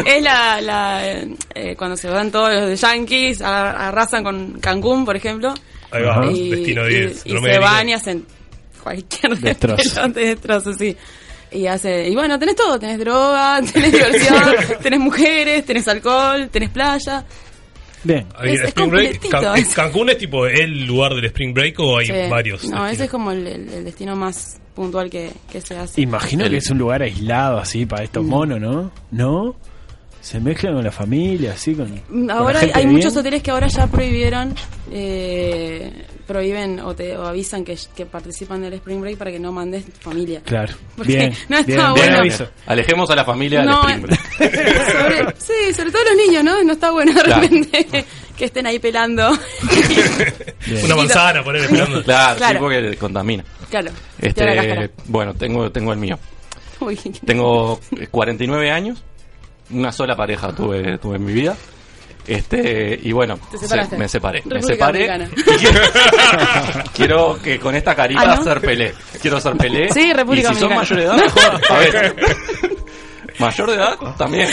es la, la, eh, eh, cuando se van todos los de Yankees, a- arrasan con Cancún, por ejemplo.
Ahí va,
y,
destino
y-
10,
y
no me
se
digas.
van y hacen cualquier <laughs>
Destrozo.
despelote, destrozo, sí. Y hace, y bueno, tenés todo, tenés droga, <laughs> tenés diversión, tenés mujeres, tenés alcohol, tenés playa.
<laughs> Bien.
Ahí
Es-
el
es
Spring Break,
completito
Can-
eso.
¿Cancún es tipo el lugar del Spring Break o hay
Sí.
varios?
No, ese es como el, el- el destino más puntual que, que se hace.
Imagino que es un lugar aislado así para estos
Mm.
monos, ¿no? ¿No? Se mezclan con la familia, así con. con la
Ahora hay,
gente
hay
bien.
muchos hoteles que ahora ya prohibieron, eh, prohíben o te o avisan que, que participan del Spring Break para que no mandes familia.
Claro.
Porque
Bien,
no está
bien, bien
bueno.
aviso. Alejemos a la familia del
No,
Spring Break.
<laughs> Sobre- sí, sobre todo los niños, ¿no? No está bueno de
Claro.
repente <laughs> que estén ahí pelando.
Una
manzana, por
Claro,
Claro.
sí, porque contamina.
Claro. Te da la cáscara.
Este, bueno, tengo, tengo el mío.
Uy.
Tengo eh, 49 años. Una sola pareja tuve, tuve en mi vida. Este, y bueno,
Te
se-
separaste.
me separé. Me
República
separé.
Dominicana.
<laughs> Quiero que con esta carita
Ah, ¿no?
ser pelé. Quiero ser pelé.
Sí, República
Y si son
Dominicana.
mayor de edad,
<laughs>
mejor. A ver. Mayor de edad, también.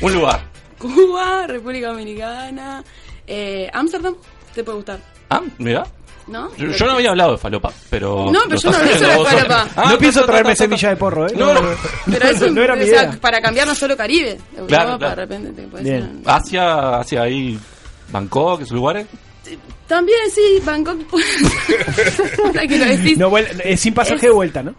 Un lugar.
Cuba, República Dominicana, eh, Amsterdam, te puede gustar,
Ah, mira.
¿no? <laughs>
Yo, yo no había hablado de falopa, pero.
No, pero yo no hablé
hablé
sobre falopa.
Ah,
no pienso traerme semilla de porro, ¿eh?
No,
Pero
<laughs>
es un-
No era mi
o sea,
idea.
para cambiar no solo Caribe, Europa,
Claro,
de
claro.
repente te puede ser una-
Bien. Hacia, hacia ahí, Bangkok, esos lugares.
También sí, Bangkok. <laughs> Ahora que lo decís.
No, vuel- eh, sin pasaje de
<laughs>
vuelta, ¿no?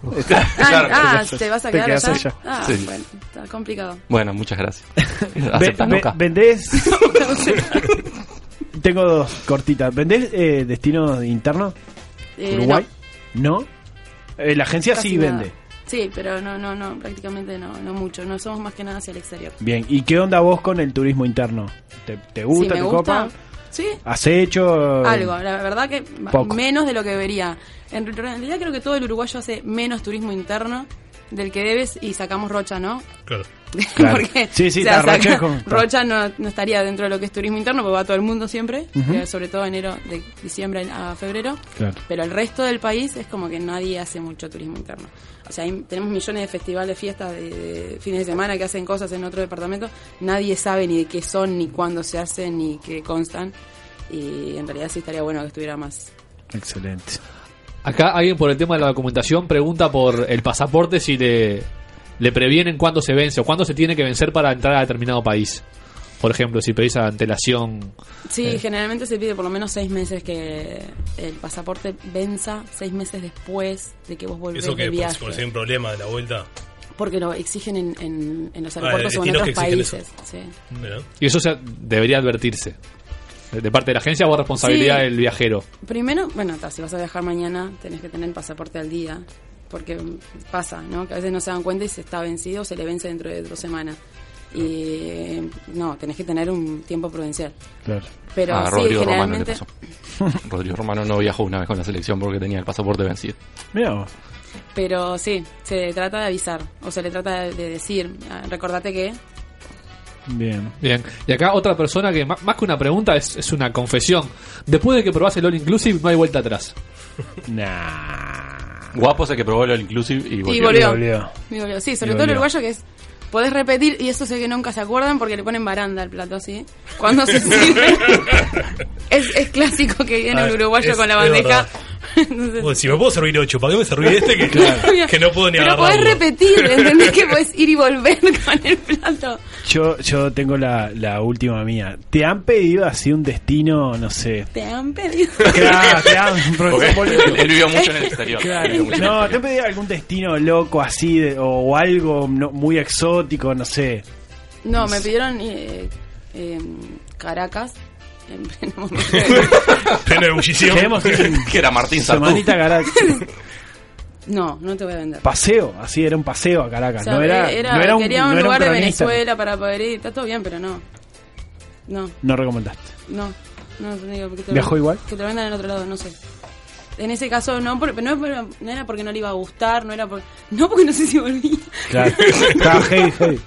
Ah, ah, te vas a quedar
quedás
allá.
allá.
Ah,
Sí.
bueno, está
<laughs>
complicado.
Bueno, muchas gracias.
Ve-
¿Aceptas
ve-
nunca?
<laughs>
¿Vendés? Tengo dos cortitas. ¿Vendés eh, destino interno?
Eh,
¿Uruguay? ¿No? Eh, la agencia
Casi
sí
nada.
vende.
Sí, pero no, no, no, prácticamente no, no mucho. No somos más que nada hacia el exterior.
Bien. ¿Y qué onda vos con el turismo interno? ¿Te, te gusta?
Sí, me
¿Te
gusta.
copa?
¿Sí?
¿Has hecho
Algo, la verdad que
Poco.
menos de lo que debería. En realidad creo que todo el uruguayo hace menos turismo interno del que debes y sacamos rocha, ¿no? <laughs>
Claro.
Claro.
porque
Sí, sí,
o sea,
está, Rocha
saca-
es como-
Rocha no, no estaría dentro de lo que es turismo interno, porque va todo el mundo siempre,
Ujú.
eh, sobre todo enero, de diciembre a febrero.
Claro.
Pero el resto del país es como que nadie hace mucho turismo interno. O sea, hay- tenemos millones de festivales, fiestas, de, de fines de semana que hacen cosas en otro departamento. Nadie sabe ni de qué son, ni cuándo se hacen, ni qué constan. Y en realidad sí estaría bueno que estuviera más.
Excelente.
Acá alguien por el tema de la documentación pregunta por el pasaporte si le, le previenen cuándo se vence o cuándo se tiene que vencer para entrar a determinado país. Por ejemplo, si pedís antelación.
Sí,
Eh.
generalmente se pide por lo menos seis meses que el pasaporte venza, seis meses después de que vos volvés
Eso que
de
por,
viaje.
por si hay un problema de la vuelta.
Porque lo exigen en, en- en los
Ah,
aeropuertos o en
destinos
otros
que exigen
países.
eso.
Sí.
Mira.
Y eso se- debería advertirse. De parte de la agencia o responsabilidad
Sí.
del viajero.
Primero, bueno, ta, si vas a viajar mañana, tenés que tener el pasaporte al día. Porque pasa, ¿no? Que a veces no se dan cuenta y se está vencido, se le vence dentro de dos semanas. Y no, tenés que tener un tiempo prudencial.
Claro.
Pero
a
sí,
Ah, Rodrigo Romano le
generalmente.
pasó. Rodrigo Romano no viajó una vez con la selección porque tenía el pasaporte vencido.
Mira vos.
Pero sí, se trata de avisar, o se le trata de, de decir, ah, recordate que...
Bien.
Bien. Y acá otra persona que ma- más que una pregunta es, es una confesión. Después de que probás el All Inclusive no hay vuelta atrás.
Guapo es el que probó el All Inclusive y volvió.
Y volvió. Y volvió. Sí, sobre
Y
todo el
volvió.
uruguayo que es... Podés repetir, y eso sé que nunca se acuerdan porque le ponen baranda al plato, ¿sí? Cuando
<laughs>
se sirve... es, es clásico que viene
Ah,
el uruguayo
es-
con la
es
bandeja.
verdad.
Entonces,
Bueno, si me puedo servir ocho, ¿para qué me serví este que, <laughs> que no puedo ni
pero
agarrar?
podés
uno?
repetir,
<laughs>
¿entendés? que podés ir y volver <laughs> con el plato.
Yo, yo tengo la, la última mía. ¿Te han pedido así un destino, no
<laughs>
sé?
Te han pedido...
Claro, te han-
Porque <laughs> él, él vivió mucho en el exterior.
Claro.
Él vivió mucho en el
No,
exterior.
te han pedido algún destino loco así de- o algo no- muy exótico, no sé.
No, me pidieron eh, eh, Caracas. En pleno momento.
Pleno ebullición.
Tenemos un-
Que era Martín Sartú.
Semanita Caracas.
No, no te voy a vender.
<laughs> Paseo, así era un paseo a Caracas.
O sea, eh,
no era,
era-
no era un,
quería
no
un
era un
lugar de
cronista.
Venezuela para poder ir. Está todo bien, pero no. No,
No recomendaste.
no. No, te digo, que te lo-
¿Viajó igual?
Que te lo vendan en otro lado, no sé. En ese caso, no, por- no, era- no era porque no le iba a gustar, no era porque. No, porque no sé si volvía.
Claro. Estaba hey, hey.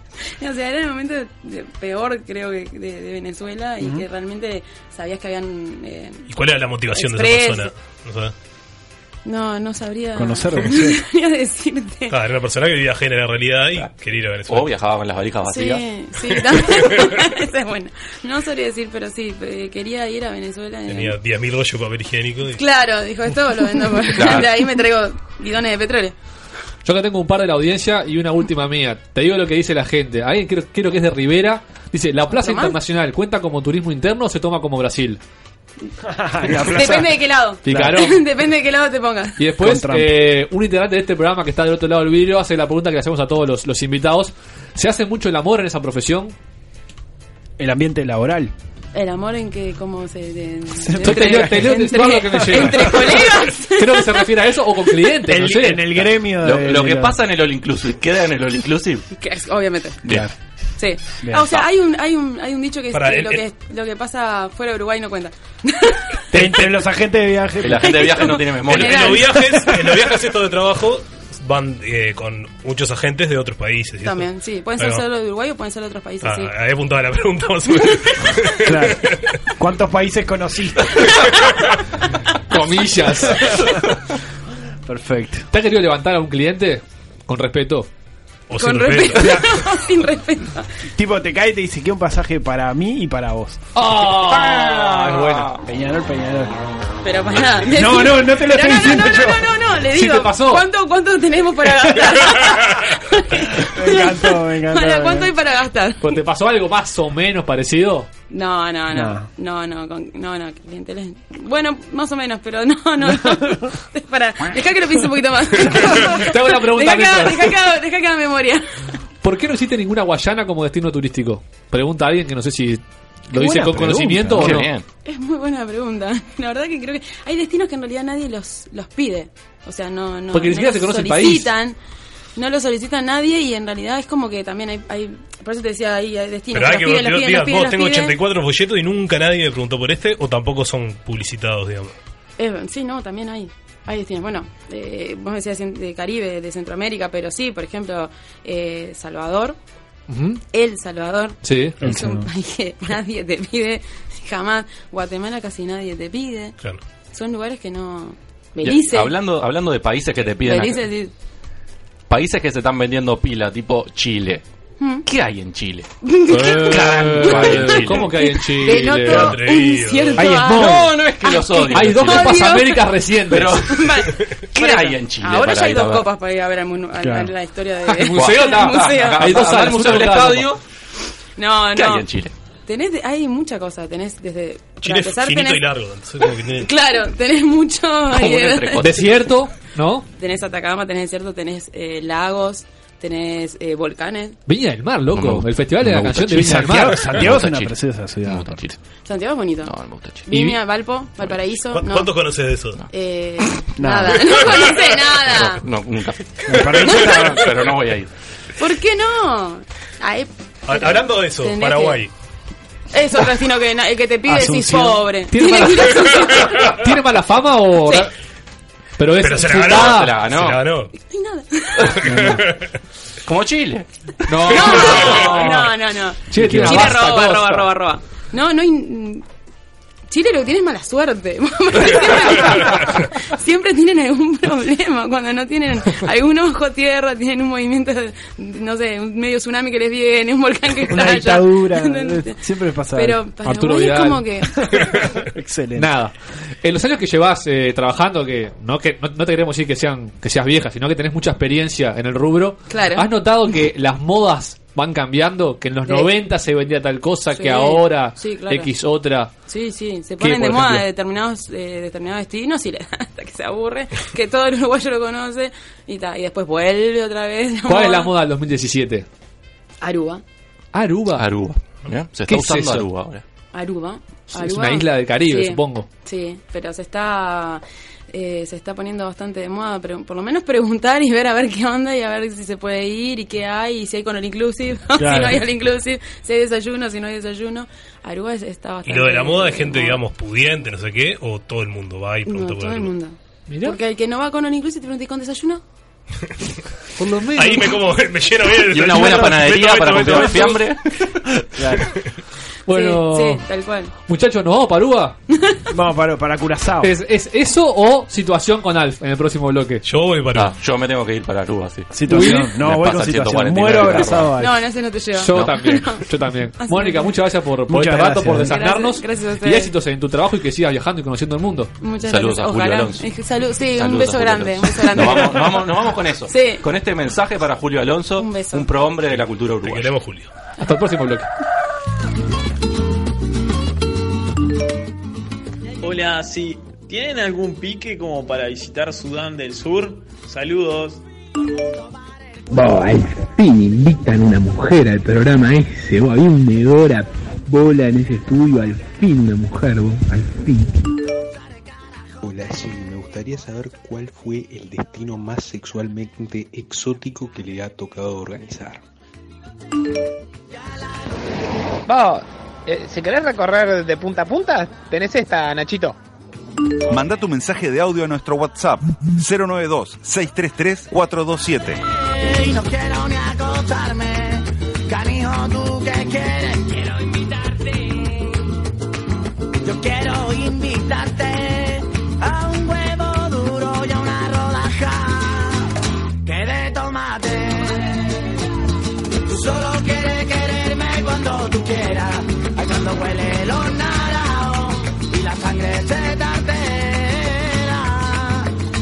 O sea, era el momento de- peor, creo, que de, de Venezuela y
Ujú.
que realmente sabías que habían. eh,
¿Y cuál era la motivación de
Express.
esa persona? No sé.
No, no sabría. <laughs>
Conocer
no
Venezuela.
sabría decirte.
Ah, era una persona que vivía ajena a la realidad y quería ir a Venezuela.
O viajaba con las valijas vacías.
Sí,
<laughs>
sí, también. <laughs> Esa es buena. No sabría decir, pero sí, eh, quería ir a Venezuela. eh.
Tenía 10.000 rollos de papel higiénico. Y...
Claro, dijo, esto lo vendo por...
<laughs> Claro.
De ahí me traigo bidones de petróleo.
Yo acá tengo un par de la audiencia y una última mía. Te digo lo que dice la gente. Alguien creo, creo que es de Rivera. Dice, ¿la Plaza
¿Otro más?
Internacional cuenta como turismo interno o se toma como Brasil?
Depende de qué lado.
Claro.
<laughs> Depende de qué lado te pongas.
Y después,
Con Trump.
eh, un integrante de este programa que está del otro lado del vidrio hace la pregunta que le hacemos a todos los, los invitados. ¿Se hace mucho el amor en esa profesión?
El ambiente laboral.
El amor en que, como se... de-
Yo te leo- te leo
entre-
todo lo que me llega.
entre colegas. <laughs>
Creo que se refiere a eso o
<laughs>
con clientes, no sé.
Lo, lo que pasa en el All Inclusive, queda en el All Inclusive.
Que es- Obviamente.
Bien.
Sí.
Bien.
Ah, o sea, hay un, hay un, hay un dicho que, es
Para,
que
el-
lo, que lo que pasa fuera de Uruguay no cuenta.
Entre los agentes de viaje.
El agente de viaje no
<laughs>
tiene memoria.
En, en los viajes, en los viajes estos de trabajo van eh, con muchos agentes de otros países. ¿cierto?
También, sí. Pueden ser
Ahí va.
solo de Uruguay o pueden ser de otros países,
Ah,
sí.
ahí apuntaba la pregunta <laughs> más o menos.
Claro. ¿Cuántos países conociste?
Comillas.
<laughs> Perfecto.
¿Te has querido levantar a un cliente? Con respeto.
Con respeto. <laughs> Sin respeto.
Tipo, te cae y te dice que un pasaje para mí y para vos.
Ah,
es bueno.
<laughs>
Peñarol, Peñarol.
Pero para.
No, no, no te lo
Pero
estoy
no,
diciendo
no, no,
yo.
No, no, no, le
Sí
digo.
te pasó.
¿Cuánto, cuánto tenemos para gastar?
<laughs> Me encantó, me encantó.
Para, ¿Cuánto hay para gastar?
¿Pero ¿Te pasó algo más o menos parecido?
No, no, no. No,
No.
no, con- no, no, clienteles. Bueno, más o menos, pero no, no. no. Para, dejá que lo piense un poquito más.
Te hago una
Dejá
pregunta,
que, haga-
Néstor.
dejá que haga- dejá que haga memoria.
¿Por qué no existe ninguna Guayana como destino turístico? Pregunta a alguien que no sé si lo dice
buena
con
pregunta.
conocimiento o
Qué
no.
bien.
Es muy buena pregunta. <laughs> La verdad que creo que hay destinos que en realidad nadie los, los pide. O sea, no, no.
Porque ni
no
siquiera se
los
conoce el país.
solicitan. no lo solicita nadie y en realidad es como que también hay, hay- por eso te decía, ahí hay destino.
Pero hay que
los
ver,
piden, los piden,
digas,
los piden,
vos
los
tengo
piden.
84 folletos y nunca nadie me preguntó por este, o tampoco son publicitados, digamos.
Eh, sí, no, también hay. Hay destinos. Bueno, eh, vos decías de Caribe, de Centroamérica, pero sí, por ejemplo, eh, Salvador. El Salvador
Sí. El
es un
Salvador.
país que <laughs> nadie te pide jamás. Guatemala casi nadie te pide.
Claro.
Son lugares que no.
Y
Belice.
Hablando, hablando de países que te piden.
Belice, sí.
Países que se están vendiendo pila, tipo Chile.
Mm.
¿Qué hay en Chile?
¿Qué
Carajo, hay en Chile.
Eh, ¿Cómo que hay en Chile?
Te noto
Qué
un cierto Hay smog.
No, no es que los odie. Hay dos Copas Américas recientes.
Pero, ¿Qué
Por eso.
hay en Chile?
Ahora
para
ya hay
ir a
dos
ver?
copas para ir a ver al monu- al-
Claro.
a la historia de. <laughs>
<laughs> El museo,
al
ta, ta,
museo.
ta, ta, <laughs> Hay dos ta, al salas, museo una del cada estadio. copa.
No,
¿Qué
no.
hay en Chile?
Tenés, de- hay mucha cosa. Tenés desde. para
Chile es
empezar,
finito
tenés-
y largo. entonces como que tiene-
Claro, tenés
<laughs>
mucho. ahí, ¿eh?
Desierto, ¿no?
<laughs> tenés Atacama, tenés desierto, tenés eh, lagos, tenés eh, volcanes.
Viña del Mar, loco.
No me gusta.
el festival de
No
la
me
canción
gusta
de Viña
Chile.
del
Santiago-
Mar.
Santiago es una preciosa ciudad. aparte.
Santiago es bonito. Viña, Valpo, Valparaíso.
¿Cu-
No.
¿Cuántos conoces de esos?
Eh,
Nada.
nada. <laughs> No
<laughs>
conoce nada.
No, nunca. <laughs>
Valparaíso,
pero no voy a ir.
¿Por qué no? Ay,
Ha- Hablando de eso,
Tenés
Paraguay.
es otro destino que na- el que te pide decís
Asunción.
pobre. <laughs>
¿Tiene
Tiene que ir a Asunción.
mala, Ah. ¿Tiene mala fama o.? Pero, es
Pero se la ganó,
fundada.
se la ganó. Se la ganó.
Como Chile.
No.
No, no, no.
Chile tiene una vasta
roba,
costa.
roba, roba, roba. No, no hay. mm, Chile lo que tiene es mala suerte. <laughs> Siempre- Siempre tienen algún problema. Cuando no tienen algún ojo tierra, tienen un movimiento, de- no sé, un medio tsunami que les viene, un volcán que
Una
estalla. <laughs>
dictadura. Siempre pasa
Pero
algo.
Arturo
Paraguay es
Vidal.
como que.
Excelente.
Nada. En los años que llevas eh, trabajando, que no que no, no te queremos decir que sean que seas vieja, sino que tenés mucha experiencia en el rubro.
Claro.
¿Has notado que las modas van cambiando? Que en los
Sí.
90 se vendía tal cosa,
Sí.
que ahora
Sí, claro. <laughs>
X otra.
Sí, sí, se
¿Qué,
ponen de
por
moda
ejemplo?
determinados, eh, determinados destinos y le <laughs> hasta que se aburre, que todo el uruguayo lo conoce y ta, y después vuelve otra vez. la
¿Cuál es
moda.
la moda del 2017?
Aruba.
Aruba.
Aruba. Mirá, Se
¿Qué
está
es
usando
eso?
Aruba eh. ahora.
Aruba.
Es
Aruba.
una isla del Caribe,
Sí,
supongo.
Sí, pero se está eh, se está poniendo bastante de moda, pero por lo menos preguntar y ver a ver qué onda y a ver si se puede ir y qué hay y si hay con el inclusive, <laughs> o si
Claro.
no hay el inclusive, si hay desayuno, si no hay desayuno. Aruba es- está
Y
bastante
lo de la moda es gente, digamos, pudiente, no sé qué, o todo el mundo va y
No,
pregunta por
todo el
algo.
mundo. Porque el que no va con el inclusive te pregunta ¿y con desayuno?
Por lo menos.
Ahí me como, <laughs> me lleno bien.
Y una buena
Meto,
panadería
meto,
para
meto,
comprar
meto.
fiambre. <laughs>
Bueno,
Sí, sí, tal cual.
muchachos, ¿nos vamos para
<laughs>
Aruba?
Vamos para, para Curazao.
¿Es, ¿Es eso o situación con Alf en el próximo bloque?
Yo voy para
Aruba. Ah, Yo me tengo que ir para Aruba, sí.
Situación.
Uy.
No,
Me
voy con
pasa el
situación.
149
Muero
de
abrazado
Aruba.
Ay.
No, no, ese <laughs> no te lleva.
Yo también, yo también.
Así
Mónica,
que-
muchas gracias por, por
Muchas
este rato,
gracias,
por
eh.
Gracias,
desaznarnos.
gracias a
y
ustedes.
éxitos en tu trabajo y que sigas viajando y conociendo el mundo.
Muchas gracias. Ojalá. Eh, salud- sí, un
Saludos a
beso
Julio
grande, un
Alonso.
beso grande.
Nos vamos, nos vamos- nos vamos con eso.
Sí.
Con este mensaje para Julio Alonso, un, prohombre de la cultura uruguaya. Te
queremos, Julio.
Hasta el próximo bloque.
Hola, sí. ¿Tienen algún pique como para visitar Sudán del Sur? Saludos.
Boh, al fin invitan una mujer al programa ese, boh, había un negor a bola en ese estudio, al fin una mujer, boh, al fin.
Hola, sí, me gustaría saber cuál fue el destino más sexualmente exótico que le ha tocado organizar.
Vos, eh, si querés recorrer de punta a punta, tenés esta, Nachito.
Manda tu mensaje de audio a nuestro WhatsApp 092 633 427.
Y no quiero ni acostarme. Canijo, ¿tú qué quieres? Quiero invitarte. Yo quiero invitarte a un huevo duro y a una rodaja que de tomate. Tú solo quieres quererme cuando tú quieras. Ay, cuando huele los naranjos y la sangre se te altera.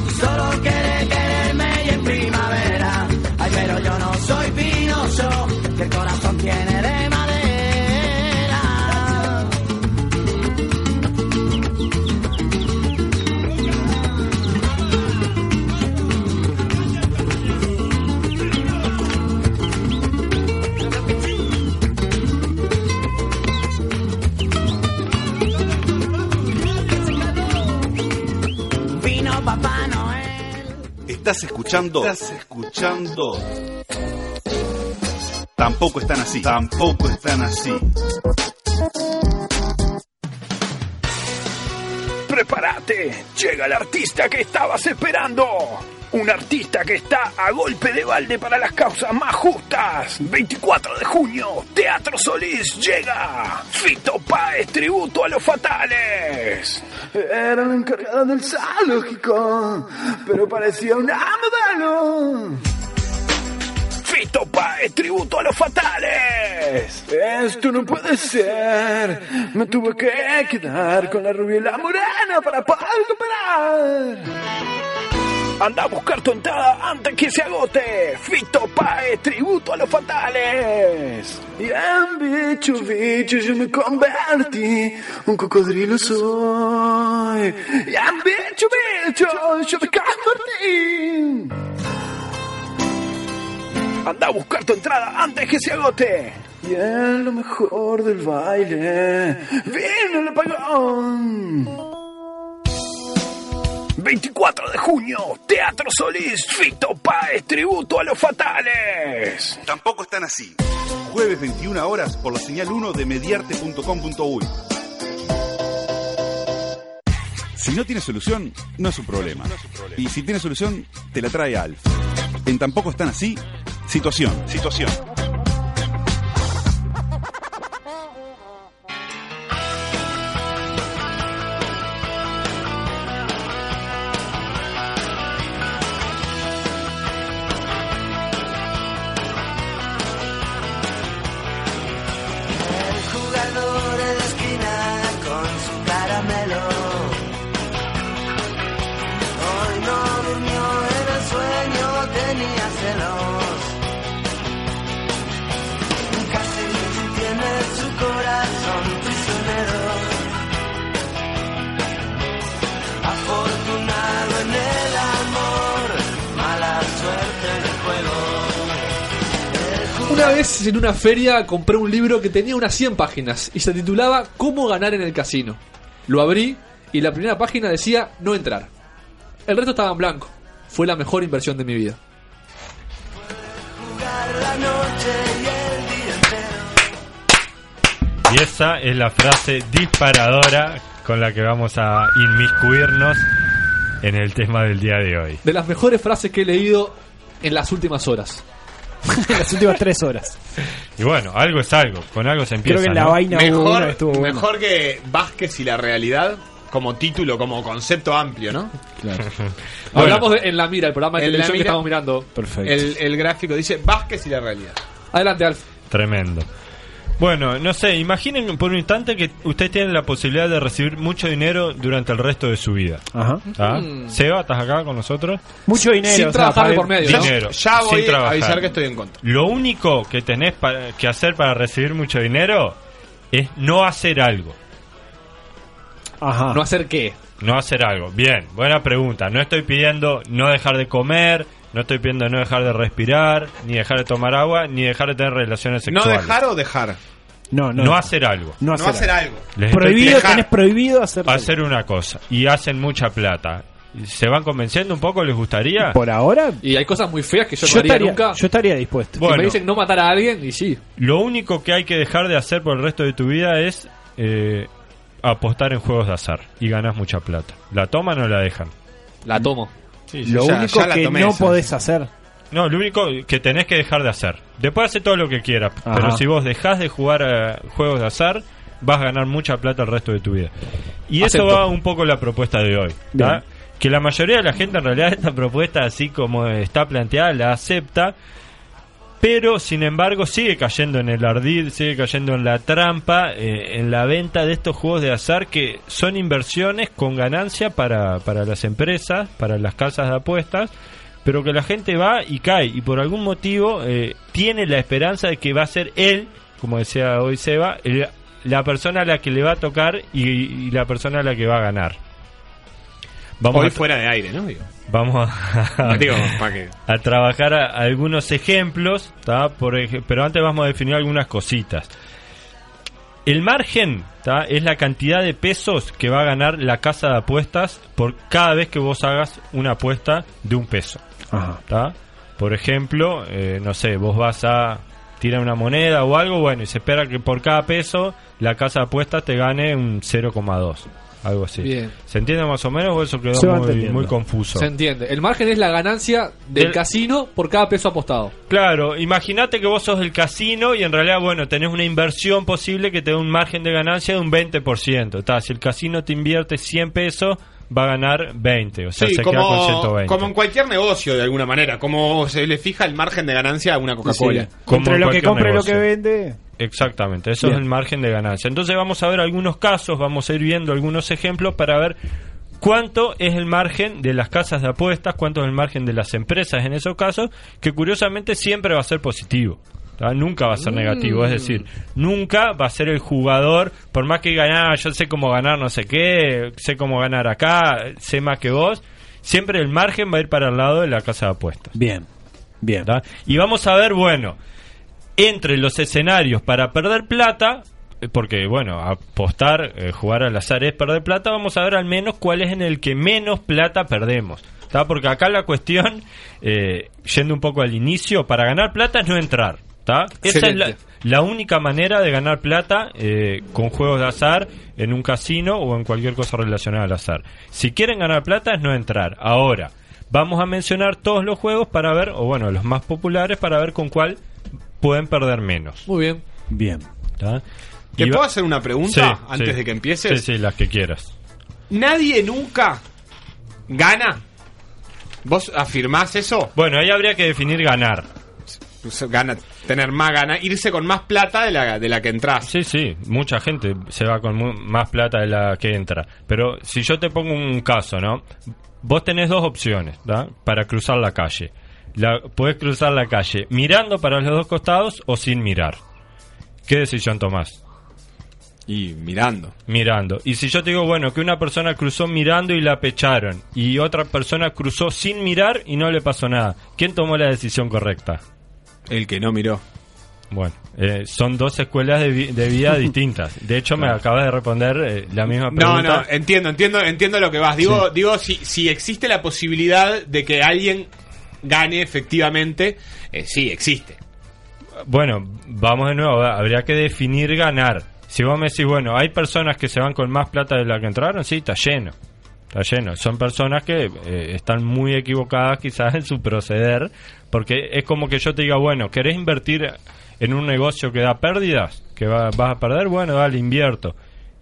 Tú solo quieres quererme y en primavera. Ay, pero yo no soy pinocho, que el corazón tiene de madera.
Estás escuchando. Estás escuchando. Tampoco están así. Tampoco están así.
Prepárate, llega el artista que estabas esperando. Un artista que está a golpe de balde para las causas más justas. 24 de junio, Teatro Solís llega. Fito Páez, tributo a los fatales.
Era la encargada del zoológico, pero parecía una modelo.
Fito Páez, tributo a los fatales.
Esto no puede ser. Me tuve que quedar con la rubia y la morena para poder recuperar.
Anda a buscar tu entrada antes que se agote. Fito Pae, tributo a los fatales.
Y en bicho, bicho yo me convertí, un cocodrilo soy. Y en bicho, bicho yo me convertí.
Anda a buscar tu entrada antes que se agote.
Y en lo mejor del baile, vino el apagón.
24 de junio, Teatro Solís, Fito Páez, tributo a los fatales.
Tampoco están así. Jueves 21 horas por la señal 1 de mediarte.com.uy. Si no tiene solución, no es un problema. Y si tiene solución, te la trae Alf. En Tampoco están así, situación. Situación.
El jugador en la esquina con su caramelo. Hoy no durmió en el sueño, tenía celos. Casi tiene su corazón prisionero. Afortunado en el amor, mala suerte en el juego.
Una vez en una feria compré un libro que tenía unas 100 páginas y se titulaba Cómo ganar en el casino. Lo abrí y la primera página decía no entrar. El resto estaba en blanco. Fue la mejor inversión de mi vida.
La noche y el día entero.
Y esa es la frase disparadora con la que vamos a inmiscuirnos en el tema del día de hoy.
De las mejores frases que he leído en las últimas horas.
en las últimas tres horas. Y bueno, algo es algo, con algo se empieza. ¿no?
mejor, mejor que Vázquez y la realidad como título, como concepto amplio, ¿no?
<laughs>
Bueno.
Hablamos de En la mira, el programa de
En la
televisión que
mira.
estamos mirando.
Perfecto. El, el gráfico dice Vázquez y la realidad.
Adelante, Alf.
Tremendo. Bueno, no sé, imaginen por un instante que usted tiene la posibilidad de recibir mucho dinero durante el resto de su vida.
Ajá.
¿Ah?
Mm.
Seba, ¿estás acá con nosotros?
Mucho dinero, Sin o sea, trabajar de
por medio, ¿no?
Dinero,
Ya voy
sin trabajar.
a avisar que estoy en contra.
Lo único que tenés para- que hacer para recibir mucho dinero es no hacer algo.
Ajá.
¿No hacer qué?
No hacer algo. Bien, buena pregunta. No estoy pidiendo no dejar de comer, no estoy pidiendo no dejar de respirar, ni dejar de tomar agua, ni dejar de tener relaciones
¿No
sexuales.
dejar o dejar?
No,
no. No hacer algo.
No
hacer, algo.
Les
Prohibido,
estoy-
tenés prohibido hacer.
hacer una cosa y hacen mucha plata. ¿Se van convenciendo un poco? ¿Les gustaría?
Por ahora.
Y hay cosas muy feas que yo,
Yo
no haría
estaría,
nunca.
yo estaría dispuesto.
Que me dicen no matar a alguien y sí.
Lo único que hay que dejar de hacer por el resto de tu vida es eh, apostar en juegos de azar y ganas mucha plata. ¿La toman o la dejan?
<laughs> La tomo.
Lo único que no podés hacer.
No, lo único que tenés que dejar de hacer. Después hace todo lo que quieras,
Ajá.
pero si vos dejás de jugar a juegos de azar, vas a ganar mucha plata el resto de tu vida. Y
Acepto.
eso va un poco la propuesta de hoy. ¿tá?
Bien.
Que la mayoría de la gente en realidad esta propuesta, así como está planteada, la acepta, pero sin embargo sigue cayendo en el ardid, sigue cayendo en la trampa, eh, en la venta de estos juegos de azar que son inversiones con ganancia para, para las empresas, para las casas de apuestas, pero que la gente va y cae y por algún motivo eh, tiene la esperanza de que va a ser él, como decía hoy Seba, el- la persona a la que le va a tocar y, y la persona a la que va a ganar.
Hoy
a-
fuera de aire, ¿no? Digo.
Vamos
<laughs>
a, <laughs>
Digo, ¿pa' qué?
a trabajar a- algunos ejemplos, ¿tá? Por ej- pero antes vamos a definir algunas cositas. El margen ¿tá? es la cantidad de pesos que va a ganar la casa de apuestas por cada vez que vos hagas una apuesta de un peso. ¿tá? Por ejemplo, eh, no sé, vos vas a tirar una moneda o algo, bueno, y se espera que por cada peso la casa de apuestas te gane un 0,2. Algo así.
Bien.
¿Se entiende más o menos o eso quedó
Se va
muy,
entendiendo.
muy confuso?
Se entiende. El margen es la ganancia del
Del-
casino por cada peso apostado.
Claro, imagínate que vos sos del casino y en realidad, bueno, tenés una inversión posible que te dé un margen de ganancia de un 20%. Está, si el casino te invierte 100 pesos, va a ganar 20, o sea,
Sí,
se queda con
como,
120.
como en cualquier negocio de alguna manera, como se le fija el margen de ganancia a una Coca-Cola.
Sí, como en cualquier negocio.
vende.
Exactamente, eso
Bien.
es el margen de ganancia. Entonces vamos a ver algunos casos, vamos a ir viendo algunos ejemplos para ver cuánto es el margen de las casas de apuestas, cuánto es el margen de las empresas en esos casos, que curiosamente siempre va a ser positivo. ¿tá? Nunca va a ser negativo, es
Mm.
decir, nunca va a ser el jugador, por más que ganar, yo sé cómo ganar no sé qué, sé cómo ganar acá, sé más que vos, siempre el margen va a ir para el lado de la casa de apuestas.
Bien, bien.
Y vamos a ver, bueno, entre los escenarios para perder plata, eh, porque bueno, apostar, eh, jugar al azar es perder plata, vamos a ver al menos cuál es en el que menos plata perdemos. ¿tá? Porque acá la cuestión, eh, yendo un poco al inicio, para ganar plata es no entrar. ¿tá? Esa es la,
Excelente.
la única manera de ganar plata eh, con juegos de azar en un casino o en cualquier cosa relacionada al azar. Si quieren ganar plata es no entrar. Ahora, vamos a mencionar todos los juegos para ver, o bueno, los más populares para ver con cuál pueden perder menos.
Muy bien.
Bien.
¿Te
Y va-
puedo hacer una pregunta
Sí,
antes
sí.
de que empieces?
Sí, sí, las que quieras.
Nadie nunca gana. ¿Vos afirmás eso?
Bueno, ahí habría que definir ganar.
Gana, tener más gana, irse con más plata de la, de la que entras.
Sí, sí, mucha gente se va con mu- más plata de la que entra. Pero si yo te pongo un caso, ¿no? Vos tenés dos opciones ¿da? para cruzar la calle. La, podés cruzar la calle mirando para los dos costados o sin mirar. ¿Qué decisión tomás?
Y mirando.
Mirando. Y si yo te digo, bueno, que una persona cruzó mirando y la pecharon, y otra persona cruzó sin mirar y no le pasó nada, ¿quién tomó la decisión correcta?
El que no miró.
Bueno, eh, son dos escuelas de, vi-
<laughs>
de vida distintas. De hecho, me acabas de responder eh, la misma
No,
pregunta.
no, entiendo, entiendo, entiendo lo que vas. Digo, digo si, si existe la posibilidad de que alguien gane efectivamente, eh, sí, existe.
Bueno, vamos de nuevo. Habría que definir ganar. Si vos me decís, bueno, hay personas que se van con más plata de la que entraron, sí, está lleno. Está lleno. Son personas que eh, están muy equivocadas quizás en su proceder. Porque es como que yo te diga, bueno, ¿querés invertir en un negocio que da pérdidas? ¿Que va- vas a perder? Bueno, dale, invierto.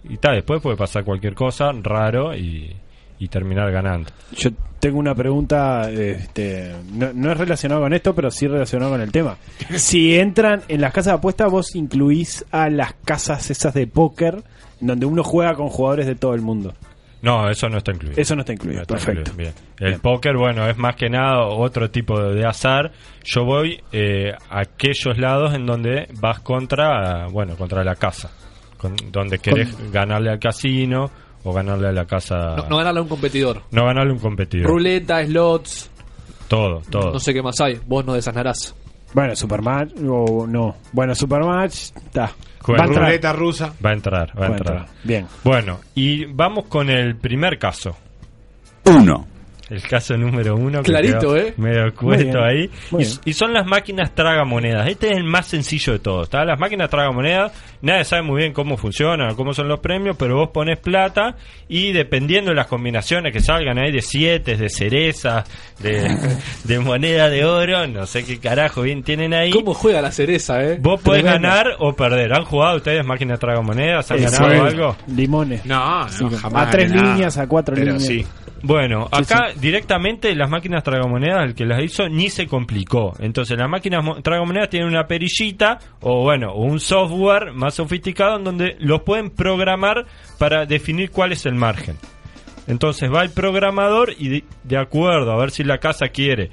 Y tal, después puede pasar cualquier cosa raro y, y terminar ganando.
Yo tengo una pregunta, este, no, no es relacionado con esto, pero sí relacionado con el
<laughs>
tema. Si entran en las casas de apuestas, vos incluís a las casas esas de póker, donde uno juega con jugadores de todo el mundo.
No, eso no está incluido.
Eso no está incluido, perfecto.
incluido, bien. El póker, bueno, es más que nada otro tipo de, de azar. Yo voy eh, a aquellos lados en donde vas contra, bueno, contra la casa. Con- donde querés ganarle al casino o ganarle a la casa...
No, no ganarle a un competidor.
no ganarle a un competidor.
Ruleta, slots,
Todo, todo.
no sé qué más hay. Vos no desasnarás.
Bueno, Supermatch o no. Bueno, Supermatch, está.
Juega.
Va a entrar.
rusa.
Va a entrar, va a
Va a
entrar.
entrar, bien.
Bueno, y vamos con el primer caso.
Uno.
El caso número uno. que
Clarito,
quedó
¿eh?
Medio
Muy
cueto
bien,
ahí.
muy
Y,
bien.
y son las máquinas tragamonedas. Este es el más sencillo de todos. ¿tá? Las máquinas tragamonedas, nadie sabe muy bien cómo funcionan, cómo son los premios, pero vos pones plata y dependiendo de las combinaciones que salgan, hay de siete, de cerezas,
<laughs>
de, de moneda de oro, no sé qué carajo bien tienen ahí.
¿Cómo juega la cereza, eh?
Vos podés
Tremendo.
ganar o perder. ¿Han jugado ustedes máquinas tragamonedas? ¿Han
Eso
ganado
es.
algo?
Limones.
No,
Sí, A tres líneas, a cuatro líneas.
Bueno, acá directamente las máquinas tragamonedas, el que las hizo, ni se complicó. Entonces, las máquinas mo- tragamonedas tienen una perillita o, bueno, o un software más sofisticado en donde los pueden programar para definir cuál es el margen. Entonces, va el programador y de, de acuerdo a ver si la casa quiere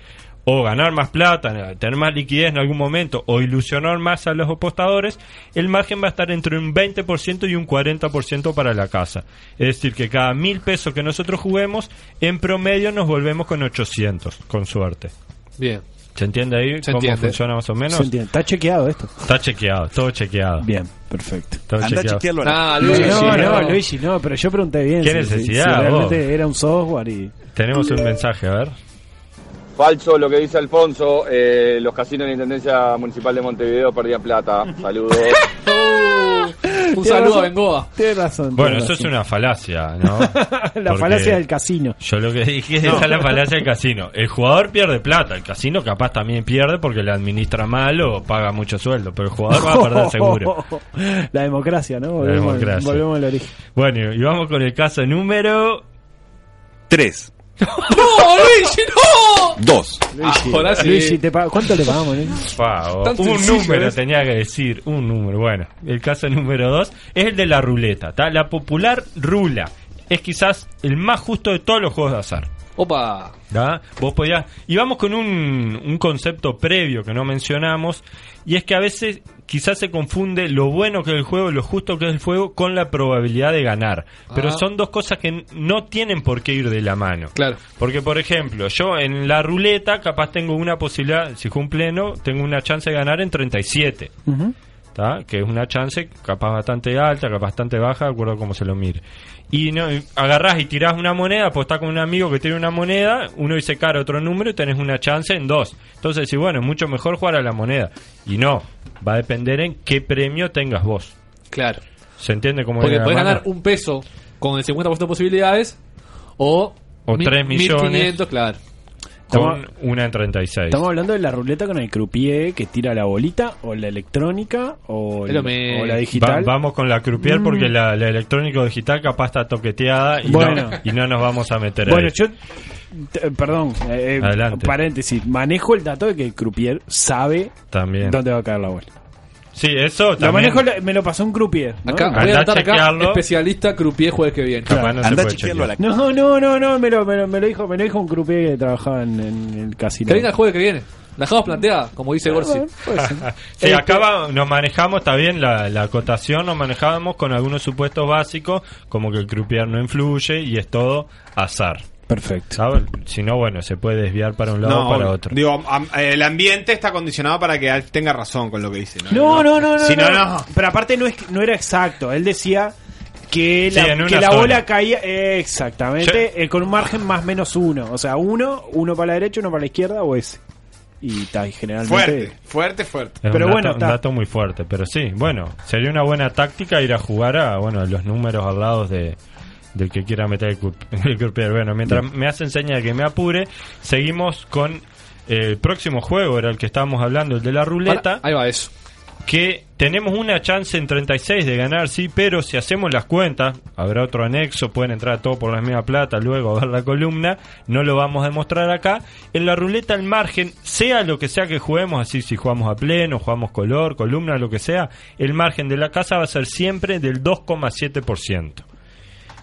o ganar más plata, tener más liquidez en algún momento o ilusionar más a los apostadores, el margen va a estar entre un 20% y un 40% para la casa. Es decir, que cada mil pesos que nosotros juguemos, en promedio nos volvemos con 800, con suerte.
Bien.
¿Se entiende ahí cómo
entiende.
funciona más o menos?
Se entiende. Está chequeado esto.
Está chequeado, todo chequeado.
Bien, perfecto.
Todo chequeado.
Ah, Luigi, no, no, Luigi, no, pero yo pregunté bien.
¿Qué
si- si-
necesidad,
si
vos?
realmente era un software y.
Tenemos un mensaje, a ver.
Falso lo que dice Alfonso, eh, los casinos de la Intendencia Municipal de Montevideo
<laughs>
perdían plata. Saludos.
<laughs> Un saludo a Bengoa.
Tienes razón.
Bueno,
tenés
eso es
razón. <laughs>
una falacia, ¿no?
La
Porque
falacia del casino.
Yo <laughs> lo que dije es
No.
esa es la falacia del casino. El jugador pierde plata, el casino capaz también pierde porque le administra mal o paga mucho sueldo, pero el jugador va a
<laughs>
perder seguro.
La democracia, ¿no? Volvemos,
democracia.
volvemos al origen.
Bueno, y vamos con el caso número 3.
¡No, ¡Oh, Luigi, Ah, no!
2.
<laughs> Luigi, Luigi, te pa- ¿cuánto le pagamos, Luigi?
Wow,
Tan
oh. un
sencillo,
número
¿ves?
tenía que decir, un número. Bueno, el caso número dos es el de la ruleta. ¿tá? La popular rula es quizás el más justo de todos los juegos de azar.
Opa.
¿tá? Vos podías. Y vamos con un, un concepto previo que no mencionamos. Y es que a veces quizás se confunde lo bueno que es el juego, lo justo que es el juego, con la probabilidad de ganar. Pero
Ah.
son dos cosas que n- no tienen por qué ir de la mano.
Claro.
Porque, por ejemplo, yo en la ruleta capaz tengo una posibilidad, si juego un pleno, tengo una chance de ganar en 37. ¿tá? que es una chance capaz bastante alta, capaz bastante baja, de acuerdo a cómo se lo mire. Y no, y agarrás y tirás una moneda, apostás con un amigo que tiene una moneda, uno dice cara otro número y tenés una chance en dos. Entonces decís, bueno, es mucho mejor jugar a la moneda. Y no, va a depender en qué premio tengas vos.
Claro.
¿Se entiende cómo
Porque
viene la
podés
mano?
ganar un peso con el 50% de posibilidades o,
O
mil-
tres millones.
1500, claro.
con una en 36.
¿Estamos hablando de la ruleta con el croupier que tira la bolita o la electrónica o,
Es lo
el-
mismo.
o la digital?
Va- vamos con la croupier
Mm.
porque la, la electrónico digital capaz está toqueteada y,
Bueno.
no, y no nos vamos a meter
Bueno,
ahí.
yo, t- eh, perdón, eh, eh,
Adelante.
paréntesis, manejo el dato de que el croupier sabe
También.
dónde va a caer la bola.
Sí, eso
Lo
también.
manejo, la- me lo pasó un croupier. ¿no?
Acá, voy a anotar acá, especialista croupier jueves que viene.
Capaz no se Andá puede a chequearlo chequear.
No, no, no, no, me lo, me lo- me lo dijo, me lo dijo un croupier que trabajaba en, en el casino.
Que venga el jueves que viene. La dejamos planteada, como dice Gorsi.
<laughs>
Este-
Sí, acá va- nos manejamos, está bien, la, la acotación nos manejamos con algunos supuestos básicos, como que el croupier no influye y es todo azar.
Perfecto.
Si no, bueno, se puede desviar para un lado o para
obvio.
otro.
Digo, am- el ambiente está condicionado para que Alf tenga razón con lo que dice.
No, no, no, no.
Si no, no.
Pero aparte no, es, que- no era exacto. Él decía que
Sí,
la,
en una
que la
sola.
bola caía eh, exactamente eh, con un margen más menos uno. O sea, uno, uno para la derecha, uno para la izquierda o ese. Y está, y generalmente.
Fuerte, fuerte, fuerte.
Es
Pero
un
bueno,
dato,
está.
un dato muy fuerte, pero sí, bueno, sería una buena táctica ir a jugar a bueno los números al lado de del que quiera meter el, cu- <laughs> el croupier. Bueno, mientras me hace enseña que me apure, seguimos con eh, el próximo juego, era el que estábamos hablando, el de la ruleta.
ahí va eso.
Que tenemos una chance en 36 de ganar, sí, pero si hacemos las cuentas, habrá otro anexo, pueden entrar todo por la misma plata, luego a ver la columna, no lo vamos a demostrar acá. En la ruleta al margen, sea lo que sea que juguemos, así si jugamos a pleno, jugamos color, columna, lo que sea, el margen de la casa va a ser siempre del 2,7%.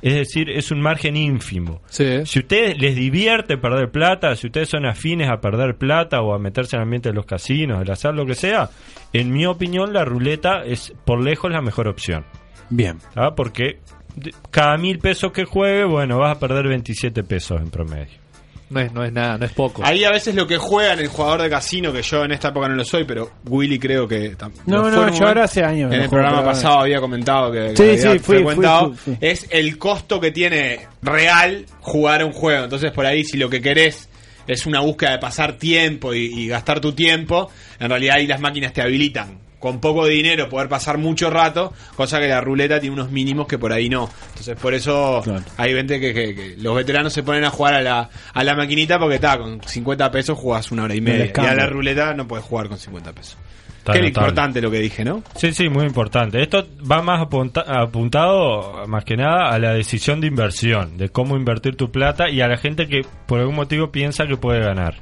Es decir, es un margen ínfimo. Si ustedes les divierte perder plata, si ustedes son afines a perder plata o a meterse en el ambiente de los casinos, del azar, lo que sea, en mi opinión la ruleta es por lejos la mejor opción.
Bien.
¿Ah? Porque de- cada mil pesos que juegue, bueno, vas a perder 27 pesos en promedio.
No es, no es nada, no es poco.
Ahí a veces lo que juegan el jugador de casino, que yo en esta época no lo soy, pero Willy creo que tam-
No,
lo fue en
no,
un
yo
momento.
ahora hace años
En
no
el
juego,
programa
pero-
pasado había comentado que, que
Sí,
había
sí, fui, fui,
frecuentado.
fui, fui.
Es el costo que tiene real jugar a un juego. Entonces, por ahí, si lo que querés es una búsqueda de pasar tiempo y, y gastar tu tiempo, en realidad ahí las máquinas te habilitan. Con poco dinero poder pasar mucho rato, cosa que la ruleta tiene unos mínimos que por ahí no. Entonces, por eso hay gente que, que- que los veteranos se ponen a jugar a la, a la maquinita porque está, con 50 pesos jugás una hora y
No les
media. Y a
cambia.
la ruleta no puedes jugar con 50 pesos.
Está
Qué
notable.
importante lo que dije, ¿no?
Sí, sí, muy importante. Esto va más apunta- apuntado, más que nada, a la decisión de inversión, de cómo invertir tu plata y a la gente que por algún motivo piensa que puede ganar.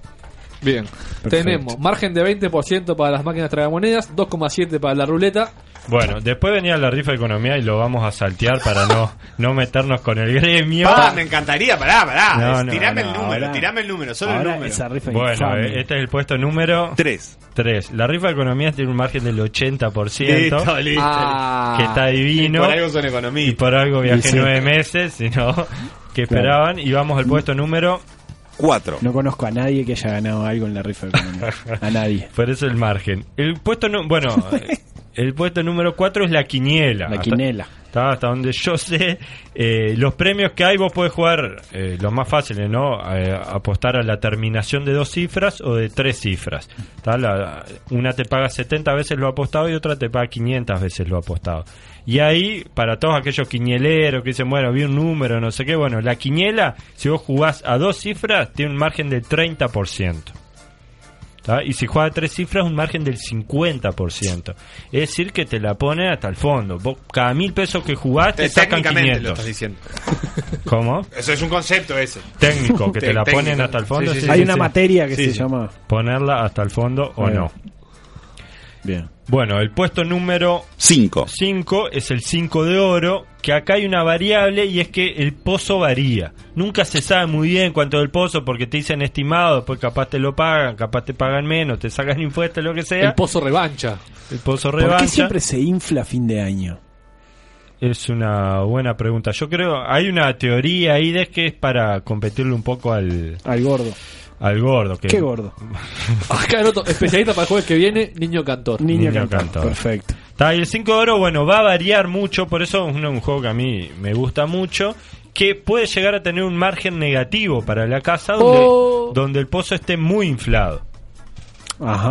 Este, Bien, Tenemos margen de 20% para las máquinas tragamonedas, 2,7% para la ruleta.
Bueno, después venía la rifa de economía y lo vamos a saltear para no, no meternos con el gremio.
Pa, me encantaría, pará, pará.
No,
Es-
no,
tirame
no,
el número,
ahora-
tirame el número, solo el
ahora
número.
esa rifa
Bueno,
infame.
eh, este es el puesto número 3. 3. La rifa de economía tiene un margen del 80%.
Listo, listo. Ah.
Que está
Y
divino.
por algo son economistas.
Y por algo
Y
viajé
sí.
nueve meses, sino que esperaban. Y vamos al puesto número 4.
No conozco a nadie que haya ganado algo en la rifa de economía. A nadie.
Por eso el margen. El puesto nu- bueno, eh, el puesto número 4 es la quiniela.
La
Hasta-
quinela.
Está hasta donde yo sé. Eh, los premios que hay, vos podés jugar eh, los más fáciles, ¿no? Eh, apostar a la terminación de dos cifras o de tres cifras. Está la- una te paga 70 veces lo apostado y otra te paga 500 veces lo apostado. Y ahí, para todos aquellos quinieleros que dicen, bueno, vi un número, no sé qué, bueno, la quiniela, si vos jugás a dos cifras, tiene un margen del 30%. ¿tá? Y si juega tres cifras, un margen del 50%. Es decir, que te la pone hasta el fondo. Vos, cada mil pesos que jugás, te sacan
Técnicamente
500.
lo estás diciendo.
<laughs> ¿Cómo?
Eso es un concepto ese.
Técnico, que
<laughs>
te la ponen hasta el fondo. sí,
Hay
sí,
una
sí.
materia que
Sí,
se
sí.
llama.
Ponerla hasta el fondo o
Bien.
no. Bien. Bueno, el puesto número
5.
5 es el 5 de oro, que acá hay una variable y es que el pozo varía. Nunca se sabe muy bien cuánto es el pozo porque te dicen estimado, después capaz te lo pagan, capaz te pagan menos, te sacan <laughs> impuestos, lo que sea.
El pozo revancha.
El pozo
¿Por
revancha.
qué siempre se infla a fin de año?
Es una buena pregunta. Yo creo, hay una teoría ahí de que es para competirle un poco al...
Al gordo.
Al gordo. Que
Qué gordo.
<laughs> Acá el otro, especialista para el jueves que viene, niño cantor.
Niño Cantor, Cantor.
Perfecto.
Está, y el 5 de oro, bueno, va a variar mucho, por eso es un, un juego que a mí me gusta mucho, que puede llegar a tener un margen negativo para la casa donde,
Oh.
donde el pozo esté muy inflado.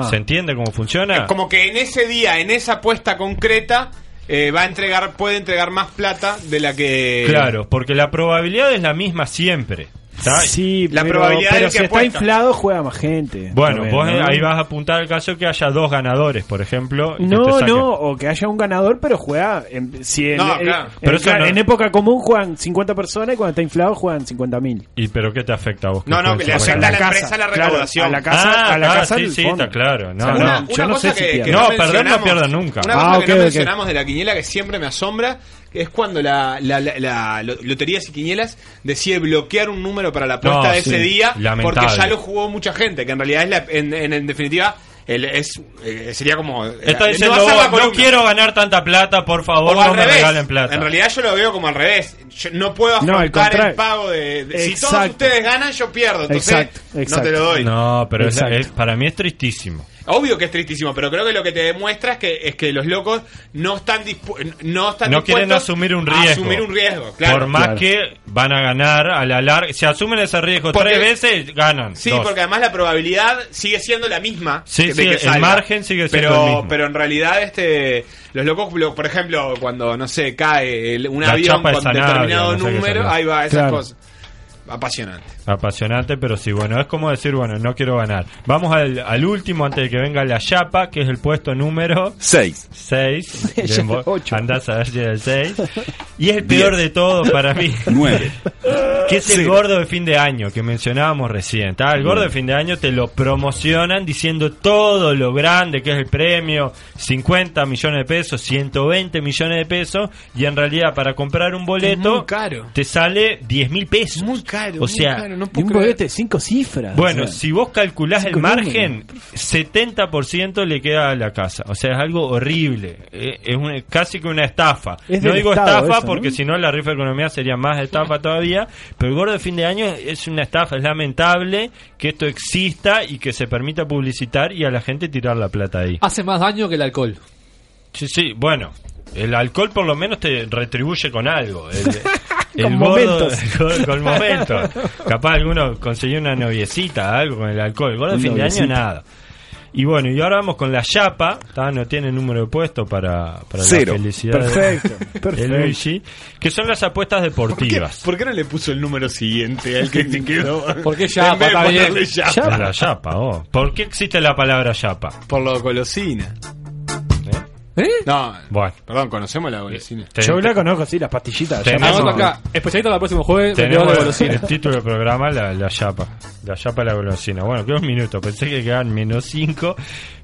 ¿Se entiende cómo funciona?
Es como que en ese día, en esa apuesta concreta, eh, va a entregar, puede entregar más plata de la que.
Claro, porque la probabilidad es la misma siempre. ¿está?
Sí,
La
pero,
probabilidad
pero
del que
si
apuesta.
está inflado juega más gente.
Bueno,
También,
vos eh,
¿no?
ahí vas a apuntar el caso que haya dos ganadores, por ejemplo. y que te
No,
saquen.
no, o que haya un ganador, pero juega. En, si en,
No,
en-
claro.
en-
Pero eso
claro,
no-
en época común juegan 50 personas y cuando está inflado juegan 50.000.
¿Y pero qué te afecta a vos?
No, no, que le afecta a la empresa la
claro,
recaudación. Ah, ah,
sí, sí, está claro. No,
O sea, una-
no.
una cosa que- que
no, perder no
mencionamos-
pierdan nunca.
Una cosa que no mencionamos de la quiniela que siempre me asombra que es cuando la, la- la- la lo- loterías y quinielas decide bloquear un número para la apuesta
No,
de
sí,
ese día
lamentable.
porque ya lo jugó mucha gente, que en realidad es la- en, en- en definitiva el- es eh, sería como eh,
Está
no
diciendo,
hacer la
"Oh, no,
columna".
quiero ganar tanta plata, por favor,
O al
no me
revés.
regalen plata.
En realidad yo lo veo como al revés. Yo no puedo
No, al
afrontar el
contrario.
pago de, de- si todos
Exacto.
ustedes ganan yo pierdo, entonces no te lo doy.
No, pero es-
Exacto.
es- para mí es tristísimo.
Obvio que es tristísimo, pero creo que lo que te demuestra es que es que los locos no están dispu- no están
No quieren
dispuestos
asumir un
a
riesgo.
asumir un riesgo, claro.
Por más
Claro.
que van a ganar a la larga. Si asumen ese riesgo
Porque-
tres veces, ganan.
Sí,
dos.
porque además la probabilidad sigue siendo la misma.
Sí,
de
sí,
que
el
salga.
margen sigue siendo
pero,
el mismo.
Pero en realidad, este, los locos, lo- por ejemplo, cuando, no sé, cae el- un
La
avión
chapa de
con
Sanabria,
determinado
no sé qué
número,
salió.
ahí va, esas
Claro.
cosas. Apasionante.
Apasionante, pero sí, bueno, es como decir, bueno, no quiero ganar. Vamos al, al último antes de que venga la chapa, que es el puesto número
6.
6.
Ya,
Andás a ver si es el 6. Y es el peor de todo para mí.
9.
<laughs> Que es el gordo de fin de año que mencionábamos recién. ¿tá? El gordo de fin de año te lo promocionan diciendo todo lo grande que es el premio, 50 millones de pesos, 120 millones de pesos, y en realidad para comprar un boleto te sale 10 mil pesos. Muy
caro.
O sea,
Y un boleto de cinco cifras.
bueno,
o sea.
si vos calculás el
cinco
margen, 70% le queda a la casa. O sea, es algo horrible. Eh, Es un- casi que una estafa.
Es
no
del
digo
Estado
estafa
eso, ¿no?
porque si no la rifa de economía sería más estafa todavía. Pero el gordo de fin de año es una estafa. Es lamentable que esto exista y que se permita publicitar y a la gente tirar la plata ahí.
Hace más daño que el alcohol.
Sí, sí, bueno. El alcohol por lo menos te retribuye con algo.
<laughs>
El,
Con momentos.
<laughs> Con, con momentos. <laughs> Capaz alguno consiguió una noviecita, algo con el alcohol. El gordo de
Un
fin de
noviecito.
año, nada. Y bueno, y ahora vamos con la chapa. ¿tá? No tiene número de puesto para, para
Cero.
la felicidad. de-
Perfecto,
<laughs> de
perfecto.
Luigi, que son las apuestas deportivas.
¿Por qué no le puso el número siguiente al
<laughs>
que <laughs> te quedó?
Porque
<laughs> En vez de ponerle yapa.
La chapa, oh. ¿Por qué existe la palabra chapa?
Por lo golosina.
¿Eh?
No,
bueno.
Perdón, conocemos la golosina.
Yo la conozco, sí, las pastillitas. ya
Tenemos-
me-
Acá, especialista para el próximo jueves, vendedor de
Tenemos
golosinas.
el <laughs> título del programa, la, la chapa. La chapa la golosina. Bueno, quedó un minuto. Pensé que quedaban menos cinco.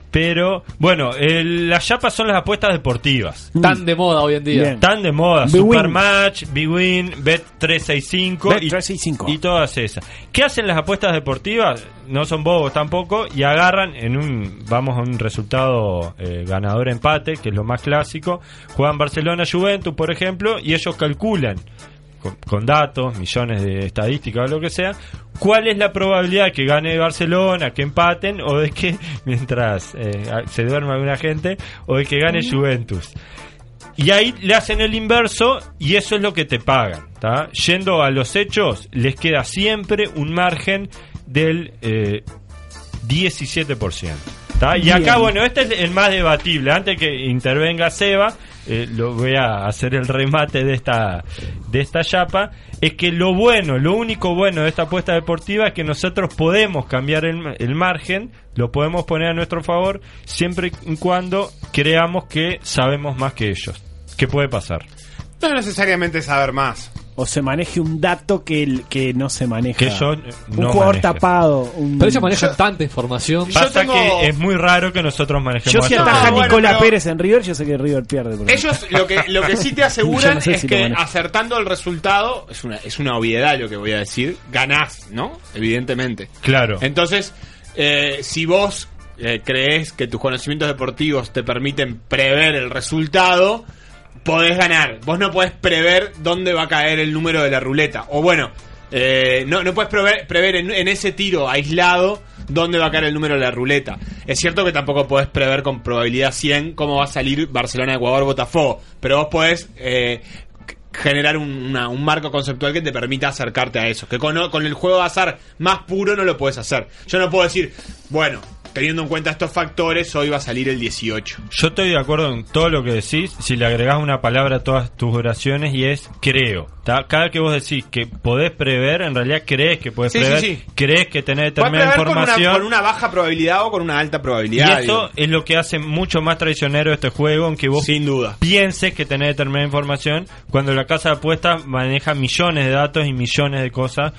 Pero, bueno, el- las chapas son las apuestas deportivas.
Tan de moda hoy en día.
Están de moda.
Bwin.
Supermatch, Bwin, Bet365 y- y, todas esas. ¿Qué hacen las apuestas deportivas? No son bobos tampoco y agarran en un, vamos a un resultado eh, ganador-empate, que es lo más clásico. Juegan Barcelona-Juventus, por ejemplo, y ellos calculan con, con datos, millones de estadísticas o lo que sea, cuál es la probabilidad que gane Barcelona, que empaten o <laughs> de que, mientras eh, se duerme alguna gente, o de que gane Juventus. Y ahí le hacen el inverso y eso es lo que te pagan. ¿tá? Yendo a los hechos, les queda siempre un margen del eh, 17%. ¿tá? Y
Bien.
acá, bueno, este es el más debatible. Antes que intervenga Seba, eh, lo voy a hacer el remate de esta, de esta chapa. Es que lo bueno, lo único bueno de esta apuesta deportiva es que nosotros podemos cambiar el, ma- el margen, lo podemos poner a nuestro favor, siempre y cuando creamos que sabemos más que ellos. ¿Qué puede pasar?
No necesariamente saber más.
O se maneje un dato que, el, que no se maneja.
Que yo, eh,
un
no
jugador
maneje.
tapado. Un...
Pero ellos manejan
tanta información.
Pasa
tengo-
que es muy raro que nosotros manejemos
Yo si
esto.
ataja
bueno,
Nicola
pero-
Pérez en River, yo sé que River pierde. por ejemplo.
Ellos lo que, lo que sí
<laughs>
te
Yo
aseguran
no sé
es
si lo
que
manejo.
acertando el resultado, es una, es una obviedad lo que voy a decir, ganás, ¿no? Evidentemente.
Claro.
Entonces, eh, si vos eh, crees que tus conocimientos deportivos te permiten prever el resultado, podés ganar. Vos no podés prever dónde va a caer el número de la ruleta. O bueno, eh, no, no podés prever, prever en, en ese tiro aislado dónde va a caer el número de la ruleta. Es cierto que tampoco podés prever con probabilidad 100 cómo va a salir Barcelona, Ecuador, Botafogo. Pero vos podés... eh, c- generar un, una- un marco conceptual que te permita acercarte a eso. Que con, con el juego de azar más puro no lo puedes hacer. Yo no puedo decir, bueno, teniendo en cuenta estos factores, hoy va a salir el 18.
Yo estoy de acuerdo en todo lo que decís, si le agregás una palabra a todas tus oraciones y es creo. ¿tá? Cada que vos decís que podés prever, en realidad crees que podés
Sí, sí,
prever,
sí.
crees que tenés
Puedes
determinada
prever con una,
información.
con una baja probabilidad o con una alta
Y
probabilidad.
eso es lo que hace mucho más traicionero este juego, aunque vos
Sin duda.
pienses que tenés determinada información, cuando la casa de apuestas maneja millones de datos y millones de cosas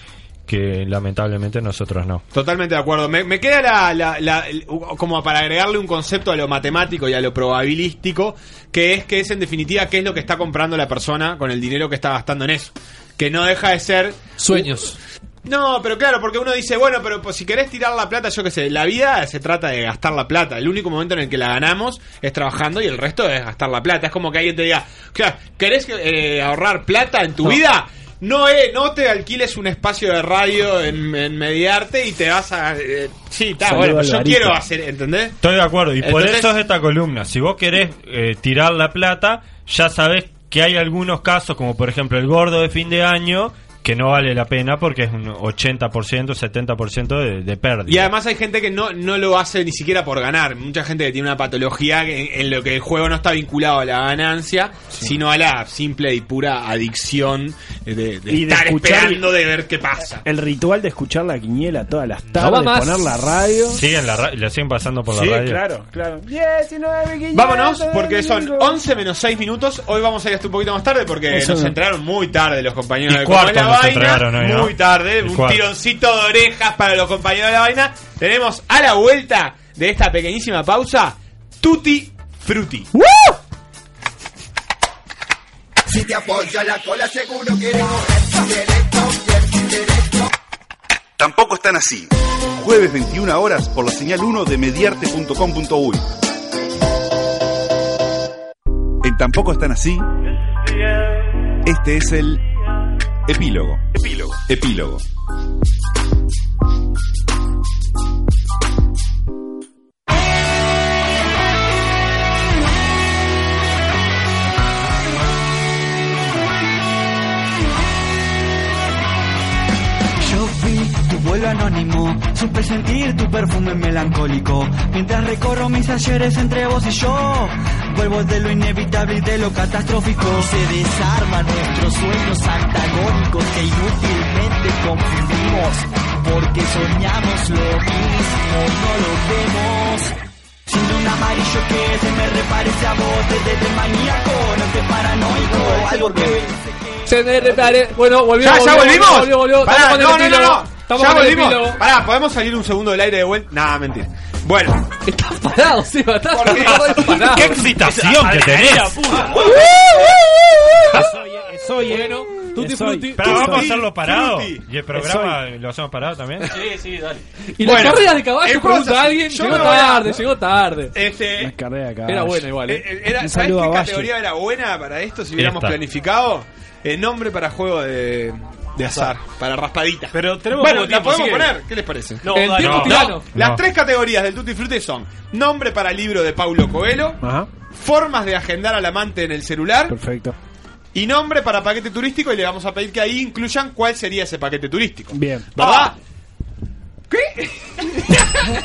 que lamentablemente nosotros no.
Totalmente de acuerdo. Me, me queda la, la- la- el- u- como para agregarle un concepto a lo matemático y a lo probabilístico, que es que es en definitiva qué es lo que está comprando la persona con el dinero que está gastando en eso. Que no deja de ser...
Sueños.
No, pero claro, porque uno dice, bueno, pero pues, si querés tirar la plata, yo qué sé, la vida se trata de gastar la plata. El único momento en el que la ganamos es trabajando y el resto es gastar la plata. Es como que alguien te diga, claro, ¿querés eh, ahorrar plata en tu
No.
vida? No, eh, no te alquiles un espacio de radio en, en Mediarte y te vas a... eh, sí, está,
Saludo
bueno,
al
yo
Barito.
quiero hacer, ¿entendés?
Estoy de acuerdo, y por
Entonces-
eso es esta columna. Si vos querés eh, tirar la plata, ya sabés que hay algunos casos, como por ejemplo el gordo de fin de año, que no vale la pena porque es un 80%, 70% de, de pérdida.
Y además hay gente que no, no lo hace ni siquiera por ganar. Mucha gente que tiene una patología en, en lo que el juego no está vinculado a la ganancia, sino a la simple y pura adicción de, de
Y de
estar
escuchar-
esperando de ver qué pasa.
El ritual de escuchar la quiniela todas las
No va
tardes,
más.
poner la radio.
Siguen la, ra- la siguen pasando por
Sí,
la radio.
claro,
claro. 19, 500,
Vámonos, porque son 11 menos 6 minutos. Hoy vamos a ir hasta un poquito más tarde porque
Eso
nos
no.
entraron muy tarde los compañeros
Y
de Como es
cuarto
la
nos
Vaina.
entraron hoy, ¿no?
Muy tarde,
Y
un
cuarto.
tironcito de orejas para los compañeros de la vaina. Tenemos a la vuelta de esta pequeñísima pausa Tutti Frutti.
Si te apoya la cola, seguro que eres
Tampoco están así. Jueves 21 horas por la señal 1 de mediarte.com.uy. En Tampoco están así. Este es el epílogo. Epílogo. Epílogo.
Yo vi tu vuelo anónimo, supe sentir tu perfume melancólico. Mientras recorro mis ayeres entre vos y yo, vuelvo de lo inevitable y de lo catastrófico. Se desarman nuestros sueños antagónicos que inútilmente confundimos, porque soñamos lo mismo, no lo vemos. Siendo un amarillo que se me reparece a vos, desde de maníaco, no te paranoico, algo que
Se me repare- Bueno, volvió.
Ya, ya
volvió,
volvimos.
volvió, volvió.
Pará,
Estamos con
no,
el
no, no,
epílogo.
no.
Estamos
Ya
con el
volvimos.
epílogo.
Pará, ¿podemos salir un segundo del aire de vuelta? Nada, mentira. Bueno. Estás
parado, Seba, estás
parado.
¡Qué excitación que tenés!
<laughs> eh,
Es hoy, bueno. Tutti Frutti.
Pero vamos a hacerlo parado.
Frutti.
¿Y el programa lo hacemos parado también? Sí, sí, dale.
Y las
Bueno,
carreras de caballo,
el
pregunta
cosa-
a alguien.
yo
Llegó
me voy a-
tarde, llegó tarde.
Este,
Era bueno igual, ¿eh?
Eh, eh, era-
Un
¿Sabes
saludo
qué
a Valle.
categoría era buena para esto si hubiéramos
Esta.
planificado? El nombre para juego de, de azar, para raspadita. Pero
tenemos
bueno,
poco
la
tiempo,
podemos
sigue.
poner, ¿qué les parece?
No, El dale. tiempo tirano.
Las
No.
tres categorías del Tutti Frutti son nombre para libro de Paulo Coelho,
Ajá.
formas de agendar al amante en el celular
Perfecto.
y nombre para paquete turístico y le vamos a pedir que ahí incluyan cuál sería ese paquete turístico.
Bien.
¿Verdad? ¿Qué?
<laughs>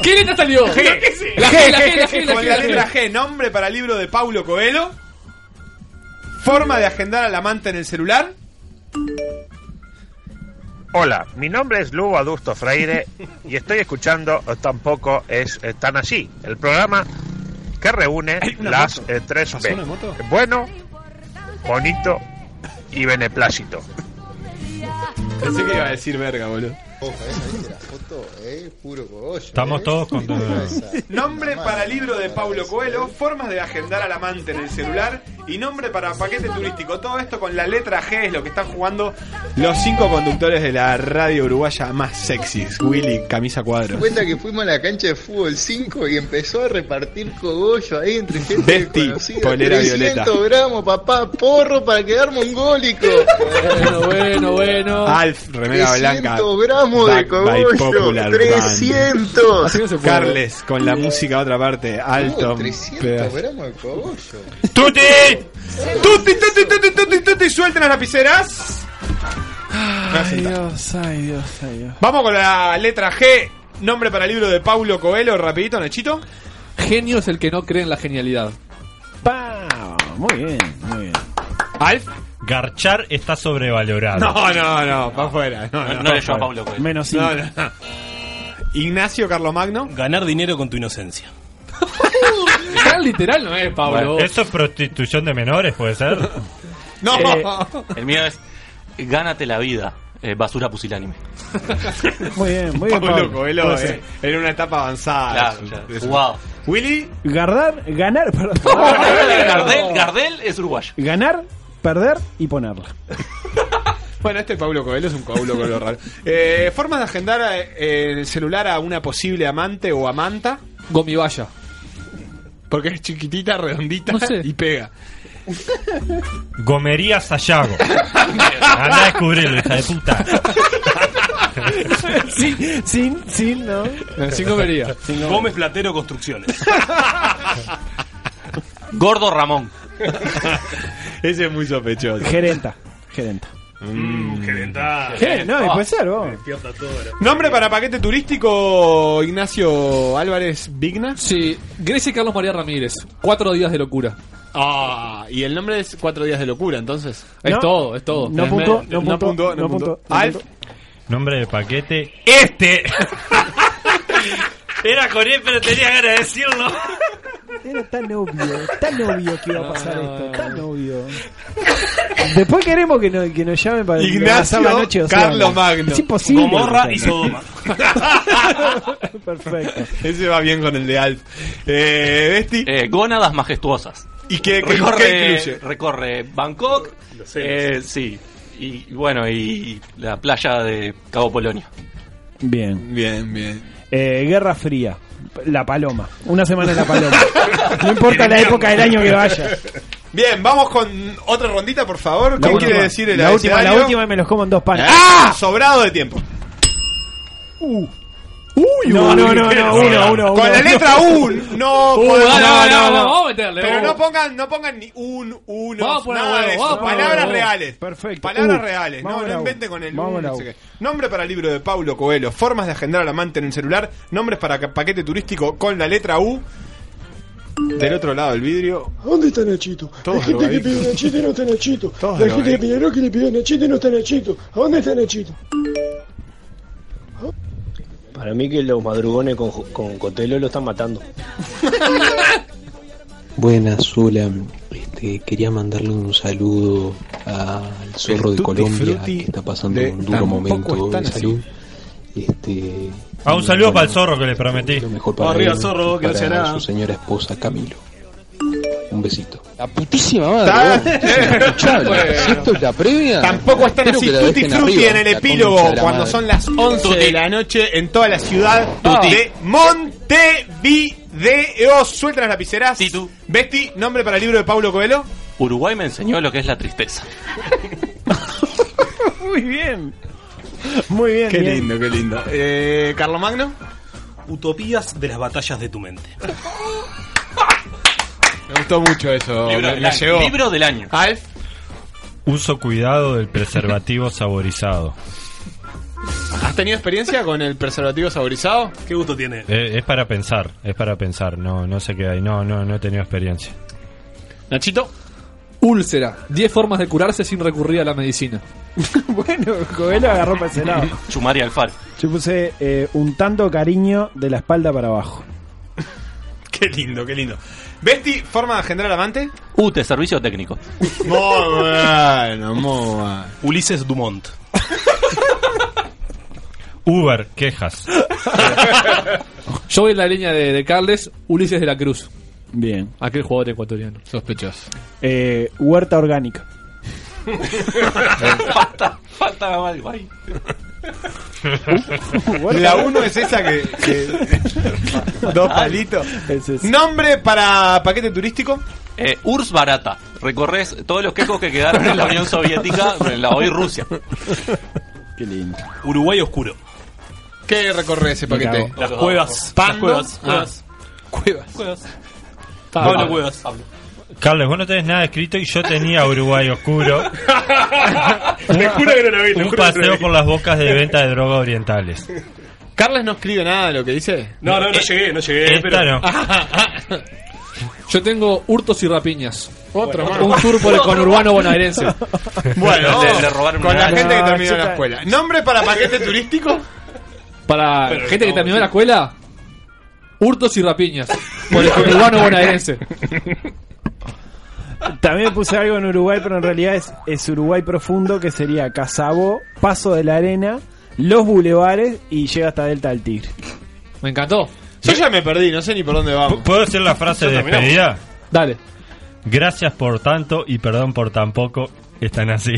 ¿Qué letra salió?
G.
Creo que sí.
La
G,
G,
la G, la G, la
Con
G,
la
la G.
letra G, nombre para el libro de Paulo Coelho. Forma de agendar al amante en el celular.
Hola, mi nombre es Lugo Adusto Freire y estoy escuchando eh, Tampoco es eh, tan así, el programa que reúne las eh, tres B. Bueno, bonito y beneplácito.
Pensé que iba a decir verga, boludo.
eh,
Estamos todos con
Nombre para libro de Paulo Coelho, formas de agendar al amante en el celular y nombre para paquete turístico. Todo esto con la letra G es lo que están jugando los cinco conductores de la radio uruguaya más sexys. Willy, camisa cuadros.
cuenta que fuimos a la cancha de fútbol 5 y empezó a repartir cogollo ahí entre gente
Vesti,
desconocida.
polera
300
violeta.
gramos, papá, porro para quedar mongólico.
Bueno, bueno, bueno.
Alf, remera blanca.
300 gramos
Back
de
by
cogollo.
Popular Band.
300.
Carles, con la música a otra parte. Alto.
300 gramos de cogollo.
¡Tuti! ¡Tuti, tuti, tuti, tuti, tuti! ¡Suelten las lapiceras!
Ay, Dios, ay, Dios, ay, Dios.
Vamos con la letra G. Nombre para libro de Paulo Coelho, rapidito, Nachito.
Genio es el que no cree en la genialidad.
Muy bien, muy bien.
Alf.
Garchar está sobrevalorado.
No, no, no, pa' afuera. No, no, pa' fuera.
pues.
No, no, no. Ignacio Carlomagno.
Ganar dinero con tu inocencia.
Tan literal no es, Pablo.
Eso es prostitución de menores,
<laughs>
puede ser. Eh,
No.
Eh, el mío es gánate la vida, eh, basura pusilánime.
Muy bien, muy bien.
Paulo
Pablo.
Coelho
Puede ser.
eh, en una etapa avanzada.
Claro, claro.
De su-
Jugado.
Willy.
Gardar, ganar, perdón.
Gardel, Gardel es uruguayo.
Ganar, perder y ponerla. <laughs>
Bueno, este Paulo Coelho es un Paulo Coelho raro. Eh, ¿Formas de agendar eh, en el celular a una posible amante o amanta?
Gomibaya.
Porque es chiquitita, redondita
No sé.
y pega.
Gomería Sayago. Anda a descubrirlo, hija de puta.
sin, sin, sin, ¿no?
Sin comería.
Gómez Platero
<laughs>
Construcciones.
Gordo Ramón.
<laughs> Ese es muy sospechoso.
Gerenta. Gerenta.
Gerenta.
Gerenta, no, y puede ser, vos.
Despierta todo.
Ah. ¿Nombre para paquete turístico, Ignacio Álvarez Vigna?
Sí, Grecia Carlos María Ramírez. Cuatro días de locura.
Ah, y el nombre es Cuatro Días de Locura, entonces.
Es todo, es todo.
No punto, no punto, no punto.
Alf.
Nombre de paquete. ¡Este! <laughs> Era con él, pero tenía ganas de decirlo.
Era tan obvio, tan obvio que iba a pasar esto, tan obvio. Después queremos que, no- que nos llamen para
Ignacio
pasar la noche. o sea,
Carlos Magno.
Es imposible.
Perfecto. <laughs> Ese va bien con el de Alf. Eh, Besti.
gónadas majestuosas.
¿Y qué, qué-
recorre,
qué incluye?
Recorre Bangkok. eh, sí. Y y bueno, y la playa de Cabo Polonia.
<laughs> Bien.
Bien, bien.
Eh, Guerra Fría. La Paloma. Una semana en la Paloma. No importa la época del año que vaya.
<laughs> Bien, vamos con otra rondita, por favor. ¿Qué
La
quiere
última.
decir el
la última, la
abecedario?
última y me los como en dos panes.
¡Ah! Sobrado de tiempo.
Uh. no, no, no, no, uno, uno,
Con
uno.
la letra U, no,
Uh,
podemos-
dale, dale,
no,
dale,
no.
vamos a meterle,
Pero
vamos.
no pongan, no pongan ni un, uno,
Vamos a poner
nada de
huevo,
eso.
vamos a poner
Palabras
huevo.
reales.
Perfecto.
Palabras
U.
reales. No,
Vamos a
no
la U.
inventen con el
Vamos
U,
a la
no sé
U.
qué. Nombre para el libro de Paulo Coelho. Formas de agendar al amante en el celular. Nombres para ca- paquete turístico con la letra U. Del otro lado del vidrio.
¿Dónde está Nachito?
Todos
Hay gente que
drogadictos.
pide Nachito y no está Nachito.
Todos
Hay gente que
drogadictos.
pide Rocky y le pide Nachito y no está Nachito. ¿A dónde está Nachito?
Para mí que los madrugones con, con Cotelo lo están matando.
Buenas, hola. Este, quería mandarle un saludo al zorro de
tutti
Colombia
frutti
que está pasando
de
un duro
tampoco
momento
están
de
así.
salud. Este,
Ah, un saludo para el zorro que le prometí.
mejor
Oh,
para
Arriba,
eh,
él,
zorro, que no sea
para
nada.
su señora esposa Camilo. Un besito. La putísima
madre,
<laughs> eh, Esto es la previa.
Tampoco están así tutti frutti en el epílogo cuando son las 11 de la noche en toda la ciudad
Tutti.
de Montevideo. Sueltan las lapiceras. Besti, nombre para el libro de Paulo Coelho.
Uruguay me enseñó lo que es la tristeza.
Muy bien. Muy bien.
Qué
bien.
lindo, qué lindo. Eh, Carlos Magno.
Utopías de las batallas de tu mente.
Me gustó mucho eso.
Libro
me,
del
me
año.
llegó.
Libro del año.
Alf.
Uso cuidado del preservativo saborizado.
¿Has tenido experiencia con el preservativo saborizado?
Qué gusto tiene.
Eh, es para pensar, es para pensar. No, no sé qué hay. No, no, no he tenido experiencia.
Nachito.
Úlcera. 10 formas de curarse sin recurrir a la medicina.
bueno, Coelho agarró para ese lado.
Chumari Alfaro.
Yo puse eh, un tanto cariño de la espalda para abajo.
Qué lindo, qué lindo. Betty, forma de agendar al amante.
UTE, servicio técnico.
Muy bueno, muy bueno.
Ulises Dumont.
Uber, quejas.
<laughs> Yo voy en la línea de, de Carles, Ulises de la Cruz.
Bien.
Aquel jugador ecuatoriano.
Sospechoso.
Eh, huerta orgánica.
falta, falta algo ahí.
La uno es esa que. que- dos
<laughs>
palitos. Nombre para paquete turístico.
<laughs> Eh, URSS barata. Recorres todos los quejos que quedaron en la Unión Soviética, en la hoy Rusia.
Qué lindo.
Uruguay oscuro.
¿Qué recorre ese
Me
paquete?
cago. Las cuevas.
Pando.
Las cuevas.
Ah.
Cuevas.
Cuevas.
Pablo Cuevas.
Eh,
Carlos, vos no tenés nada escrito y yo tenía Uruguay oscuro.
<laughs> Me juro que no lo vi.
Un paseo por las bocas de venta de drogas orientales.
Carles no escribe nada de lo que dice.
No, no, no llegué, no llegué.
Esta
pero...
no.
Ah, Yo tengo hurtos y rapiñas.
Otro
Un tour por el conurbano bonaerense.
<laughs> Bueno,
Le- le robaron
con la
una gana.
gente que
No,
terminó la
chica.
escuela. ¿Nombre para paquete turístico?
Para
Pero
gente que
no,
terminó
sí.
la escuela, hurtos y rapiñas. Por el conurbano bonaerense.
También puse algo en Uruguay, pero en realidad es, es Uruguay profundo, que sería Casabó, Paso de la Arena, Los Bulevares y llega hasta Delta del Tigre.
Me encantó.
Yo ya me perdí, no sé ni por dónde vamos.
¿Puedo decir la frase de despedida?
Dale.
Gracias por tanto y perdón por tan poco. Están así.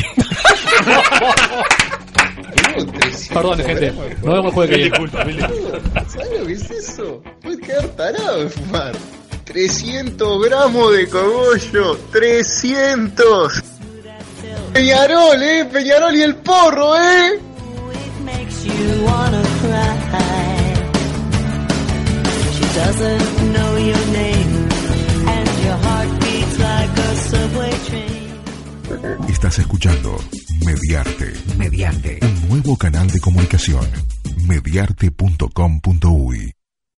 Perdón, gente. Nos vemos el jueves que viene.
Mil disculpas, mil disculpas.
¿Sabes lo que es eso? Puedes quedar tarado de fumar. 300 gramos de cogollo. 300. Peñarol, eh. Peñarol y el porro, eh.
makes you wanna cry. She doesn't know your name, and your heart beats like a subway train.
Estás escuchando Mediarte.
Ah.
Mediarte. Un nuevo canal de comunicación. Mediarte.com.uy